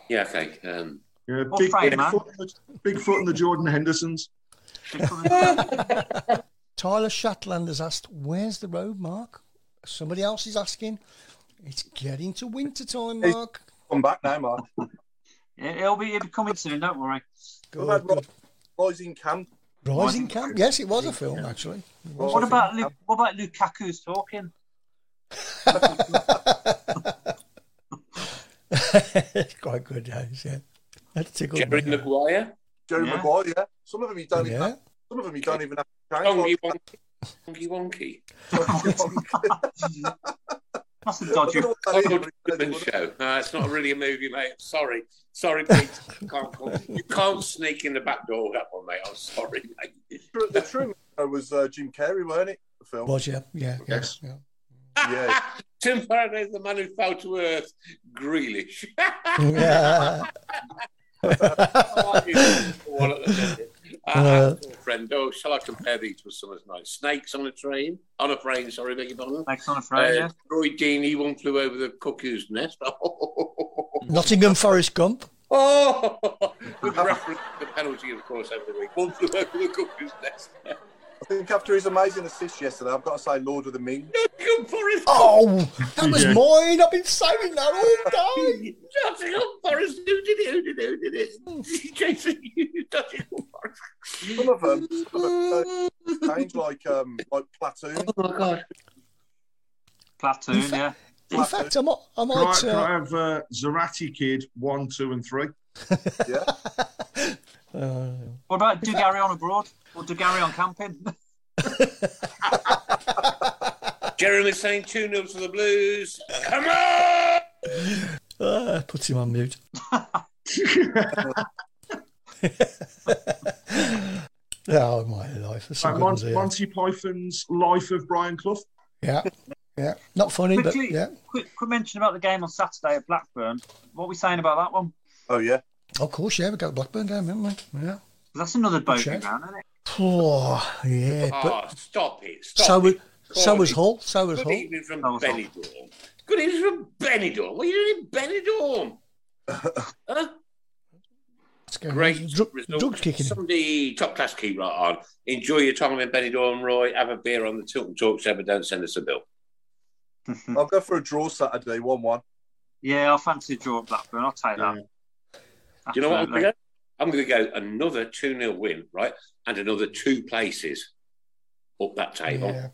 [SPEAKER 4] Yeah, okay. Um,
[SPEAKER 9] Yeah,
[SPEAKER 7] Well,
[SPEAKER 9] big,
[SPEAKER 7] fine,
[SPEAKER 9] big,
[SPEAKER 7] man.
[SPEAKER 9] foot, big foot and the Jordan Hendersons.
[SPEAKER 5] Tyler Shatland has asked, "Where's the road, Mark?" Somebody else is asking. It's getting to winter time,
[SPEAKER 3] Hey,
[SPEAKER 5] Mark.
[SPEAKER 3] Come back now, Mark.
[SPEAKER 7] It- It'll be it'll be coming soon. Don't worry.
[SPEAKER 3] What about Ro- Rising Camp?
[SPEAKER 5] Rising Camp. Yes, it was a film actually. It was
[SPEAKER 7] What
[SPEAKER 5] a
[SPEAKER 7] about Lu- what about Lukaku's talking?
[SPEAKER 5] film. it's <laughs> quite good. yeah, Yeah, that's a good
[SPEAKER 4] Jerry
[SPEAKER 5] one.
[SPEAKER 4] Maguire.
[SPEAKER 3] Jerry
[SPEAKER 4] Yeah.
[SPEAKER 3] Maguire. Yeah. Some of them you don't even.
[SPEAKER 5] Yeah.
[SPEAKER 3] Have, some of them you don't even have.
[SPEAKER 4] Wonky wonky. Wonky wonky.
[SPEAKER 7] That's a dodgy.
[SPEAKER 4] <laughs> Old Women show. No, it's not really a movie, mate. Sorry. Sorry, Pete. You can't, call- you can't sneak in the back door with that one, mate. I'm sorry, mate.
[SPEAKER 3] Tru- The Truman Show was uh, Jim Carrey, weren't it? The film.
[SPEAKER 5] Was yeah, yeah, yeah. yeah.
[SPEAKER 3] Yeah.
[SPEAKER 4] Tim Paradise, the man who fell to earth. Grealish. <laughs>
[SPEAKER 5] Yeah.
[SPEAKER 4] One at the minute. I- I
[SPEAKER 5] Uh,
[SPEAKER 4] thought, friend, oh, shall I compare these with summer's night? Snakes on a train, on a frame. Sorry, beg your pardon. Uh,
[SPEAKER 7] Snakes on a frame, yeah.
[SPEAKER 4] Roy Dean, he one flew over the cuckoo's nest. <laughs>
[SPEAKER 5] Nottingham Mm. Forest Gump.
[SPEAKER 4] Oh, with reference to the penalty, of course, over the week. One flew over the cuckoo's nest.
[SPEAKER 3] I think after his amazing assist yesterday, I've got to say Lord of the Ming.
[SPEAKER 5] Oh, that was
[SPEAKER 3] Yeah.
[SPEAKER 5] mine. I've been saving that
[SPEAKER 7] oh,
[SPEAKER 5] all day.
[SPEAKER 4] Nottingham Forest, who did it? Who did it? Who did
[SPEAKER 5] Hmm.
[SPEAKER 4] it? <laughs> Jason, <laughs> you Nottingham
[SPEAKER 3] Some of them, some of them uh, change like um, like platoon. Oh
[SPEAKER 4] my god!
[SPEAKER 7] Platoon, yeah.
[SPEAKER 5] In fact, I might, I
[SPEAKER 9] Can I,
[SPEAKER 5] might
[SPEAKER 9] can I
[SPEAKER 5] uh,
[SPEAKER 9] have uh, Zarati Kid one, two, and
[SPEAKER 3] <laughs>
[SPEAKER 9] three?
[SPEAKER 5] <laughs> uh,
[SPEAKER 7] What about Dugarry on abroad or Dugarry on camping? <laughs>
[SPEAKER 4] Jeremy's saying 2 0 to the Blues. Come on!
[SPEAKER 5] uh, put him on
[SPEAKER 7] <laughs>
[SPEAKER 5] mute. oh my life, that's some
[SPEAKER 9] Like
[SPEAKER 5] good ones
[SPEAKER 9] Uh,
[SPEAKER 5] here.
[SPEAKER 9] Mon- Monty Python's Life of Brian Clough.
[SPEAKER 5] Yeah, yeah, not funny, but
[SPEAKER 7] Quickly,
[SPEAKER 5] yeah.
[SPEAKER 7] quick, quick mention about the game on Saturday at Blackburn. What are we saying about that one?
[SPEAKER 3] Oh yeah.
[SPEAKER 5] Of course, yeah, we got Blackburn game, haven't we? Yeah.
[SPEAKER 7] That's another
[SPEAKER 5] Good
[SPEAKER 7] bogey
[SPEAKER 5] shout.
[SPEAKER 7] ground, isn't it?
[SPEAKER 5] Oh, yeah, but
[SPEAKER 8] Ah.
[SPEAKER 4] oh, stop it. Stop
[SPEAKER 5] so was
[SPEAKER 4] it.
[SPEAKER 5] so was
[SPEAKER 4] Corny.
[SPEAKER 5] Hull, so was
[SPEAKER 4] Good
[SPEAKER 5] Hull.
[SPEAKER 4] evening from Benidorm. Good evening from Benidorm. What are you doing in
[SPEAKER 5] <laughs>
[SPEAKER 4] Benidorm? huh?
[SPEAKER 5] Let's go.
[SPEAKER 4] Great
[SPEAKER 5] Drug,
[SPEAKER 4] result.
[SPEAKER 5] drug kicking.
[SPEAKER 4] Somebody top class keep right on. Enjoy your time in Benidorm, Roy. Have a beer on the Tilt and Talk Show, but don't send us a bill.
[SPEAKER 3] I'll go for a draw Saturday, one-one.
[SPEAKER 7] Yeah, I fancy a draw at Blackburn. I'll take that.
[SPEAKER 4] Do you know what I'm going
[SPEAKER 7] Absolutely.
[SPEAKER 4] to go? I'm going to go another 2 0 win, right? And another two places up that table.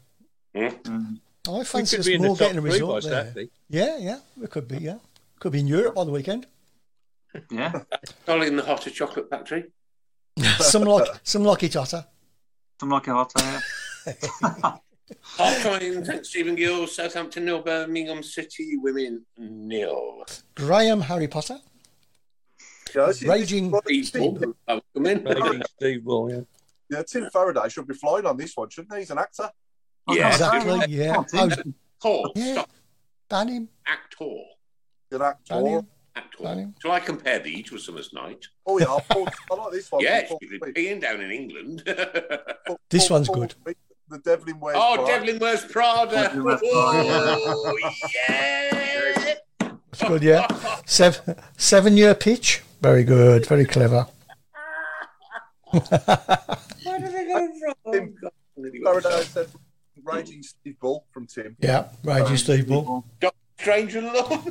[SPEAKER 5] Yeah.
[SPEAKER 4] Hmm?
[SPEAKER 7] Mm.
[SPEAKER 5] I fancy
[SPEAKER 8] could
[SPEAKER 5] us
[SPEAKER 8] be in the
[SPEAKER 5] more
[SPEAKER 8] top
[SPEAKER 5] getting a
[SPEAKER 8] three
[SPEAKER 5] result
[SPEAKER 8] by
[SPEAKER 5] there.
[SPEAKER 8] Saturday.
[SPEAKER 5] Yeah, yeah, we could be. Yeah, could be in Europe by the weekend.
[SPEAKER 7] Yeah.
[SPEAKER 4] Darling in the Hotter Chocolate Factory.
[SPEAKER 5] some like some lucky totter.
[SPEAKER 7] I'm like a hot air.
[SPEAKER 4] Half time, thanks, Stephen Gill. Southampton nil, Birmingham City women nil.
[SPEAKER 5] Graham Harry Potter. Raging.
[SPEAKER 4] Steve Ball. Come in.
[SPEAKER 3] Raging
[SPEAKER 4] Steve Ball, yeah.
[SPEAKER 3] Yeah, Tim Faraday should be flying on this one, shouldn't he? He's an actor.
[SPEAKER 4] Yeah.
[SPEAKER 5] Exactly. Yeah. Oh,
[SPEAKER 4] Paul,
[SPEAKER 5] yeah.
[SPEAKER 4] stop.
[SPEAKER 5] Ban him.
[SPEAKER 4] Actor.
[SPEAKER 3] Good actor.
[SPEAKER 5] Ban him.
[SPEAKER 4] Actor.
[SPEAKER 5] Ban him.
[SPEAKER 4] Shall I compare thee to a summer's night?
[SPEAKER 3] Oh yeah, Paul, I like this one.
[SPEAKER 4] Yes,
[SPEAKER 3] Paul-
[SPEAKER 4] being down in England. <laughs>
[SPEAKER 5] This one's good.
[SPEAKER 3] the Devlin wears.
[SPEAKER 4] oh,
[SPEAKER 3] Prada.
[SPEAKER 4] Devlin Wears Prada.
[SPEAKER 3] Devlin Wears
[SPEAKER 4] Oh, yeah.
[SPEAKER 5] That's good. Yeah. Seven seven year pitch. Very good. Very clever. <laughs>
[SPEAKER 4] Where did they go Oh,
[SPEAKER 3] Tim Faraday said, "Raging Steve Ball" from Tim.
[SPEAKER 5] Yeah. Raging Steve Ball.
[SPEAKER 4] Doctor Strange and Love.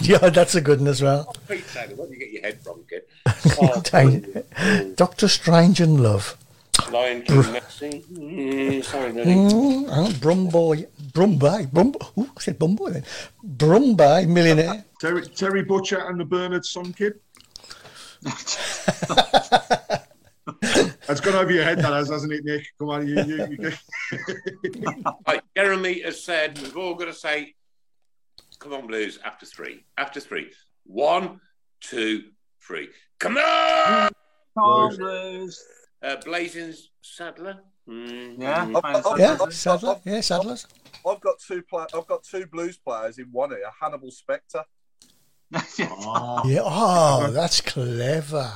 [SPEAKER 5] Yeah, that's a good one as well.
[SPEAKER 4] Pete Taylor, where do you get your head from,
[SPEAKER 5] <laughs>
[SPEAKER 4] kid? Oh,
[SPEAKER 5] Dang. Doctor Strange and Love.
[SPEAKER 4] Lion King Messi. Mm, sorry, Lily.
[SPEAKER 5] Mm, oh, Brumboy, Brumbay, Brum, ooh, I said Brumboy then. Brumbay millionaire.
[SPEAKER 9] Terry, Terry Butcher and the Bernard Son Kid. That's gone over your head, that has, hasn't it, Nick? Come on, you, you,
[SPEAKER 4] <laughs>
[SPEAKER 9] you.
[SPEAKER 4] Right, Jeremy has said, we've all got to say, come on, Blues, after three. After three. One, two, three. Come on!
[SPEAKER 7] Can't lose.
[SPEAKER 4] Uh, Blazing Saddler. Mm.
[SPEAKER 7] Yeah,
[SPEAKER 4] Mm.
[SPEAKER 7] fine, so-
[SPEAKER 5] Yeah, Sadler. Yeah, Sadler's.
[SPEAKER 3] I've got two pla- I've got two blues players in one here.
[SPEAKER 4] <laughs>
[SPEAKER 3] Hannibal Spectre.
[SPEAKER 5] Yeah. Oh, that's clever.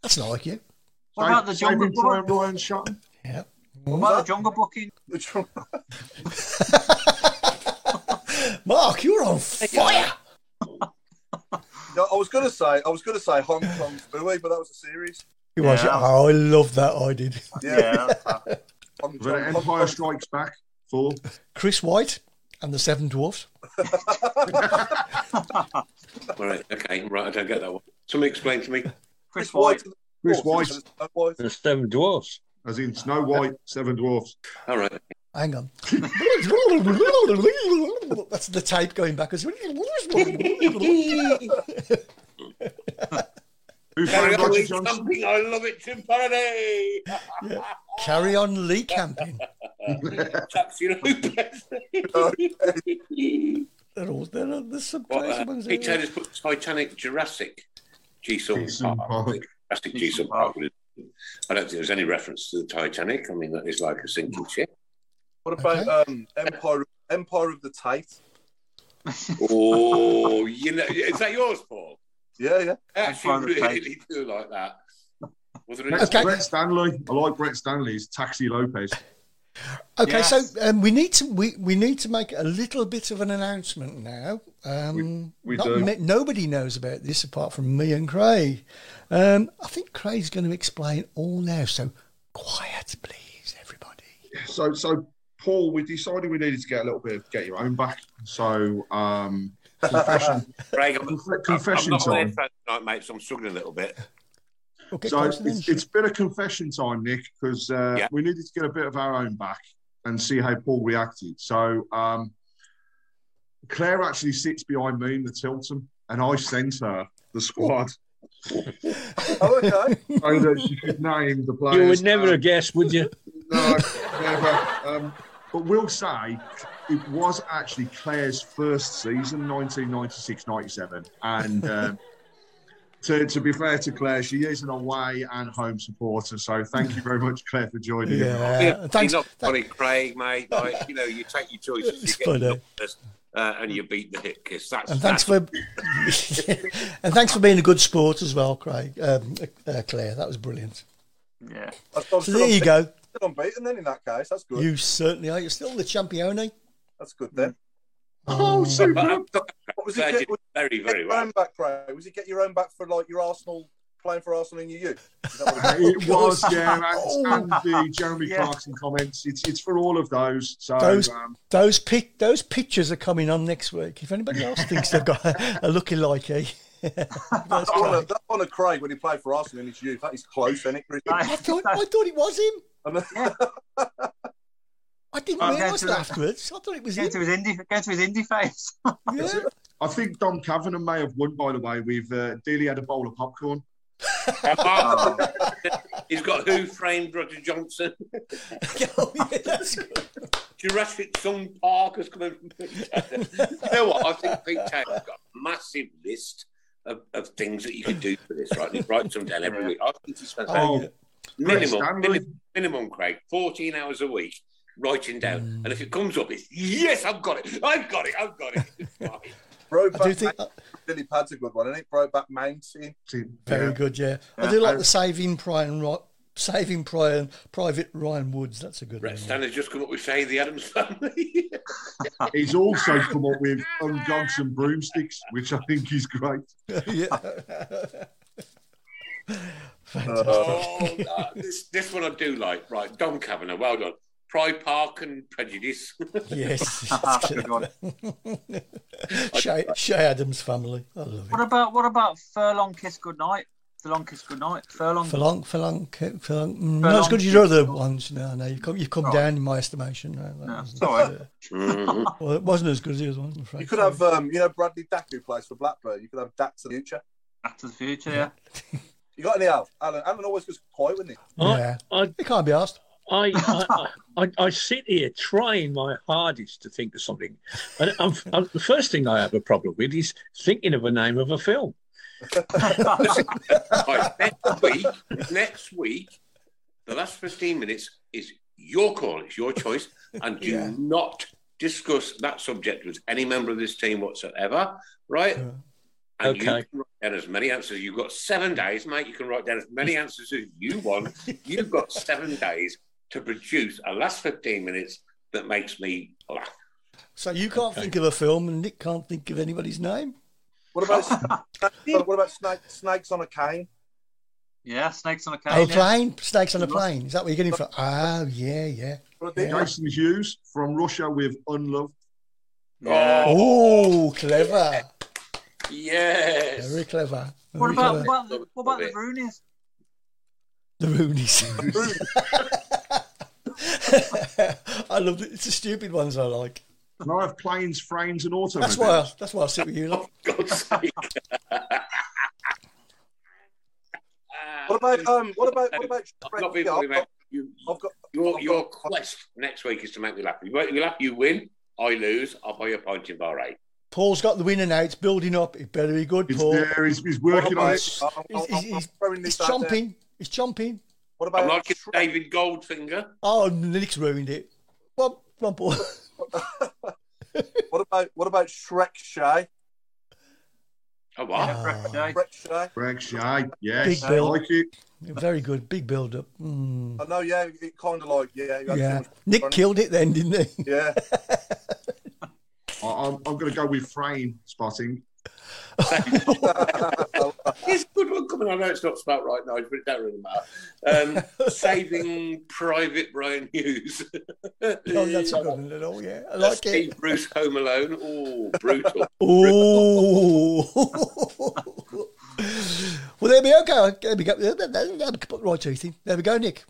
[SPEAKER 5] That's not like you.
[SPEAKER 7] <laughs> What about the
[SPEAKER 9] Saving
[SPEAKER 7] jungle
[SPEAKER 9] Private
[SPEAKER 7] book?
[SPEAKER 9] Ryan shot.
[SPEAKER 5] Yeah.
[SPEAKER 7] What about the jungle booking?
[SPEAKER 3] <laughs> The drum-
[SPEAKER 5] Mark, you're on fire.
[SPEAKER 3] <laughs> No, I was going to say I was going to say Hong Kong Fooey, but that was a series.
[SPEAKER 5] He was.
[SPEAKER 3] Yeah.
[SPEAKER 5] Oh, I love that. I did.
[SPEAKER 3] Yeah. <laughs> Hong
[SPEAKER 9] Was it
[SPEAKER 3] Kong-
[SPEAKER 9] Empire Strikes Back? Four.
[SPEAKER 5] Chris White and the Seven Dwarfs.
[SPEAKER 4] All right, okay, right, I don't get that one. Somebody explain to me.
[SPEAKER 7] Chris White.
[SPEAKER 9] Chris White.
[SPEAKER 3] White.
[SPEAKER 9] The Seven Dwarfs. As in Snow White, Seven Dwarfs.
[SPEAKER 4] All right.
[SPEAKER 5] Hang on. That's the tape going backwards. <laughs>
[SPEAKER 9] Who
[SPEAKER 4] Carry
[SPEAKER 9] framed
[SPEAKER 4] on
[SPEAKER 9] Roger
[SPEAKER 4] with
[SPEAKER 9] Johnson?
[SPEAKER 4] camping, I love it, Tim Faraday.
[SPEAKER 5] Carry on, Lee
[SPEAKER 9] <laughs>
[SPEAKER 5] camping.
[SPEAKER 4] Taxi Lopez. <laughs>
[SPEAKER 5] They're all there. There's some
[SPEAKER 4] What,
[SPEAKER 5] crazy
[SPEAKER 4] uh,
[SPEAKER 5] ones.
[SPEAKER 4] Pete
[SPEAKER 5] there.
[SPEAKER 4] Taylor's put Titanic Jurassic Jason
[SPEAKER 9] Jigsaw
[SPEAKER 4] Park.
[SPEAKER 9] Park.
[SPEAKER 4] Jurassic Jason Park. I don't think there's any reference to the Titanic. I mean, that is like a sinking
[SPEAKER 9] <laughs>
[SPEAKER 4] ship.
[SPEAKER 3] What about um, Empire Empire of the Tate?
[SPEAKER 4] Oh, you know, is that yours, Paul?
[SPEAKER 3] Yeah, yeah.
[SPEAKER 4] I actually
[SPEAKER 3] Empire of the
[SPEAKER 4] really do like that. Was there
[SPEAKER 9] Brett,
[SPEAKER 4] okay.
[SPEAKER 9] Brett Stanley. I like Brett Stanley's Taxi Lopez.
[SPEAKER 5] Okay,
[SPEAKER 7] Yes.
[SPEAKER 5] so um, we need to we, we need to make a little bit of an announcement now. Um,
[SPEAKER 9] We- we
[SPEAKER 5] not
[SPEAKER 9] do.
[SPEAKER 5] me- nobody knows about this apart from me and Craig. Um, I think Craig's going to explain all now. So quiet, please, everybody.
[SPEAKER 9] So, so Paul, we decided we needed to get a little bit of get your own back. So, um, confession,
[SPEAKER 4] Craig, I'm,
[SPEAKER 9] conf-
[SPEAKER 4] I'm
[SPEAKER 9] confession
[SPEAKER 4] not on
[SPEAKER 9] time.
[SPEAKER 4] headphones tonight, mate, so I'm struggling a little bit.
[SPEAKER 9] so it's, it's been a confession time, Nick, because uh,
[SPEAKER 4] Yeah.
[SPEAKER 9] we needed to get a bit of our own back and see how Paul reacted. So um, Claire actually sits behind me in the Tilton, and I sent her the squad. oh, okay. So that she could name the players.
[SPEAKER 8] You would never have guessed, would you?
[SPEAKER 9] No, never. Um, but we'll say it was actually Claire's first season, 1996-97.
[SPEAKER 5] <laughs>
[SPEAKER 9] And um, to, to be fair to Claire, she is an away and home supporter. So thank you very much, Claire, for joining us.
[SPEAKER 5] Yeah, <laughs>
[SPEAKER 4] Thanks. Not funny, Craig, mate. Like, you know, you take your choices, you get
[SPEAKER 5] funny.
[SPEAKER 4] the numbers, uh, and you beat the hit kiss. That's,
[SPEAKER 5] And thanks for <laughs>
[SPEAKER 4] that's-
[SPEAKER 5] and thanks for being a good sport as well, Craig. Um, uh, Claire, that was brilliant.
[SPEAKER 7] Yeah.
[SPEAKER 3] I'm
[SPEAKER 5] So
[SPEAKER 3] still
[SPEAKER 5] there you
[SPEAKER 3] unbeaten-
[SPEAKER 5] go.
[SPEAKER 3] Still unbeaten then in that case. That's good.
[SPEAKER 5] You certainly are. You're still the champione.
[SPEAKER 3] That's good then.
[SPEAKER 5] Oh,
[SPEAKER 3] super. What was
[SPEAKER 4] Glad
[SPEAKER 3] it?
[SPEAKER 4] you did very,
[SPEAKER 3] Get
[SPEAKER 4] very
[SPEAKER 3] your
[SPEAKER 4] well.
[SPEAKER 3] own back, Craig. Was it get your own back for like your Arsenal playing for Arsenal in your youth? Is that what
[SPEAKER 9] <laughs> It was, yeah, and,
[SPEAKER 3] Oh.
[SPEAKER 9] and the Jeremy
[SPEAKER 3] Yeah.
[SPEAKER 9] Clarkson comments. It's, it's for all of those. So
[SPEAKER 5] Those
[SPEAKER 9] um,
[SPEAKER 5] those pic, those pictures are coming on next week. If anybody else thinks they've got a, a looking like eh?
[SPEAKER 3] That one, of, that one of Craig when he played for Arsenal in his youth. That is close, isn't it? Chris?
[SPEAKER 5] I thought I thought it was
[SPEAKER 3] <laughs>
[SPEAKER 5] him. I
[SPEAKER 9] Uh,
[SPEAKER 5] didn't
[SPEAKER 3] I'm
[SPEAKER 5] realise
[SPEAKER 3] going to-
[SPEAKER 5] that afterwards. I thought it was
[SPEAKER 7] Go
[SPEAKER 5] him.
[SPEAKER 7] to his indie, go to his
[SPEAKER 5] <laughs>
[SPEAKER 7] indie face.
[SPEAKER 9] I think Don Kavanagh may have won, by the way. We've uh, dearly had a bowl of popcorn.
[SPEAKER 4] He's got Who Framed Roger Johnson. Jurassic Sun Park has come in from Pete Taylor. You know what? I think Pete Taylor's got a massive list of, of things that you can do for this, right? He writes them down every week. I think he spends
[SPEAKER 9] Oh,
[SPEAKER 4] about minimum,
[SPEAKER 9] Chris, I'm
[SPEAKER 4] minimum, minimum, Craig, 14 hours a week writing down. And if it comes up, it's, yes, I've got it. I've got it. I've got it.
[SPEAKER 9] <laughs>
[SPEAKER 4] It's right.
[SPEAKER 3] Brokeback
[SPEAKER 5] do think-
[SPEAKER 3] Mountain. Billy Pad's a good one, isn't it? Brokeback Mountain.
[SPEAKER 5] Very
[SPEAKER 3] Yeah.
[SPEAKER 5] good, yeah. I
[SPEAKER 3] Yeah,
[SPEAKER 5] do like
[SPEAKER 3] I-
[SPEAKER 5] the saving Brian, Ro- saving Brian, Private Ryan Woods. That's a good
[SPEAKER 4] Brett
[SPEAKER 5] one.
[SPEAKER 4] Stan has just come up with Say the Adams Family.
[SPEAKER 9] He's also come up with ungogs and broomsticks, which I think is great.
[SPEAKER 5] <laughs>
[SPEAKER 9] Uh,
[SPEAKER 5] yeah.
[SPEAKER 4] Oh, no, this, this one I do like. Right, Don Kavanagh, well done. Pride Park and Prejudice.
[SPEAKER 5] Yes.
[SPEAKER 7] Good one.
[SPEAKER 5] <laughs> Shay, Shay Adams family. I love it.
[SPEAKER 7] What about what about Furlong Kiss Goodnight? Furlong Kiss Goodnight. Furlong.
[SPEAKER 5] Furlong, furlong, ca- furlong. Mm,
[SPEAKER 7] Furlong
[SPEAKER 5] Not as good as your other ones. No, no, you've come, you've come
[SPEAKER 3] Right.
[SPEAKER 5] down in my estimation. No, that wasn't-
[SPEAKER 3] sorry.
[SPEAKER 5] uh, well, it wasn't as good as the other ones, I'm
[SPEAKER 3] You
[SPEAKER 5] afraid.
[SPEAKER 3] could have, um, you know, Bradley Dack who plays for Blackburn. You could have Dack to the future.
[SPEAKER 7] Back to the future. Yeah.
[SPEAKER 3] You got any Al? Alan, Alan always goes quiet, wouldn't he?
[SPEAKER 5] Yeah. it can't be asked. <laughs>
[SPEAKER 8] I, I, I, I sit here trying my hardest to think of something. And I'm, I'm- the first thing I have a problem with is thinking of a name of a film.
[SPEAKER 4] Right, next week, next week, the last 15 minutes is your call, it's your choice, and do
[SPEAKER 5] Yeah.
[SPEAKER 4] not discuss that subject with any member of this team whatsoever, right? And you
[SPEAKER 8] Okay.
[SPEAKER 4] can write down as many answers. You've got seven days, mate. You can write down as many answers as you want. You've got seven days to produce a last 15 minutes that makes me laugh.
[SPEAKER 5] So you can't think of a film, and Nick can't think of anybody's name.
[SPEAKER 3] What
[SPEAKER 7] <laughs>
[SPEAKER 3] about snakes, what about snake, snakes on a cane?
[SPEAKER 7] Yeah. Snakes on a cane.
[SPEAKER 5] Oh,
[SPEAKER 7] yeah.
[SPEAKER 5] plane. Snakes on a plane. Is that what you're getting from? Oh, yeah, yeah. yeah.
[SPEAKER 9] Jason Hughes from Russia with Unloved.
[SPEAKER 5] Oh, clever.
[SPEAKER 4] Yes.
[SPEAKER 5] Very clever.
[SPEAKER 7] What
[SPEAKER 5] Very
[SPEAKER 7] about
[SPEAKER 5] clever.
[SPEAKER 7] what about the, what about the Roonies?
[SPEAKER 5] The Roonies. I love it. It's the stupid ones I like.
[SPEAKER 9] Can I have planes, frames, and auto?
[SPEAKER 5] That's why. I, that's why I sit with you. Lot.
[SPEAKER 3] What about um? What about what about?
[SPEAKER 4] I've not been worried about you.
[SPEAKER 3] I've got
[SPEAKER 4] Your, your quest next week is to make me laugh. You make me laugh, you win. I lose. I'll buy you a pint in bar eight.
[SPEAKER 5] <laughs> Paul's got the winner now. It's building up. It better be good, Paul.
[SPEAKER 9] there. He's, he's working on it.
[SPEAKER 5] He's, he's, he's, he's chomping. He's chomping.
[SPEAKER 3] What
[SPEAKER 4] I'm like a David Goldfinger.
[SPEAKER 5] Oh, Nick's ruined it. Well, come on, Paul.
[SPEAKER 3] What about what about Shrek Shy?
[SPEAKER 4] Oh, what?
[SPEAKER 3] Shrek Shy.
[SPEAKER 9] Greg Shy. Uh, Yes.
[SPEAKER 5] Big
[SPEAKER 9] I
[SPEAKER 5] Bill.
[SPEAKER 9] like it.
[SPEAKER 5] Very good. Big build up. Mm.
[SPEAKER 3] I know, yeah, it kind of like, yeah. you had too
[SPEAKER 5] Yeah.
[SPEAKER 3] much
[SPEAKER 5] Nick
[SPEAKER 3] fun.
[SPEAKER 5] killed it then, didn't he?
[SPEAKER 3] Yeah.
[SPEAKER 9] <laughs> I, I'm, I'm going to go with frame spotting.
[SPEAKER 4] It's a good one coming. I know it's not spelt right now, but it don't really matter.
[SPEAKER 5] <laughs>
[SPEAKER 4] Um, saving Private Brian Hughes.
[SPEAKER 5] No, Oh, that's a good one at all, yeah. I like it.
[SPEAKER 4] Steve Bruce Home Alone. Oh,
[SPEAKER 5] <laughs>
[SPEAKER 4] brutal.
[SPEAKER 5] Oh. <laughs> well, there we go. There we go. There- there- there- there- Right, Toothy. There we go, Nick.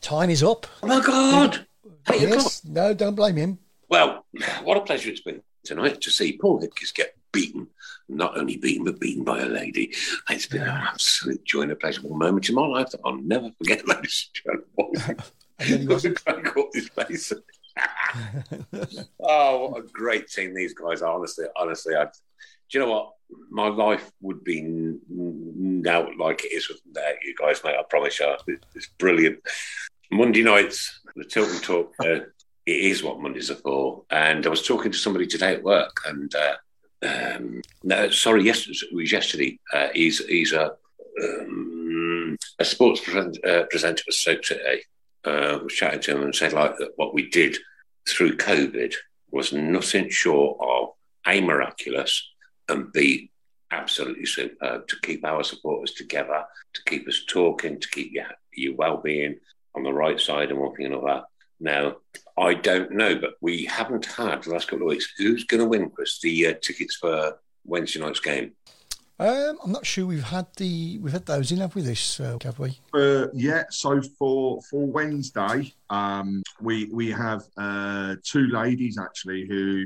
[SPEAKER 5] Time is up.
[SPEAKER 4] Oh, my God. Eight
[SPEAKER 5] Yes. No, don't blame him.
[SPEAKER 4] Well, what a pleasure it's been tonight to see Paul Hipkins get beaten. Not only beaten, but beaten by a lady. It's been an absolute joy and a pleasurable moment in my life that I'll never forget. <laughs> Ladies and gentlemen, <laughs> look at Craig Courtney's face. <laughs> oh, what a great team these guys are. Honestly, honestly, I, do you know what? My life would be n- n- now like it is with uh, you guys, mate. I promise you, It- it's brilliant. Monday nights, the tilt and talk. Uh, it is what Mondays are for. And I was talking to somebody today at work, and uh, um, no, sorry, yes, it was yesterday. Uh, he's he's a um, a sports present, uh, presenter at Stoke today. Uh, was chatting to him and said like that what we did through COVID was nothing short of a miraculous and b absolutely superb to keep our supporters together, to keep us talking, to keep your your well being on the right side and one thing and another. Now, I don't know, but we haven't had the last couple of weeks. Who's going to win, Chris? The uh, tickets for Wednesday night's game.
[SPEAKER 5] Um, I'm not sure we've had the we've had those in, have we? This uh, have we?
[SPEAKER 9] Uh, yeah, so for for Wednesday, um, we we have uh, two ladies actually who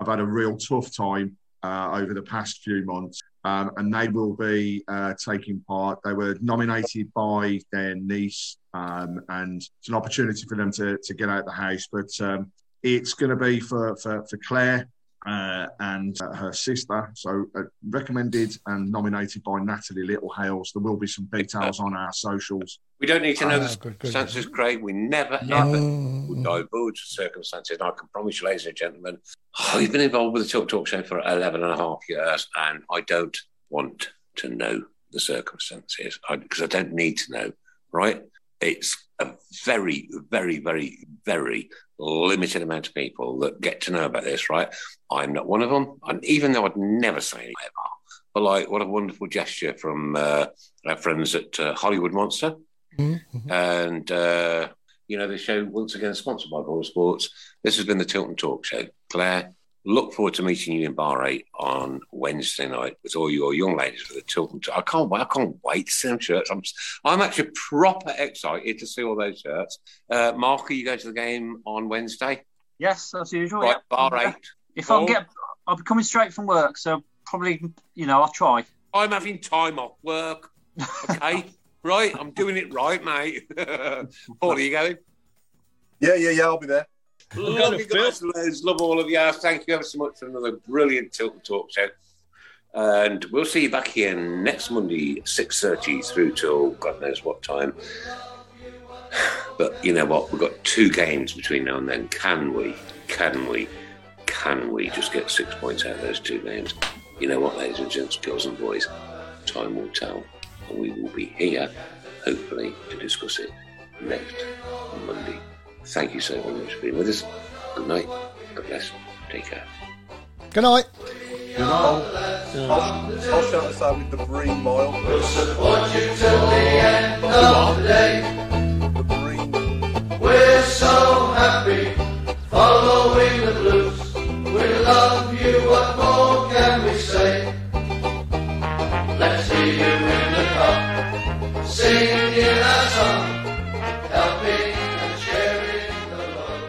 [SPEAKER 9] have had a real tough time uh, over the past few months, um, and they will be uh, taking part. They were nominated by their niece, um, and it's an opportunity for them to to get out the house. But um, it's going to be for for, for Claire. Uh, and uh, her sister, so uh, recommended and nominated by Natalie Littlehales. There will be some details on our socials.
[SPEAKER 4] We don't need to know
[SPEAKER 9] Ah,
[SPEAKER 4] the
[SPEAKER 9] good, good.
[SPEAKER 4] circumstances, Craig. We never, ever will divulge the circumstances. And I can promise you, ladies and gentlemen, <sighs> I've been involved with the Talk Talk Show for 11 and a half years, and I don't want to know the circumstances because I, don't need to know, right? It's a very, very, very, very limited amount of people that get to know about this, right? I'm not one of them. And even though I'd never say anything ever, but like, what a wonderful gesture from uh, our friends at uh, Hollywood Monster.
[SPEAKER 5] Hmm.
[SPEAKER 4] And, uh, you know, the show, once again, sponsored by Ball Sports. This has been the Tilton Talk Show. Claire, look forward to meeting you in Bar 8 on Wednesday night with all your young ladies for the Tilton Talk. I can't wait. I can't wait to see them shirts. I'm, I'm actually proper excited to see all those shirts. Uh, Mark, are you going to the game on Wednesday?
[SPEAKER 10] Yes, as usual.
[SPEAKER 4] Right,
[SPEAKER 10] yeah.
[SPEAKER 4] bar eight.
[SPEAKER 10] If I
[SPEAKER 4] Paul?
[SPEAKER 10] can get, I'll be coming straight from work, so probably, you know, I'll try.
[SPEAKER 4] I'm having time off work. Okay. right. I'm doing it right, mate. <laughs> Paul, are you going?
[SPEAKER 3] Yeah, yeah, yeah. I'll be there.
[SPEAKER 4] Love you guys, loads. Love all of you. Thank you ever so much for another brilliant Tilton Talk show. And we'll see you back here next Monday, six thirty through till God knows what time. But you know what? We've got two games between now and then. Can we? Can we? Can we just get six points out of those two games? You know what, ladies and gents, girls and boys, time will tell, and we will be here, hopefully, to discuss it next Monday. Thank you so very much for being with us. Good night. God bless. Take care.
[SPEAKER 5] Good night.
[SPEAKER 3] You know, I'll, I'll shout this out with the Green Mile. We'll support you till the end of the day.
[SPEAKER 14] We're so happy following the blues. We love you, what more can we say? Let's see you in the pub, singing our song, helping and sharing the love.